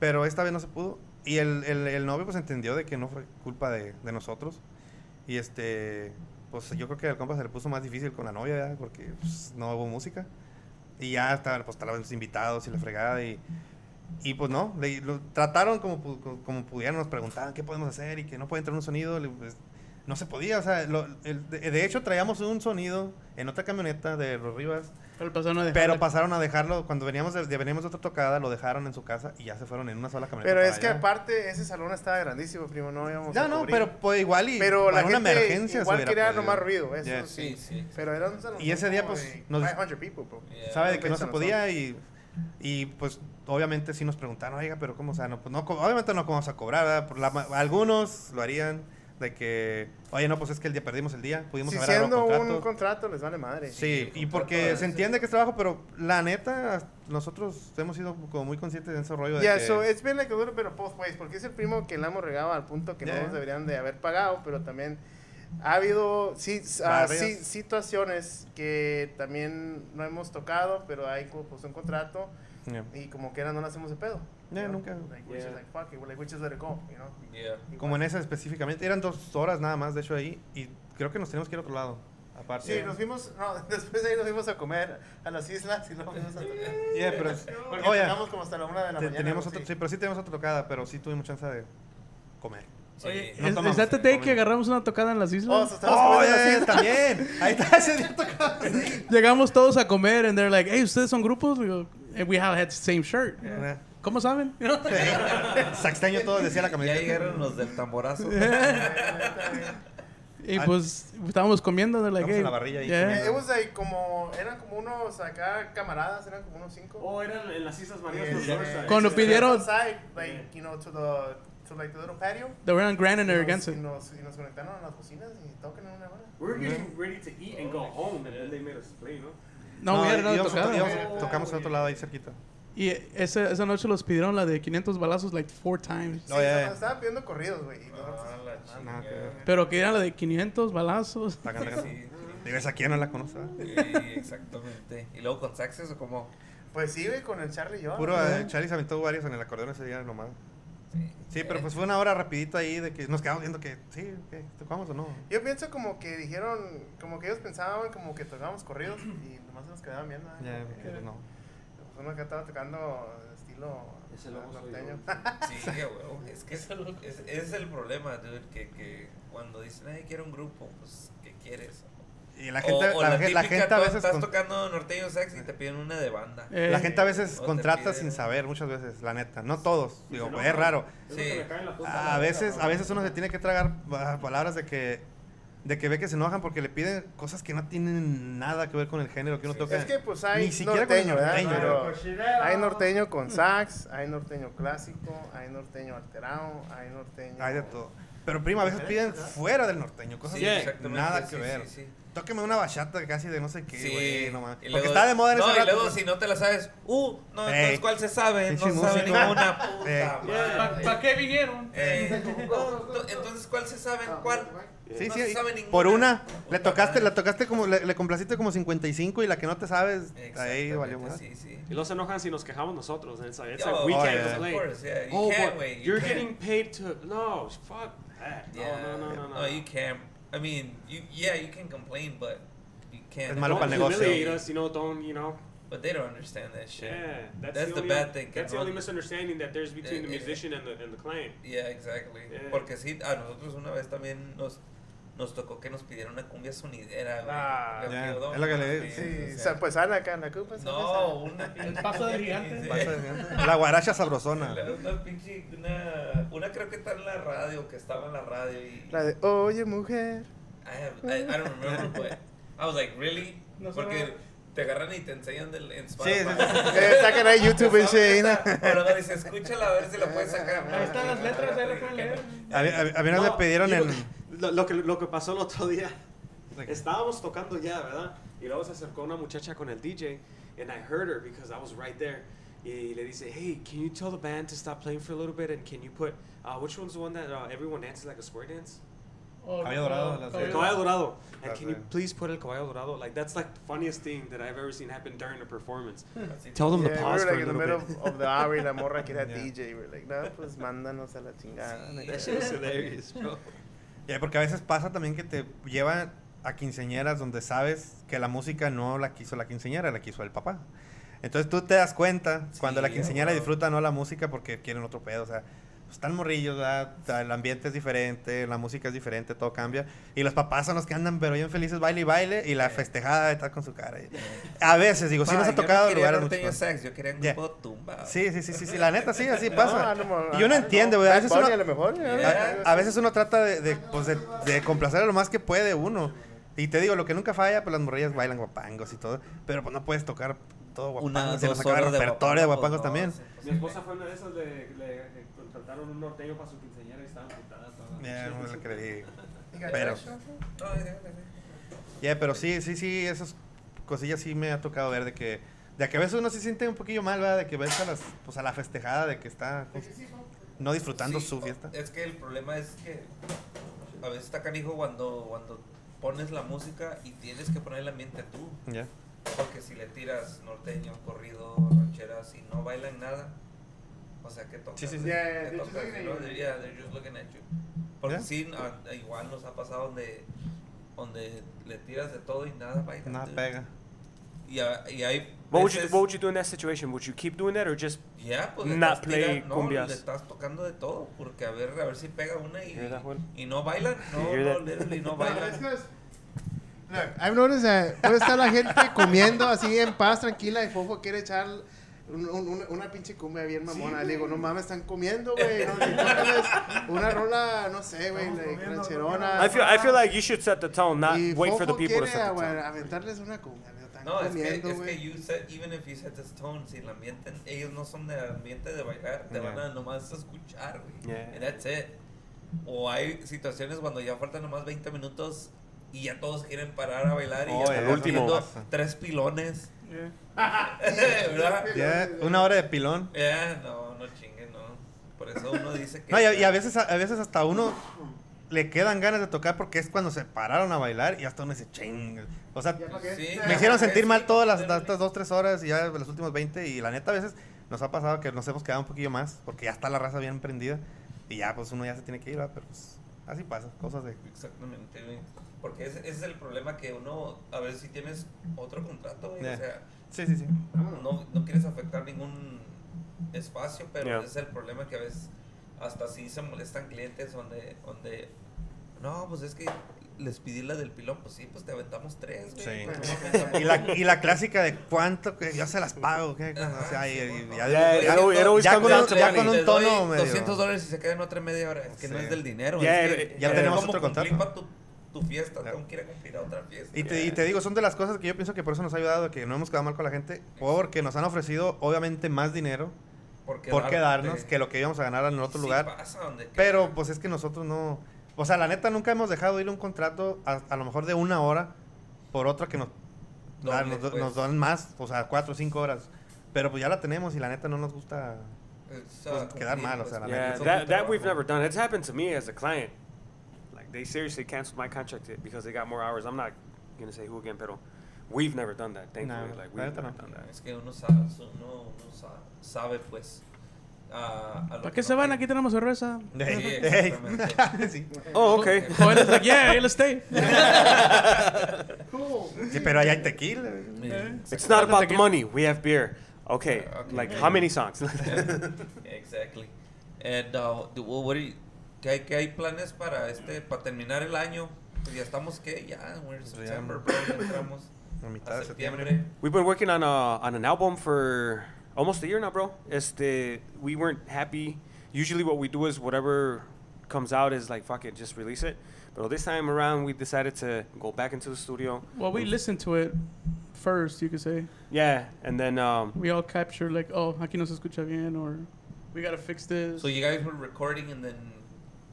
Speaker 5: pero esta vez no se pudo. Y el, el, el novio pues entendió de que no fue culpa de, de nosotros. Y este, pues yo creo que al compa se le puso más difícil con la novia, ¿verdad? porque pues, no hubo música. Y ya estaban, pues, estaban los invitados y la fregada y... Y pues no, le- lo trataron como, pu- co- como pudieron, nos preguntaban qué podemos hacer y que no puede entrar un sonido. le- pues, no se podía, o sea, lo- el- de, de hecho traíamos un sonido en otra camioneta de los Rivas
Speaker 2: Pero pasaron a dejarle.
Speaker 5: pero pasaron a dejarlo, cuando veníamos de, de- veníamos de otra tocada, lo dejaron en su casa y ya se fueron en una sola camioneta.
Speaker 7: Pero
Speaker 5: para
Speaker 7: es que
Speaker 5: allá.
Speaker 7: aparte, ese salón estaba grandísimo, primo, no íbamos
Speaker 5: Ya
Speaker 7: a
Speaker 5: no,
Speaker 7: cubrir.
Speaker 5: pero pues, igual y
Speaker 7: Pero la
Speaker 5: para una
Speaker 7: gente
Speaker 5: emergencia se
Speaker 7: igual
Speaker 5: hubiera
Speaker 7: quería
Speaker 5: podido.
Speaker 7: nomás ruido, eso
Speaker 5: Yeah.
Speaker 1: Sí,
Speaker 7: sí.
Speaker 1: sí.
Speaker 7: Pero era un salón
Speaker 5: Y ese día,
Speaker 7: como
Speaker 5: pues,
Speaker 7: de
Speaker 5: nos-
Speaker 7: 500 people, bro.
Speaker 1: Yeah.
Speaker 5: Sabe de que no se
Speaker 7: Piénsalo,
Speaker 5: podía y, y pues obviamente sí nos preguntaron, oiga, pero ¿cómo? O sea, no, pues, no co- obviamente no vamos a cobrar, ¿verdad? Por la ma- algunos lo harían de que, oye, no, pues es que el día perdimos el día, pudimos
Speaker 7: Si
Speaker 5: haber agarrado
Speaker 7: siendo un
Speaker 5: contrato.
Speaker 7: contrato les vale madre.
Speaker 5: Sí,
Speaker 1: Sí,
Speaker 5: y porque
Speaker 1: contrato,
Speaker 5: se entiende que es trabajo, pero la neta, nosotros hemos sido como muy conscientes de ese rollo. de
Speaker 7: Yeah,
Speaker 5: que-
Speaker 7: so it's been like a little bit of both ways, pues, porque es el primo que la hemos regado al punto que
Speaker 5: Yeah.
Speaker 7: no nos deberían de haber pagado, pero también ha habido sí, ah,
Speaker 5: Varias.
Speaker 7: sí, situaciones que también no hemos tocado, pero hay como pues un contrato
Speaker 5: Yeah.
Speaker 7: y como que era no lo hacemos de pedo.
Speaker 5: Yeah,
Speaker 7: you know?
Speaker 5: nunca.
Speaker 7: Like, we
Speaker 1: Yeah.
Speaker 7: just like, fuck it, like, we just let it go, you know?
Speaker 1: Yeah.
Speaker 5: Como en esa específicamente. Eran dos horas nada más, de hecho, ahí. Y creo que nos tenemos que ir a otro lado. Aparte.
Speaker 7: Sí, nos fuimos, no, [laughs] después de ahí nos fuimos a comer a las islas y luego fuimos a tocar.
Speaker 5: Yeah, pero-
Speaker 7: [laughs] Porque
Speaker 5: Oye,
Speaker 7: llegamos como hasta la una
Speaker 5: Eh.
Speaker 7: de la
Speaker 5: Oh, te-
Speaker 7: mañana.
Speaker 5: teníamos
Speaker 7: algo
Speaker 5: otro,
Speaker 7: así.
Speaker 5: sí, pero sí tenemos otra tocada, pero sí tuvimos chance de comer.
Speaker 1: Sí.
Speaker 2: Oye,
Speaker 5: no
Speaker 2: ¿es-
Speaker 5: tomamos,
Speaker 2: ¿es that the day
Speaker 5: comimos.
Speaker 2: que agarramos una tocada en las
Speaker 7: Oh, so
Speaker 2: islas?
Speaker 7: estábamos comiendo
Speaker 5: yeah,
Speaker 7: en las
Speaker 5: yeah,
Speaker 7: islas.
Speaker 5: también! Ahí está ese día
Speaker 7: [laughs]
Speaker 5: tocada.
Speaker 2: Llegamos todos a comer and they're like, hey, ¿ustedes son grupos? We go, "Eh, we have had the same shirt.
Speaker 5: [laughs]
Speaker 2: ¿Cómo saben? [laughs]
Speaker 5: Saxteño todo, decía la
Speaker 1: Ya
Speaker 5: camioneta.
Speaker 1: llegaron los del
Speaker 5: [laughs]
Speaker 1: tamborazo.
Speaker 7: Eh,
Speaker 2: y
Speaker 5: Ah.
Speaker 2: pues estábamos comiendo. They're like,
Speaker 5: Estamos
Speaker 2: hey.
Speaker 5: en la barrilla ahí
Speaker 2: yeah.
Speaker 5: comiendo.
Speaker 7: It was like como, eran como unos acá camaradas, eran como unos cinco. Eh,
Speaker 3: Oh, eran en las Islas Marías
Speaker 1: Eh,
Speaker 7: Yeah,
Speaker 3: los eh.
Speaker 7: yeah,
Speaker 3: Dorsey.
Speaker 7: yeah.
Speaker 2: Cuando
Speaker 7: Just
Speaker 2: pidieron-
Speaker 7: outside, like, you know, to the, to like the little patio.
Speaker 2: They were on Grand and
Speaker 7: Y nos,
Speaker 2: Narragansett.
Speaker 7: y, nos, y nos conectaron a las bocinas y tocan en una hora.
Speaker 3: We were getting ready to eat and go home, and then they made us play, no?
Speaker 2: No, we had another
Speaker 5: íbamos a to-
Speaker 2: tocada.
Speaker 5: íbamos- tocamos en otro lado ahí cerquita.
Speaker 2: Y esa, esa noche los pidieron la de 500 balazos like four times.
Speaker 5: No, Oh, ya,
Speaker 7: o
Speaker 5: ya.
Speaker 7: sea,
Speaker 5: Ah,
Speaker 7: nos estaban pidiendo corridos, güey. y nosotros-
Speaker 5: Nada que ver.
Speaker 2: Pero que era la de 500 balazos.
Speaker 5: Taca, taca, taca.
Speaker 1: Sí,
Speaker 5: Digo, esa aquí no la conozco. ¿verdad?
Speaker 1: sí, exactamente. Y luego con saxes o como.
Speaker 7: Pues sí, güey, con el Charlie y yo.
Speaker 5: Puro, eh, Charlie se aventó varios en el acordeón ese día nomás. Sí, pero pues fue una hora rapidito ahí de que nos quedamos viendo que, sí, ok, ¿tocamos o no?
Speaker 7: Yo pienso como que dijeron, como que ellos pensaban como que tocábamos corridos
Speaker 5: [clears throat]
Speaker 7: y nomás se nos quedaban viendo. ¿eh?
Speaker 5: Ya,
Speaker 7: Como que,
Speaker 5: pues, no.
Speaker 7: pues, uno acá estaba tocando estilo
Speaker 3: Ese lobo soy
Speaker 7: norteño.
Speaker 5: [laughs]
Speaker 1: Sí, a huevo. Es que es, es, es el problema, dude, que, que cuando dicen, ay, quiero un grupo, pues, ¿qué quieres?
Speaker 5: Y la gente, la, gen- la
Speaker 1: típica,
Speaker 5: gente a
Speaker 1: to-
Speaker 5: veces,
Speaker 1: Estás
Speaker 5: con-
Speaker 1: tocando norteño sax y te piden una de banda.
Speaker 2: Eh,
Speaker 5: la gente a veces
Speaker 1: o te
Speaker 5: contrata
Speaker 1: piden-
Speaker 5: sin saber muchas veces, la neta. No todos, digo, pues
Speaker 3: no,
Speaker 5: es raro.
Speaker 3: Es lo que
Speaker 1: Sí.
Speaker 3: me cae en la puta
Speaker 5: A
Speaker 3: madre,
Speaker 5: veces, a
Speaker 3: cabrón.
Speaker 5: veces uno se tiene que tragar ah, palabras de que, de que ve que se enojan porque le piden cosas que no tienen nada que ver con el género que uno toca.
Speaker 7: [laughs] Es que pues hay
Speaker 5: Ni siquiera con el
Speaker 7: norteño, ¿verdad?
Speaker 5: norteño.
Speaker 7: Pero hay norteño con sax, hay norteño clásico, hay norteño alterado, hay norteño...
Speaker 5: Hay de todo. Pero prima, a veces piden fuera del norteño, cosas
Speaker 1: Sí,
Speaker 5: que
Speaker 1: exactamente,
Speaker 5: nada
Speaker 1: sí,
Speaker 5: que ver.
Speaker 1: sí, sí.
Speaker 5: Tóqueme una bachata casi de no sé qué,
Speaker 1: Sí,
Speaker 5: güey, no
Speaker 1: y
Speaker 5: mames. Porque
Speaker 1: luego-
Speaker 5: está de moda en
Speaker 1: no,
Speaker 5: ese
Speaker 1: y luego
Speaker 5: rato.
Speaker 1: si no te la sabes, uh, no,
Speaker 5: Ey,
Speaker 1: entonces ¿cuál se sabe? No
Speaker 5: pinche
Speaker 1: se sabe
Speaker 5: música.
Speaker 1: ninguna puta
Speaker 5: [laughs] Ey.
Speaker 1: madre.
Speaker 2: qué vinieron?
Speaker 1: Ey, Eh,
Speaker 5: Eh,
Speaker 1: no, no, entonces ¿cuál se sabe?
Speaker 2: Ah,
Speaker 1: ¿Cuál?
Speaker 5: Sí,
Speaker 1: No
Speaker 5: sí,
Speaker 1: se
Speaker 5: y-
Speaker 1: sabe ninguna.
Speaker 5: por una, le
Speaker 1: Puta
Speaker 5: tocaste,
Speaker 1: madre.
Speaker 5: le tocaste como, le, le complaciste como 55 y la que no te sabes, ahí
Speaker 1: Exactamente,
Speaker 5: valió más.
Speaker 1: Sí, sí.
Speaker 3: Y los enojan si nos quejamos nosotros. and It's like, it's
Speaker 1: Yo,
Speaker 3: like we
Speaker 5: oh,
Speaker 3: can't
Speaker 5: yeah.
Speaker 3: play.
Speaker 1: Of course, yeah, you
Speaker 3: oh,
Speaker 1: can't,
Speaker 3: but
Speaker 1: wait, you
Speaker 3: you're
Speaker 1: can't.
Speaker 3: getting paid to. No, fuck that.
Speaker 1: Yeah.
Speaker 3: No, no, no, no, no.
Speaker 1: you can't. I mean, you yeah, you can complain, but you can't.
Speaker 5: Es malo
Speaker 3: Don't
Speaker 5: para el negocio.
Speaker 3: humiliate us, you know, don't, you know.
Speaker 1: But they don't understand that shit.
Speaker 8: Yeah, that's,
Speaker 1: That's
Speaker 8: the,
Speaker 1: the
Speaker 8: only,
Speaker 1: bad thing,
Speaker 8: That's
Speaker 1: cabrón.
Speaker 8: the only misunderstanding that there's between the
Speaker 1: Eh, eh,
Speaker 8: musician and the and the client.
Speaker 1: Yeah, exactly.
Speaker 8: Yeah.
Speaker 1: Porque sí, a nosotros una vez también nos, nos tocó que nos pidieron una cumbia sonidera, güey.
Speaker 3: Ah,
Speaker 1: Le
Speaker 5: ya,
Speaker 1: quedó
Speaker 5: es lo que le-
Speaker 1: bien,
Speaker 5: sí,
Speaker 1: o
Speaker 4: O
Speaker 1: sea,
Speaker 4: sea, pues Ana acá en la culpa.
Speaker 1: No, una pinche
Speaker 2: paso del
Speaker 1: cumbia [laughs]
Speaker 2: gigante.
Speaker 1: que-
Speaker 5: Pasa de mierda. La guaracha
Speaker 1: [laughs]
Speaker 5: sabrosona.
Speaker 1: La- Una pinche, una, una creo que está en la radio, que estaba en la radio y...
Speaker 4: La de, oye, mujer.
Speaker 1: I, have, I, I don't remember, but I was like, really?
Speaker 2: No
Speaker 1: Porque
Speaker 2: suena-
Speaker 1: te agarran y te enseñan del, en
Speaker 5: sí,
Speaker 1: Spotify.
Speaker 5: sí.
Speaker 4: Eh, sacan ahí YouTube y
Speaker 1: Ahora
Speaker 4: shit. ¿no?
Speaker 1: Ahora dice, escúchala a ver si la puedes sacar.
Speaker 2: Ahí están las letras, ahí las pueden leer.
Speaker 5: A mí, a mí- a mí nos le pidieron
Speaker 8: digo,
Speaker 5: en.
Speaker 8: Lo, lo que, lo que pasó el otro día,
Speaker 5: ¿De qué?
Speaker 8: estábamos tocando ya, ¿verdad? Y luego se acercó una muchacha con el DJ, and I heard her because I was right there. Y le dice, hey, can you tell the band to stop playing for a little bit and can you put, uh, which one's the one that uh, everyone dances like a square dance?
Speaker 5: Caballo dorado, las de-
Speaker 8: El caballo dorado. And
Speaker 5: That's
Speaker 8: can you
Speaker 5: right.
Speaker 8: please put el caballo dorado? Like, that's like the funniest thing that I've ever seen happen during a performance.
Speaker 1: Así.
Speaker 3: Tell them to
Speaker 4: Yeah, we were
Speaker 3: pause for
Speaker 4: like
Speaker 3: a
Speaker 4: in the
Speaker 3: little
Speaker 4: middle
Speaker 3: bit.
Speaker 4: of- of the hour y la morra que
Speaker 3: [laughs]
Speaker 4: era
Speaker 5: Yeah.
Speaker 4: DJ. We're like, no, pues mándanos a la chingada.
Speaker 8: That shit was hilarious, bro.
Speaker 5: Ya, porque a veces pasa también que te llevan a quinceañeras donde sabes que la música no la quiso la quinceañera, la quiso el papá. Entonces tú te das cuenta cuando la
Speaker 1: Sí,
Speaker 5: quinceañera
Speaker 1: wow.
Speaker 5: disfruta no la música porque quieren otro pedo, o sea, pues, están morrillos, ¿verdad? O sea, el ambiente es diferente, la música es diferente, todo cambia. Y los papás son los que andan pero bien felices, baile y baile, y la
Speaker 1: Sí.
Speaker 5: festejada está con su cara. A veces, digo, sí nos ha tocado
Speaker 1: yo no
Speaker 5: lugares
Speaker 1: quería
Speaker 5: muy
Speaker 1: norteño
Speaker 5: chidos.
Speaker 1: sax, yo quería un
Speaker 5: Yeah.
Speaker 1: grupo tumbado.
Speaker 5: Sí, sí, sí, sí, sí, la neta, sí,
Speaker 1: [laughs]
Speaker 5: así
Speaker 4: No, a
Speaker 5: pasa.
Speaker 4: lo mejor-
Speaker 5: Y yo no
Speaker 4: ah,
Speaker 5: entiendo, güey, a
Speaker 4: Bad
Speaker 5: veces
Speaker 4: Bunny
Speaker 5: uno-
Speaker 4: a lo mejor. ¿no?
Speaker 1: Yeah.
Speaker 5: a, a veces uno trata de, de, pues, de- de complacer a lo más que puede uno. Y te digo, lo que nunca falla, pues las morrillas bailan guapangos y todo. Pero pues no puedes tocar todo guapangos.
Speaker 1: Una,
Speaker 5: se nos
Speaker 1: dos
Speaker 5: acaba el
Speaker 1: horas de
Speaker 5: repertorio de guapangos
Speaker 1: no,
Speaker 5: también.
Speaker 1: es imposible.
Speaker 8: Mi esposa fue una de esas, le, le, le contrataron un norteño para su quinceañera y estaban putadas todas.
Speaker 5: Ya, no es lo que le digo. Pero,
Speaker 1: No, ya, ya, ya.
Speaker 5: ya, pero sí, sí, sí, esas cosillas sí me ha tocado ver de que... De que a veces uno se siente un poquillo mal, ¿verdad? De que ves a, las, pues, a la festejada, de que está pues, no disfrutando
Speaker 1: Sí,
Speaker 5: su fiesta.
Speaker 1: Es que el problema es que a veces está canijo cuando, cuando pones la música y tienes que poner el ambiente tú.
Speaker 5: Ya.
Speaker 1: Porque si le tiras norteño, corrido, rancheras y no bailan nada, o sea, ¿qué tocas?
Speaker 5: Sí, sí, sí.
Speaker 1: ¿Qué
Speaker 7: Yeah, yeah, they're just
Speaker 1: tocas,
Speaker 7: looking at
Speaker 1: no?
Speaker 7: you.
Speaker 1: They're- yeah, they're just looking at you. Porque
Speaker 5: Yeah.
Speaker 1: sí, a- a igual nos ha pasado donde, donde le tiras de todo y nada baila.
Speaker 5: Nada
Speaker 1: dude.
Speaker 5: pega.
Speaker 1: Y, a- y hay
Speaker 3: What would, you,
Speaker 1: veces-
Speaker 3: what would you do in that situation? Would you keep doing that or just
Speaker 1: Ya, pues le
Speaker 3: Nah,
Speaker 1: estás tira-
Speaker 3: play
Speaker 1: no,
Speaker 3: cumbias.
Speaker 1: le estás tocando de todo, porque a ver, a ver si pega una y,
Speaker 3: Hear that one?
Speaker 1: y no bailan,
Speaker 3: You
Speaker 1: no,
Speaker 3: hear
Speaker 1: no,
Speaker 3: that?
Speaker 1: literally no
Speaker 7: [laughs] Bueno, es
Speaker 1: bailan.
Speaker 7: que es- Look, I've noticed that puede estar la gente comiendo así en paz, tranquila, y Fofo quiere echar un- un- una, una pinche cumbia bien mamona. Le digo, no mames, están comiendo, güey. No, ni tócales una rola, no sé, güey, like, rancherona.
Speaker 3: I feel I feel like you should set the tone, not
Speaker 7: Y
Speaker 3: wait for the
Speaker 7: Fofo
Speaker 3: people to
Speaker 7: quiere
Speaker 3: set the
Speaker 7: güey,
Speaker 3: tone.
Speaker 7: aventarles una cumbia, le digo, están
Speaker 1: No, es que,
Speaker 7: comiendo,
Speaker 1: es
Speaker 7: güey.
Speaker 1: que you set, even if you set this tone, si el ambiente, ellos no son de ambiente de bailar, te van a nomás escuchar, güey.
Speaker 3: Yeah.
Speaker 1: And that's it. O hay situaciones cuando ya faltan nomás 20 minutos y ya todos quieren parar a bailar y
Speaker 5: Oh,
Speaker 1: ya
Speaker 5: el
Speaker 1: están
Speaker 5: último.
Speaker 1: haciendo tres pilones. [laughs] ¿Verdad?
Speaker 5: Ya, una hora de pilón.
Speaker 1: Yeah, no, no chingue, no. Por eso uno dice
Speaker 5: [laughs]
Speaker 1: que...
Speaker 5: No, y a, y a veces, a, a veces hasta uno le quedan ganas de tocar porque es cuando se pararon a bailar y hasta uno dice, ching. O sea,
Speaker 7: Ya, ¿pa' qué?
Speaker 1: Sí.
Speaker 5: me hicieron sentir mal todas las,
Speaker 1: Literally.
Speaker 5: estas dos, tres horas y ya las últimas 20 y la neta a veces nos ha pasado que nos hemos quedado un poquillo más porque ya está la raza bien prendida y ya pues uno ya se tiene que ir, ¿verdad? pero pues así pasa, cosas de...
Speaker 1: Exactamente, güey. Porque ese, ese es el problema que uno, a ver si tienes otro contrato, güey.
Speaker 5: Yeah.
Speaker 1: O sea,
Speaker 5: Sí, sí, sí.
Speaker 1: no, no quieres afectar ningún espacio, pero
Speaker 3: Yeah.
Speaker 1: ese es el problema que a veces hasta así se molestan clientes donde, donde, no, pues es que les pedí la del pilón, pues sí, pues te aventamos tres, güey.
Speaker 5: Sí. [laughs]
Speaker 1: No mames,
Speaker 5: Y la, y la clásica de cuánto que yo se las pago, ¿qué? O sea, y- y- y ya-
Speaker 3: Yeah, it always- it always
Speaker 5: ya
Speaker 3: comes
Speaker 5: con,
Speaker 3: down to
Speaker 5: ya
Speaker 3: money.
Speaker 5: con un
Speaker 1: Les doy
Speaker 5: tono medio...
Speaker 1: 200 dólares y se quedan otra media hora. Es que no
Speaker 5: Sí.
Speaker 1: es del dinero.
Speaker 3: Yeah,
Speaker 1: es que
Speaker 3: eh,
Speaker 5: ya
Speaker 1: es
Speaker 5: tenemos
Speaker 1: como
Speaker 5: otro
Speaker 1: cumplir
Speaker 5: contrato.
Speaker 1: pa' tu, tu fiesta,
Speaker 5: Yeah.
Speaker 1: tengo que ir a cumplir a otra fiesta.
Speaker 5: Y te, y te digo, son de las cosas que yo pienso que por eso nos ha ayudado, que no hemos quedado mal con la gente, porque nos han ofrecido obviamente más dinero por quedarnos que lo que íbamos a ganar en otro
Speaker 1: Sí
Speaker 5: lugar.
Speaker 1: pasa donde
Speaker 5: Pero pues es que nosotros no... O sea, la neta nunca hemos dejado ir un contrato a, a lo mejor de una hora por otra que nos,
Speaker 1: Doble,
Speaker 5: ah, nos,
Speaker 1: pues.
Speaker 5: nos dan más, o sea, cuatro o cinco horas. Pero pues ya la tenemos y la neta no nos gusta...
Speaker 1: Es,
Speaker 5: Pues,
Speaker 1: ah,
Speaker 5: quedar
Speaker 1: cumplir,
Speaker 5: mal, o sea, la neta.
Speaker 3: Yeah,
Speaker 5: Son
Speaker 3: that, that we've never done. It's happened to me as a client. Like they seriously canceled my contract because they got more hours. I'm not gonna say who again, pero we've never done that. Thankfully,
Speaker 5: No,
Speaker 3: like
Speaker 5: la
Speaker 3: we've
Speaker 5: neta
Speaker 3: never
Speaker 5: no.
Speaker 3: done that.
Speaker 1: Es que uno sabe, uno, uno sa- sabe, pues, a, a lo
Speaker 2: ¿Para
Speaker 1: que
Speaker 2: qué se
Speaker 1: no
Speaker 2: van?
Speaker 1: quieren.
Speaker 2: Aquí tenemos cerveza.
Speaker 5: [laughs]
Speaker 1: Sí, exactamente. [laughs]
Speaker 5: Sí.
Speaker 3: Oh,
Speaker 5: [laughs]
Speaker 3: okay.
Speaker 2: [laughs] Jóvenes, like, yeah, real estate.
Speaker 5: Sí, pero ahí hay tequila.
Speaker 3: It's not about
Speaker 2: Again.
Speaker 3: money. We have beer. Okay.
Speaker 5: Uh,
Speaker 1: Okay.
Speaker 3: Like how many songs? [laughs]
Speaker 1: [laughs] Exactly. And uh, the- well, what do you- ¿qué, hay, ¿Qué hay planes para este para terminar el año? Pues ya estamos que ya, we're in
Speaker 3: Pues
Speaker 5: Ya.
Speaker 1: September, bro, ya entramos
Speaker 3: [laughs]
Speaker 5: A mitad
Speaker 1: a
Speaker 5: de septiembre.
Speaker 1: septiembre.
Speaker 3: We've been working on a, on an album for almost a year now, bro. Este, we weren't happy. Usually, what we do is whatever comes out is like fuck it, just release it. But this time around, we decided to go back into the studio.
Speaker 2: [laughs] Well, we listened to it first, you could say.
Speaker 3: Yeah, and then um,
Speaker 2: We all captured, like, oh, aquí no se escucha bien, or we gotta fix this.
Speaker 1: So you guys were recording and then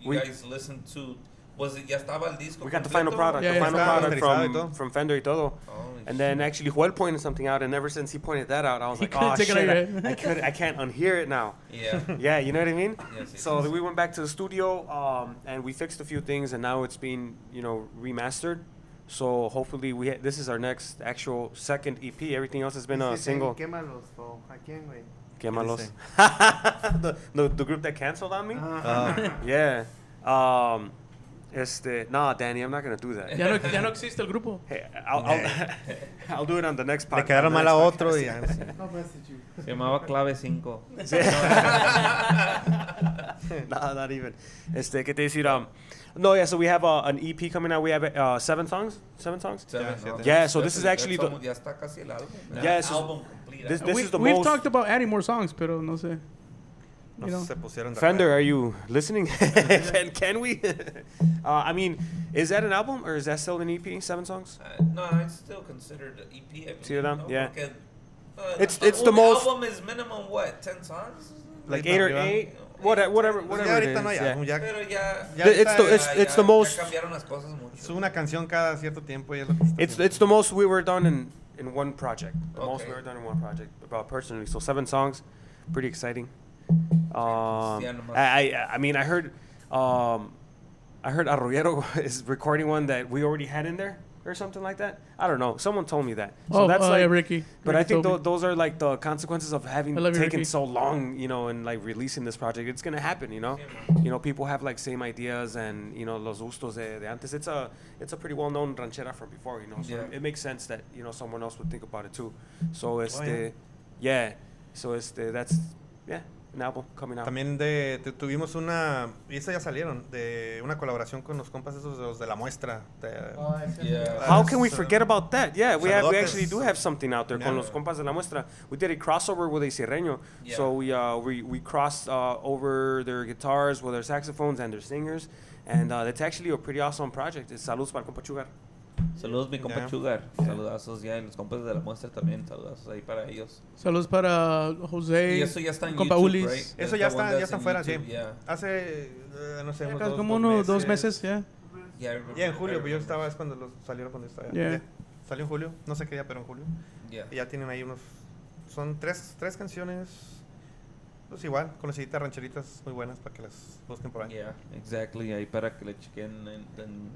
Speaker 1: you
Speaker 3: We-
Speaker 1: guys listened to was it ya estaba el disco
Speaker 3: we got the final product,
Speaker 2: Yeah,
Speaker 3: the
Speaker 2: yeah.
Speaker 3: final
Speaker 5: Está
Speaker 3: product
Speaker 5: masterizado y todo.
Speaker 3: from, from Fender y todo.
Speaker 1: Holy
Speaker 3: And then actually, Joel pointed something out, and ever since he pointed that out, I was
Speaker 2: He
Speaker 3: like,
Speaker 2: couldn't
Speaker 3: oh
Speaker 2: take it out of your
Speaker 3: shit,
Speaker 2: head."
Speaker 3: I, I could, I can't unhear it now.
Speaker 1: yeah.
Speaker 3: [laughs] Yeah, you know what I mean?
Speaker 1: Yes, yes,
Speaker 3: so
Speaker 1: yes.
Speaker 3: we went back to the studio um, and we fixed a few things and now it's been, you know, remastered. So hopefully we ha- this is our next actual second EP. Everything else has been a
Speaker 7: Dice,
Speaker 3: single.
Speaker 7: Quémalos, o ¿a quién, güey?
Speaker 3: Quemalos.
Speaker 5: Interesting.
Speaker 3: [laughs] the, the the group that canceled on me?
Speaker 5: Ah,
Speaker 3: Yeah. Um este nah, Danny, I'm not going to do
Speaker 1: [laughs]
Speaker 3: that.
Speaker 2: ya, no, ya no existe el grupo.
Speaker 3: Hey, I'll, I'll, [laughs] I'll do it on the next podcast.
Speaker 5: le quedaron mal a otro y
Speaker 7: No pues, message you.
Speaker 1: Se llamaba Clave
Speaker 3: [laughs]
Speaker 1: 5. [laughs]
Speaker 3: no, not even. Este, que te decir, um, no, yeah. So we have uh, an EP coming out. We have uh, seven songs. Seven songs. Yeah, so this is actually the-
Speaker 1: ya está casi el álbum. ¿verdad?
Speaker 3: Yeah, so-
Speaker 1: album complete.
Speaker 3: this- this
Speaker 2: we,
Speaker 3: is the
Speaker 2: we've
Speaker 3: most-
Speaker 2: talked about adding more songs, pero no sé. You know,
Speaker 5: no se pusieron de
Speaker 3: Fender,
Speaker 5: acuerdo.
Speaker 3: are you listening? [laughs] can, can we? [laughs] uh, I mean, is that an album or is that still an EP? Seven songs.
Speaker 1: Uh, no, it's still considered an EP. I believe,
Speaker 3: See them?
Speaker 1: no?
Speaker 3: Yeah.
Speaker 1: Porque, uh,
Speaker 3: It's-
Speaker 1: the
Speaker 3: it's the
Speaker 1: whole
Speaker 3: most-
Speaker 1: album is minimum what ten songs.
Speaker 3: Like
Speaker 5: Ahorita
Speaker 3: eight or
Speaker 5: arriba.
Speaker 3: eight? Whatever, whatever,
Speaker 5: Pues
Speaker 3: whatever.
Speaker 5: ya
Speaker 3: it
Speaker 5: ahorita no hay
Speaker 3: is,
Speaker 5: álbum,
Speaker 3: yeah.
Speaker 5: ya-
Speaker 1: Pero ya.
Speaker 5: ya
Speaker 3: The- it's
Speaker 5: ahorita
Speaker 3: the- it's-
Speaker 1: ya-
Speaker 3: it's the
Speaker 1: ya
Speaker 3: most-
Speaker 1: cambiaron las cosas mucho.
Speaker 5: es una canción cada cierto tiempo y es lo que está
Speaker 3: It's
Speaker 5: haciendo.
Speaker 3: it's the most we were done in in one project. The most
Speaker 1: Okay.
Speaker 3: we were done in one project. About personally, so seven songs, pretty exciting. Um,
Speaker 1: Cristiano Mas-
Speaker 3: I, I I mean I heard um, I heard Arroyero [laughs] is recording one that we already had in there or something like that. I don't know. Someone told me that. So
Speaker 2: oh,
Speaker 3: that's
Speaker 2: uh,
Speaker 3: like,
Speaker 2: yeah, Ricky.
Speaker 3: But
Speaker 2: Ricky
Speaker 3: I think
Speaker 2: told
Speaker 3: tho-
Speaker 2: me.
Speaker 3: those are like the consequences of having
Speaker 2: I love you,
Speaker 3: taken
Speaker 2: Ricky.
Speaker 3: so long, you know, and like releasing this project. It's gonna happen, you know. You know, people have like same ideas, and you know, los gustos de, de antes. It's a it's a pretty well known ranchera from before, you know. So
Speaker 1: Yeah.
Speaker 3: it makes sense that you know someone else would think about it too. So it's
Speaker 5: Oh, yeah.
Speaker 3: the yeah. So it's the that's yeah an album coming out.
Speaker 5: También de, tu- tuvimos una, y esas ya salieron, de una colaboración con los compas esos de los de la muestra. de-
Speaker 2: Ah.
Speaker 1: Yeah.
Speaker 3: How can we
Speaker 5: Saludotes.
Speaker 3: forget about that? Yeah, we have we
Speaker 5: Saludotes.
Speaker 3: actually do have something out there. Con
Speaker 5: Yeah.
Speaker 3: los compas de la muestra, we did a crossover with a Sirreño. So
Speaker 1: Yeah.
Speaker 3: we uh, we we crossed uh, over their guitars with their saxophones and their singers, and uh, that's actually a pretty awesome project. It's Saludos para el compa Chugar.
Speaker 1: Saludos mi compa
Speaker 5: Yeah.
Speaker 1: Sugar. Saludazos ya en los compas de la muestra también. Saludazos ahí para ellos.
Speaker 2: Saludos para Jose.
Speaker 1: y eso ya está en
Speaker 2: compa
Speaker 1: YouTube,
Speaker 2: Ulis.
Speaker 1: right?
Speaker 5: Eso
Speaker 1: That's
Speaker 5: ya
Speaker 1: the one
Speaker 5: está, ya
Speaker 1: that's
Speaker 5: está
Speaker 1: in
Speaker 5: fuera, sí.
Speaker 1: YouTube, yeah.
Speaker 5: Hace, eh, no sé, unos
Speaker 2: Acá
Speaker 5: dos,
Speaker 2: Como
Speaker 5: dos
Speaker 2: unos dos meses, ya.
Speaker 1: Yeah, I remember-
Speaker 5: Ya en
Speaker 1: I
Speaker 5: julio, pues yo
Speaker 1: remember.
Speaker 5: estaba, es cuando los salieron cuando yo estaba.
Speaker 2: Yeah.
Speaker 5: ya. Salió en julio, no sé qué día, pero en julio.
Speaker 1: Yeah.
Speaker 5: Y ya tienen ahí unos, son tres, tres canciones, pues igual, con las sillitas rancheritas muy buenas para que las busquen por ahí.
Speaker 1: Yeah, exactly. Ahí para que le chequen en, en,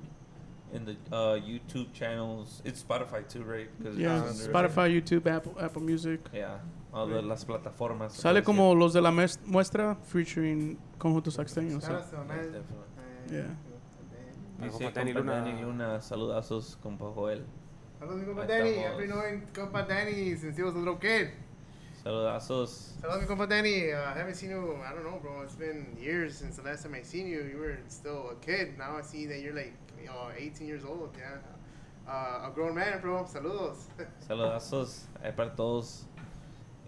Speaker 1: en the uh, YouTube channels. It's Spotify too, right? 'Cause
Speaker 2: Yeah,
Speaker 1: it's under-
Speaker 2: Spotify, YouTube, Apple, Apple Music.
Speaker 1: Yeah, all the, las plataformas. se
Speaker 2: Sale
Speaker 1: puede
Speaker 2: como los de la mes- muestra featuring conjuntos saxteños. so,
Speaker 7: Caras,
Speaker 1: decir.
Speaker 7: tonal,
Speaker 1: Yes, definitely.
Speaker 7: eh,
Speaker 2: Yeah.
Speaker 3: Al
Speaker 1: Dice
Speaker 3: compa Dani
Speaker 1: compa
Speaker 3: Luna.
Speaker 1: Dani Luna, saludazos, compa Joel.
Speaker 7: Saludos, mi compa
Speaker 1: Ahí
Speaker 7: Danny.
Speaker 1: estamos.
Speaker 7: I've been knowing compa Danny since he was a little kid.
Speaker 1: Saludazos.
Speaker 7: Saludos, mi compa Danny. Uh, I haven't seen you, I don't know, bro. It's been years since the last time I seen you. You were still a kid. Now I see that you're like you know, 18 years old. Yeah. Uh, a grown man, bro. Saludos.
Speaker 1: Saludazos ahí para todos.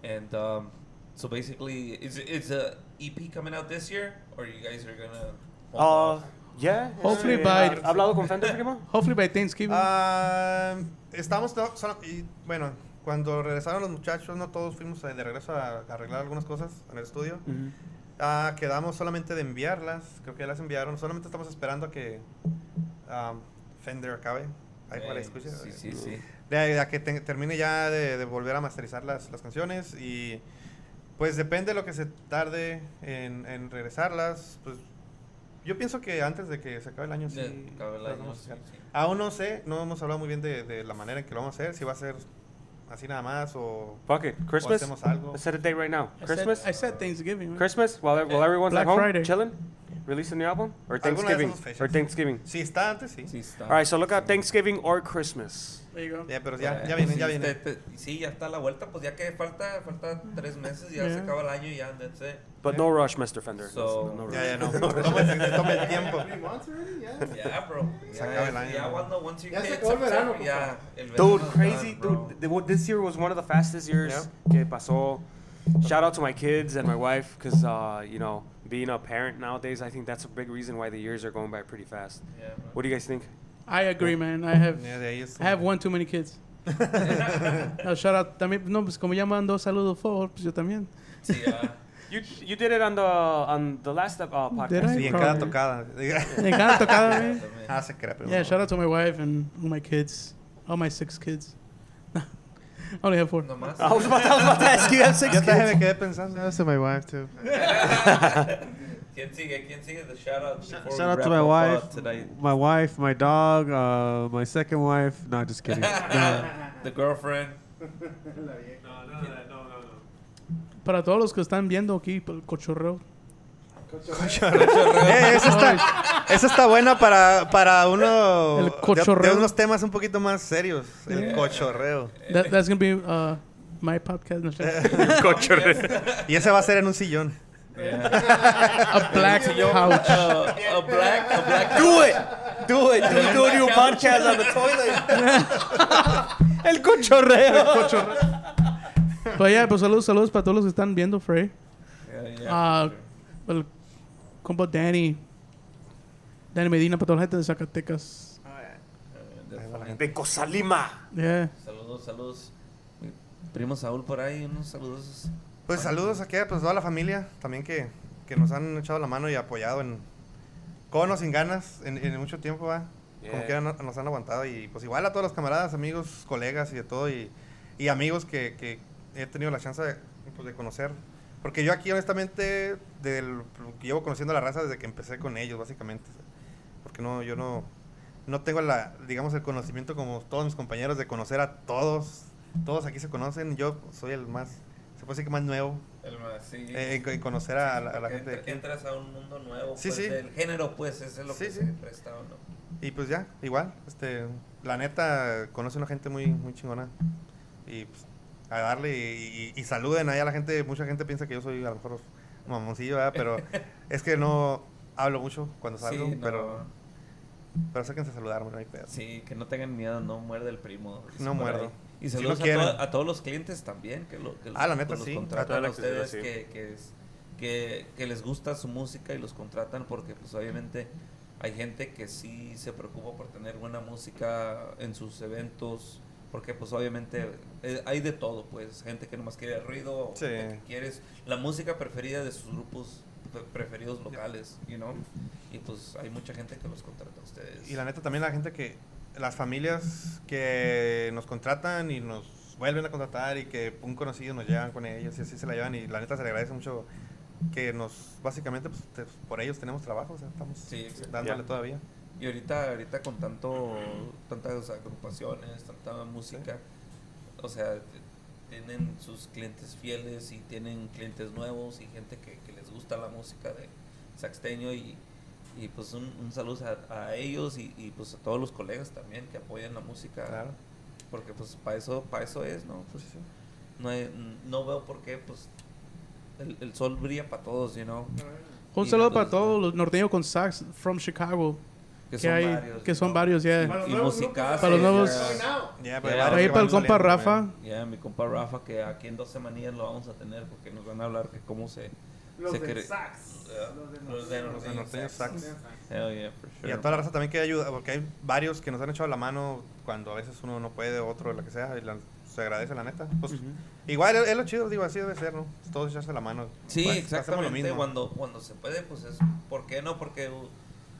Speaker 1: And um, so basically, is it's a EP coming out this year, or you guys are gonna? hold
Speaker 3: Uh,
Speaker 1: off?
Speaker 3: yeah.
Speaker 2: Hopefully
Speaker 3: este,
Speaker 2: by-
Speaker 3: ¿ha- hablado con Fender, primo?
Speaker 2: Hopefully by Thanksgiving.
Speaker 5: Ah, estamos, to- solo- y, bueno, cuando regresaron los muchachos, no todos fuimos a- de regreso a a arreglar algunas cosas en el estudio. Ah, quedamos solamente de enviarlas, creo que ya las enviaron, solamente estamos esperando a que am, Fender acabe. Ahí para
Speaker 1: Eh,
Speaker 5: la escucha.
Speaker 1: Sí, sí, sí.
Speaker 5: De- a que te- termine ya de, de volver a masterizar las, las canciones y pues depende lo que se tarde en, en regresarlas. Pues yo pienso que antes de que se acabe el año sí.
Speaker 1: De- acabe el
Speaker 5: las
Speaker 1: año,
Speaker 5: vamos a
Speaker 1: sí,
Speaker 5: sacar.
Speaker 1: sí.
Speaker 5: Aún no sé, no hemos hablado muy bien de, de la manera en que lo vamos a hacer, si va a ser así nada más o
Speaker 3: Fuck it. Christmas?
Speaker 5: hacemos algo.
Speaker 3: Let's set a date right now.
Speaker 2: I said-
Speaker 3: Christmas?
Speaker 2: I said Thanksgiving. man.
Speaker 3: Christmas? While, while everyone's
Speaker 2: Black
Speaker 3: at home
Speaker 2: Friday.
Speaker 3: chilling? Release a new album? Or
Speaker 5: de esas
Speaker 3: Thanksgiving?
Speaker 5: dos fechas.
Speaker 3: Or Thanksgiving.
Speaker 5: si está antes sí.
Speaker 1: Sí, está.
Speaker 3: All right, so look out Thanksgiving or Christmas.
Speaker 2: There you go.
Speaker 5: Ya, pero ya,
Speaker 1: Eh,
Speaker 5: ya viene,
Speaker 1: sí,
Speaker 5: ya
Speaker 1: te-
Speaker 5: viene.
Speaker 1: te- sí, ya está la vuelta, pues ya que falta, falta tres meses, ya se
Speaker 2: Yeah.
Speaker 1: acaba el año y ya, that's it.
Speaker 3: But no rush, Mr. Fender.
Speaker 1: So-
Speaker 3: no, no rush.
Speaker 5: Ya, ya no.
Speaker 3: [laughs]
Speaker 5: Toma el, toma el tiempo.
Speaker 7: [laughs] Three months already, yeah.
Speaker 1: Yeah, bro.
Speaker 5: Se
Speaker 1: Ya,
Speaker 5: acaba el año,
Speaker 1: Ya
Speaker 5: bro.
Speaker 1: cuando once you
Speaker 7: Ya se
Speaker 1: hit
Speaker 7: acabó el verano,
Speaker 1: September, ya, el
Speaker 3: Dude,
Speaker 1: verano es
Speaker 3: crazy,
Speaker 1: done, bro.
Speaker 3: dude. The, what- this year was one of the fastest years que pasó. Shout out to my kids and my wife, because uh, you know, being a parent nowadays, I think that's a big reason why the years are going by pretty fast.
Speaker 1: Yeah, bro.
Speaker 3: What do you guys think?
Speaker 2: I agree, man. I have
Speaker 5: Ya, de ahí es.
Speaker 2: I have one too
Speaker 1: [laughs]
Speaker 2: many kids. no, shout out. También, no, pues como ya mandó saludos favor, pues yo también.
Speaker 1: Sí, ya.
Speaker 3: You you did it on the on the last uh, podcast.
Speaker 2: Did I?
Speaker 5: Sí, en cada tocada. [laughs]
Speaker 2: Me encanta tocar,
Speaker 1: También.
Speaker 2: man.
Speaker 5: ah, se crea, pero.
Speaker 2: Yeah, shout out to my wife and all my kids. All my six kids. [laughs] I only have four.
Speaker 1: No más.
Speaker 3: I was about to, [laughs] I was about to ask you. I have six
Speaker 5: Yo también
Speaker 3: kids.
Speaker 5: me quedé pensando.
Speaker 4: That's to my wife,
Speaker 7: [laughs]
Speaker 4: too.
Speaker 1: ¿Quién sigue? ¿Quién sigue? The shout out. before we
Speaker 6: Shout out
Speaker 1: wrap
Speaker 6: to my
Speaker 1: up, uh,
Speaker 6: wife,
Speaker 1: Today.
Speaker 6: my wife, my dog, uh, my second wife. No, just
Speaker 1: [laughs]
Speaker 6: kidding.
Speaker 1: The girlfriend.
Speaker 8: No, no, no, no, no.
Speaker 2: Para todos los que están viendo aquí, por el cochorreo.
Speaker 5: [laughs] Eh, esa está, esa está buena para, para uno
Speaker 2: El
Speaker 5: de-
Speaker 2: cochorreo.
Speaker 5: De, unos temas un poquito más serios. El cochorreo.
Speaker 2: That, that's going to be uh, my podcast. No,
Speaker 5: [laughs]
Speaker 2: shit.
Speaker 5: Y ese va a ser en un sillón.
Speaker 2: a black couch.
Speaker 1: Uh, a black, a black.
Speaker 3: Do it, do it, do, do your podcast on the toilet. El cochorreo.
Speaker 2: Pero yeah, pues saludos, saludos para todos los que están viendo, Frey.
Speaker 1: Yeah, yeah.
Speaker 2: Ah, el compa Danny. Danny Medina, para toda la gente de Zacatecas.
Speaker 5: Eh,
Speaker 3: De Cosalima.
Speaker 2: Yeah.
Speaker 1: Saludos, saludos. Mi primo Saúl por ahí, unos saludos.
Speaker 5: Pues saludos aquí a pues, toda la familia también que, que nos han echado la mano y apoyado en con o sin ganas en, en mucho tiempo, va. Como
Speaker 3: Yeah.
Speaker 5: que nos han aguantado y pues igual a todos los camaradas, amigos, colegas y de todo y, y amigos que, que he tenido la chance de, pues, de conocer. Porque yo aquí honestamente del, llevo conociendo a la raza desde que empecé con ellos básicamente. Porque no, yo no, no tengo la, digamos, el conocimiento como todos mis compañeros de conocer a todos. Todos aquí se conocen. Yo soy el más, se puede decir que más nuevo
Speaker 1: El más, sí.
Speaker 5: eh, en, en conocer a la, a la gente de
Speaker 1: Entra-
Speaker 5: aquí.
Speaker 1: Entras a un mundo nuevo.
Speaker 5: Sí,
Speaker 1: pues,
Speaker 5: sí.
Speaker 1: Del género, pues, ese es lo
Speaker 5: Sí,
Speaker 1: que
Speaker 5: sí.
Speaker 1: se presta o no.
Speaker 5: Y pues ya, igual, este, la neta, conoce una gente muy, muy chingona. Y pues, a darle y, y- y saluden ahí a la gente. Mucha gente piensa que yo soy a lo mejor mamoncillo, ¿verdad? pero
Speaker 1: [laughs]
Speaker 5: es que no hablo mucho cuando salgo,
Speaker 1: Sí, no,
Speaker 5: pero, pero sáquense a saludarme, no hay pedo.
Speaker 1: sí, que no tengan miedo, no muerde el primo. dicen
Speaker 5: No
Speaker 1: por
Speaker 5: muerdo.
Speaker 1: ahí. Y
Speaker 5: Si
Speaker 1: saludos
Speaker 5: no
Speaker 1: a to-
Speaker 5: quieren.
Speaker 1: a, todos los clientes también, que, lo, que
Speaker 5: Ah, la
Speaker 1: los-
Speaker 5: neta,
Speaker 1: los
Speaker 5: sí. A
Speaker 1: contratan
Speaker 3: toda
Speaker 1: a,
Speaker 3: la que se
Speaker 1: ustedes,
Speaker 3: sí.
Speaker 1: que, que, es- que, que les gusta su música y los contratan porque pues obviamente hay gente que sí se preocupa por tener buena música en sus eventos, porque pues obviamente eh, hay de todo, pues gente que nomás quiere ruido, o
Speaker 5: Sí.
Speaker 1: gente que quiere es- la música preferida de sus grupos pre- preferidos locales, you know, y pues hay mucha gente que los contrata a ustedes.
Speaker 5: Y la neta también la gente que, las familias que nos contratan y nos vuelven a contratar y que un conocido nos llevan con ellos y así se la llevan y la neta se le agradece mucho que nos, básicamente, pues, te- por ellos tenemos trabajo, o sea, estamos
Speaker 1: Sí, exacto.
Speaker 5: dándole
Speaker 3: Ya.
Speaker 5: todavía.
Speaker 1: Y ahorita, ahorita con tanto, tantas agrupaciones, tanta música, o sea, t- tienen sus clientes fieles y tienen clientes nuevos y gente que, que les gusta la música de Saxteño y, y pues un, un saludo a, a ellos y, y pues a todos los colegas también que apoyan la música,
Speaker 5: Claro.
Speaker 1: porque pues para eso, para eso es, ¿no? Pues,
Speaker 5: Sí, sí.
Speaker 1: no, hay- no veo por qué, pues el, el sol brilla para todos, you know,
Speaker 2: Un
Speaker 1: Y
Speaker 2: saludo
Speaker 1: saludos,
Speaker 2: para todos
Speaker 1: ¿no?
Speaker 2: los norteños con sax from Chicago.
Speaker 1: que
Speaker 2: Que, hay, que
Speaker 1: you
Speaker 2: son
Speaker 1: know.
Speaker 2: varios, ya.
Speaker 1: Y-
Speaker 7: Para los
Speaker 1: Y,
Speaker 7: nuevos
Speaker 1: musicazos,
Speaker 7: grupos.
Speaker 2: Para los nuevos-
Speaker 1: yeah.
Speaker 7: Going
Speaker 5: Ya,
Speaker 7: out.
Speaker 5: pues,
Speaker 1: Ya,
Speaker 5: varios
Speaker 2: Por ahí
Speaker 5: que
Speaker 2: para el
Speaker 5: van
Speaker 2: compa
Speaker 5: lento,
Speaker 2: Rafa.
Speaker 5: güey.
Speaker 1: Ya, mi compa Rafa, que aquí en dos semanillas lo vamos a tener porque nos van a hablar de cómo se...
Speaker 7: Los
Speaker 1: se
Speaker 7: del
Speaker 1: cre-
Speaker 7: sax.
Speaker 1: Yeah.
Speaker 7: Los
Speaker 1: Los
Speaker 7: de
Speaker 1: de
Speaker 5: Los de Norteño Sax.
Speaker 1: Hell yeah, for sure.
Speaker 5: Y a toda la raza también que ayuda, porque hay varios que nos han echado la mano cuando a veces uno no puede, otro, lo que sea, y la- se agradece la neta. Pues, Igual es, es lo chido, digo, así debe ser, ¿no? Todos echarse la mano.
Speaker 1: Sí,
Speaker 5: Pues, hacemos
Speaker 1: exactamente.
Speaker 5: lo mismo.
Speaker 1: Cuando, cuando se puede, pues es... ¿Por qué no? Porque uh,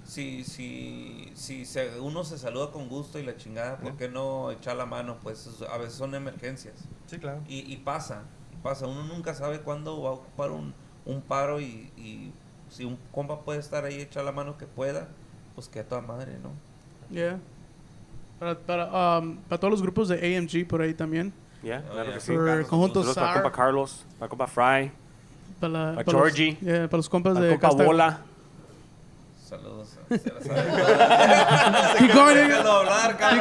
Speaker 1: si, si, si se- uno se saluda con gusto y la chingada, ¿por
Speaker 5: Ya.
Speaker 1: qué no echar la mano? Pues es- a veces son emergencias.
Speaker 5: Sí, claro.
Speaker 1: Y, y pasa, pasa. Uno nunca sabe cuándo va a ocupar un, un paro y, y si un compa puede estar ahí, echar la mano que pueda, pues que a toda madre, ¿no?
Speaker 2: Yeah. Para, para, um, para todos los grupos de AMG por ahí también.
Speaker 3: Yeah,
Speaker 1: Oh,
Speaker 3: claro
Speaker 1: yeah.
Speaker 3: que sí.
Speaker 2: For Conjunto
Speaker 3: Saludos para compa
Speaker 2: Sar.
Speaker 3: Carlos, para compa Fry,
Speaker 2: Para, la-
Speaker 3: para
Speaker 2: los-
Speaker 3: Georgie,
Speaker 2: yeah, para los compas
Speaker 3: para
Speaker 2: de
Speaker 3: compa
Speaker 2: Casta-
Speaker 3: Bola.
Speaker 1: Saludos. Se la sabe.
Speaker 2: Keep going,
Speaker 1: Déjalo
Speaker 2: nigga.
Speaker 1: hablar,
Speaker 2: Keep
Speaker 1: cabrón.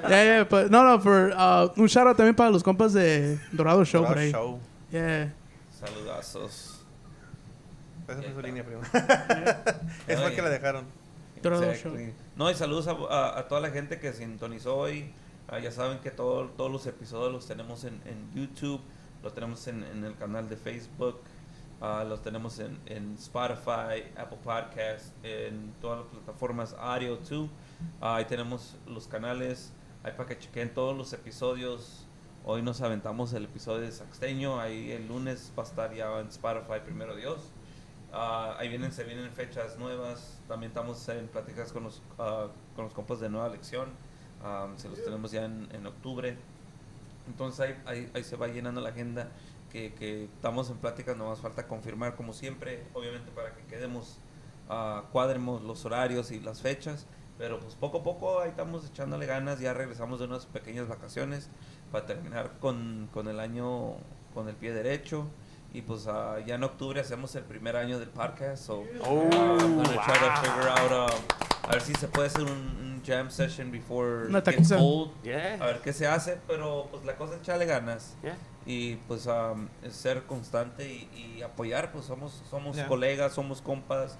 Speaker 1: [laughs]
Speaker 2: going. yeah, yeah, but no, no, for uh, un shout out también para los compas de Dorado Show por É, ahí.
Speaker 5: Show.
Speaker 2: Yeah.
Speaker 1: Saludazos.
Speaker 5: Esa fue su línea, primo. [laughs]
Speaker 1: Ya,
Speaker 5: es
Speaker 1: ya.
Speaker 5: porque que la dejaron.
Speaker 2: Dorado
Speaker 1: Exactly. No, y saludos a, a- a toda la gente que sintonizó hoy. Ah, ya saben que todo- todos los episodios los tenemos en, en YouTube, los tenemos en, en el canal de Facebook, ah, los tenemos en, en Spotify, Apple Podcasts, en todas las plataformas audio too. Ah, ahí tenemos los canales, ahí para que chequen todos los episodios. Hoy nos aventamos el episodio de Saxteño, ahí el lunes va a estar ya en Spotify, primero Dios. Ah, ahí vienen, se vienen fechas nuevas. También estamos en pláticas con los, ah, con los compas de nueva lección. Ah, se los tenemos ya en, en octubre. Entonces ahí, ahí, ahí se va llenando la agenda que, que estamos en pláticas. Nomás falta confirmar, como siempre, obviamente para que quedemos, ah, cuadremos los horarios y las fechas. Pero pues poco a poco ahí estamos echándole ganas. Ya regresamos de unas pequeñas vacaciones para terminar con, con el año con el pie derecho. Y pues ah, ya en octubre hacemos el primer año del podcast. So,
Speaker 3: Oh,
Speaker 1: I'm gonna try to
Speaker 3: wow.
Speaker 1: figure out, um, a ver si se puede hacer un, un jam session before
Speaker 2: Una
Speaker 1: it gets
Speaker 2: taquiza.
Speaker 1: cold. A
Speaker 3: Yeah,
Speaker 1: ver qué se hace, pero pues la cosa es echarle ganas
Speaker 3: yeah.
Speaker 1: y pues am, es ser constante y, y apoyar, pues somos, somos
Speaker 5: Ya.
Speaker 1: colegas, somos compas,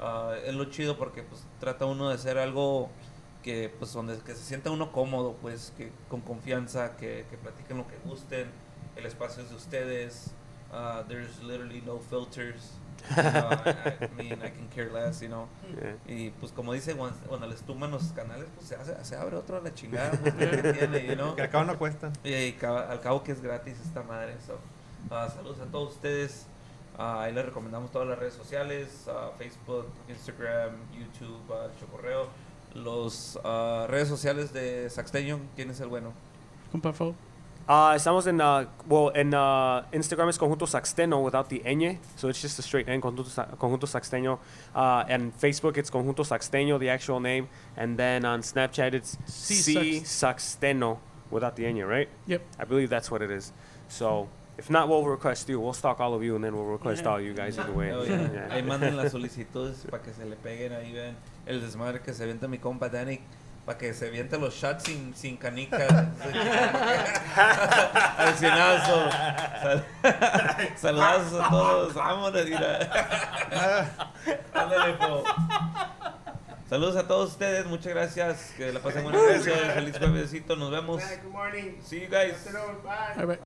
Speaker 1: ah, es lo chido porque pues trata uno de hacer algo que pues donde que se sienta uno cómodo, pues que con confianza, que, que platiquen lo que gusten, el espacio es de ustedes, ah, there's literally no filters, you know, I, I mean I can care less, you know.
Speaker 3: yeah.
Speaker 1: Y pues como dice, cuando, cuando les tumban los canales, pues se, hace- se abre otro a la
Speaker 5: [laughs]
Speaker 1: chingada, pues, ¿qué tiene, you know?
Speaker 5: Que al cabo no cuesta.
Speaker 1: Y, y ca- al cabo que es gratis esta madre. so, ah, saludos a todos ustedes. Ah, ahí les recomendamos todas las redes sociales, ah, Facebook, Instagram, YouTube, ah, el Chocorreo. Los ah, redes sociales de Saxteño, ¿quién es el bueno?
Speaker 2: Compa Fo.
Speaker 3: Uh, estamos en, uh, well, en uh, Instagram es Conjunto Saxteno without the ñ, so it's just a straight N, Conjunto, Sa- Conjunto Saxteño. Uh, and Facebook it's Conjunto Saxteño, the actual name. And then on Snapchat it's
Speaker 2: C
Speaker 3: C Saxteno without the ñ, right?
Speaker 2: Yep.
Speaker 3: I believe that's what it is. So if not, we'll request you. We'll stalk all of you and then we'll request
Speaker 2: Yeah.
Speaker 3: all you guys either way.
Speaker 1: Oh, yeah.
Speaker 3: Yeah.
Speaker 1: Ahí manden las solicitudes para que se le peguen, ahí vean el desmadre que se avienta mi compa Danny, para que se avienta los shots sin, sin canica. Al cienazo. Sal- [laughs] Saludazos a todos. Vámonos, mira. Ándale, po. Saludos a todos ustedes, muchas gracias. Que la pasen buena noche. Feliz juevesito, nos vemos.
Speaker 7: Good morning.
Speaker 1: See you guys.
Speaker 7: Afternoon. Bye.
Speaker 2: All right.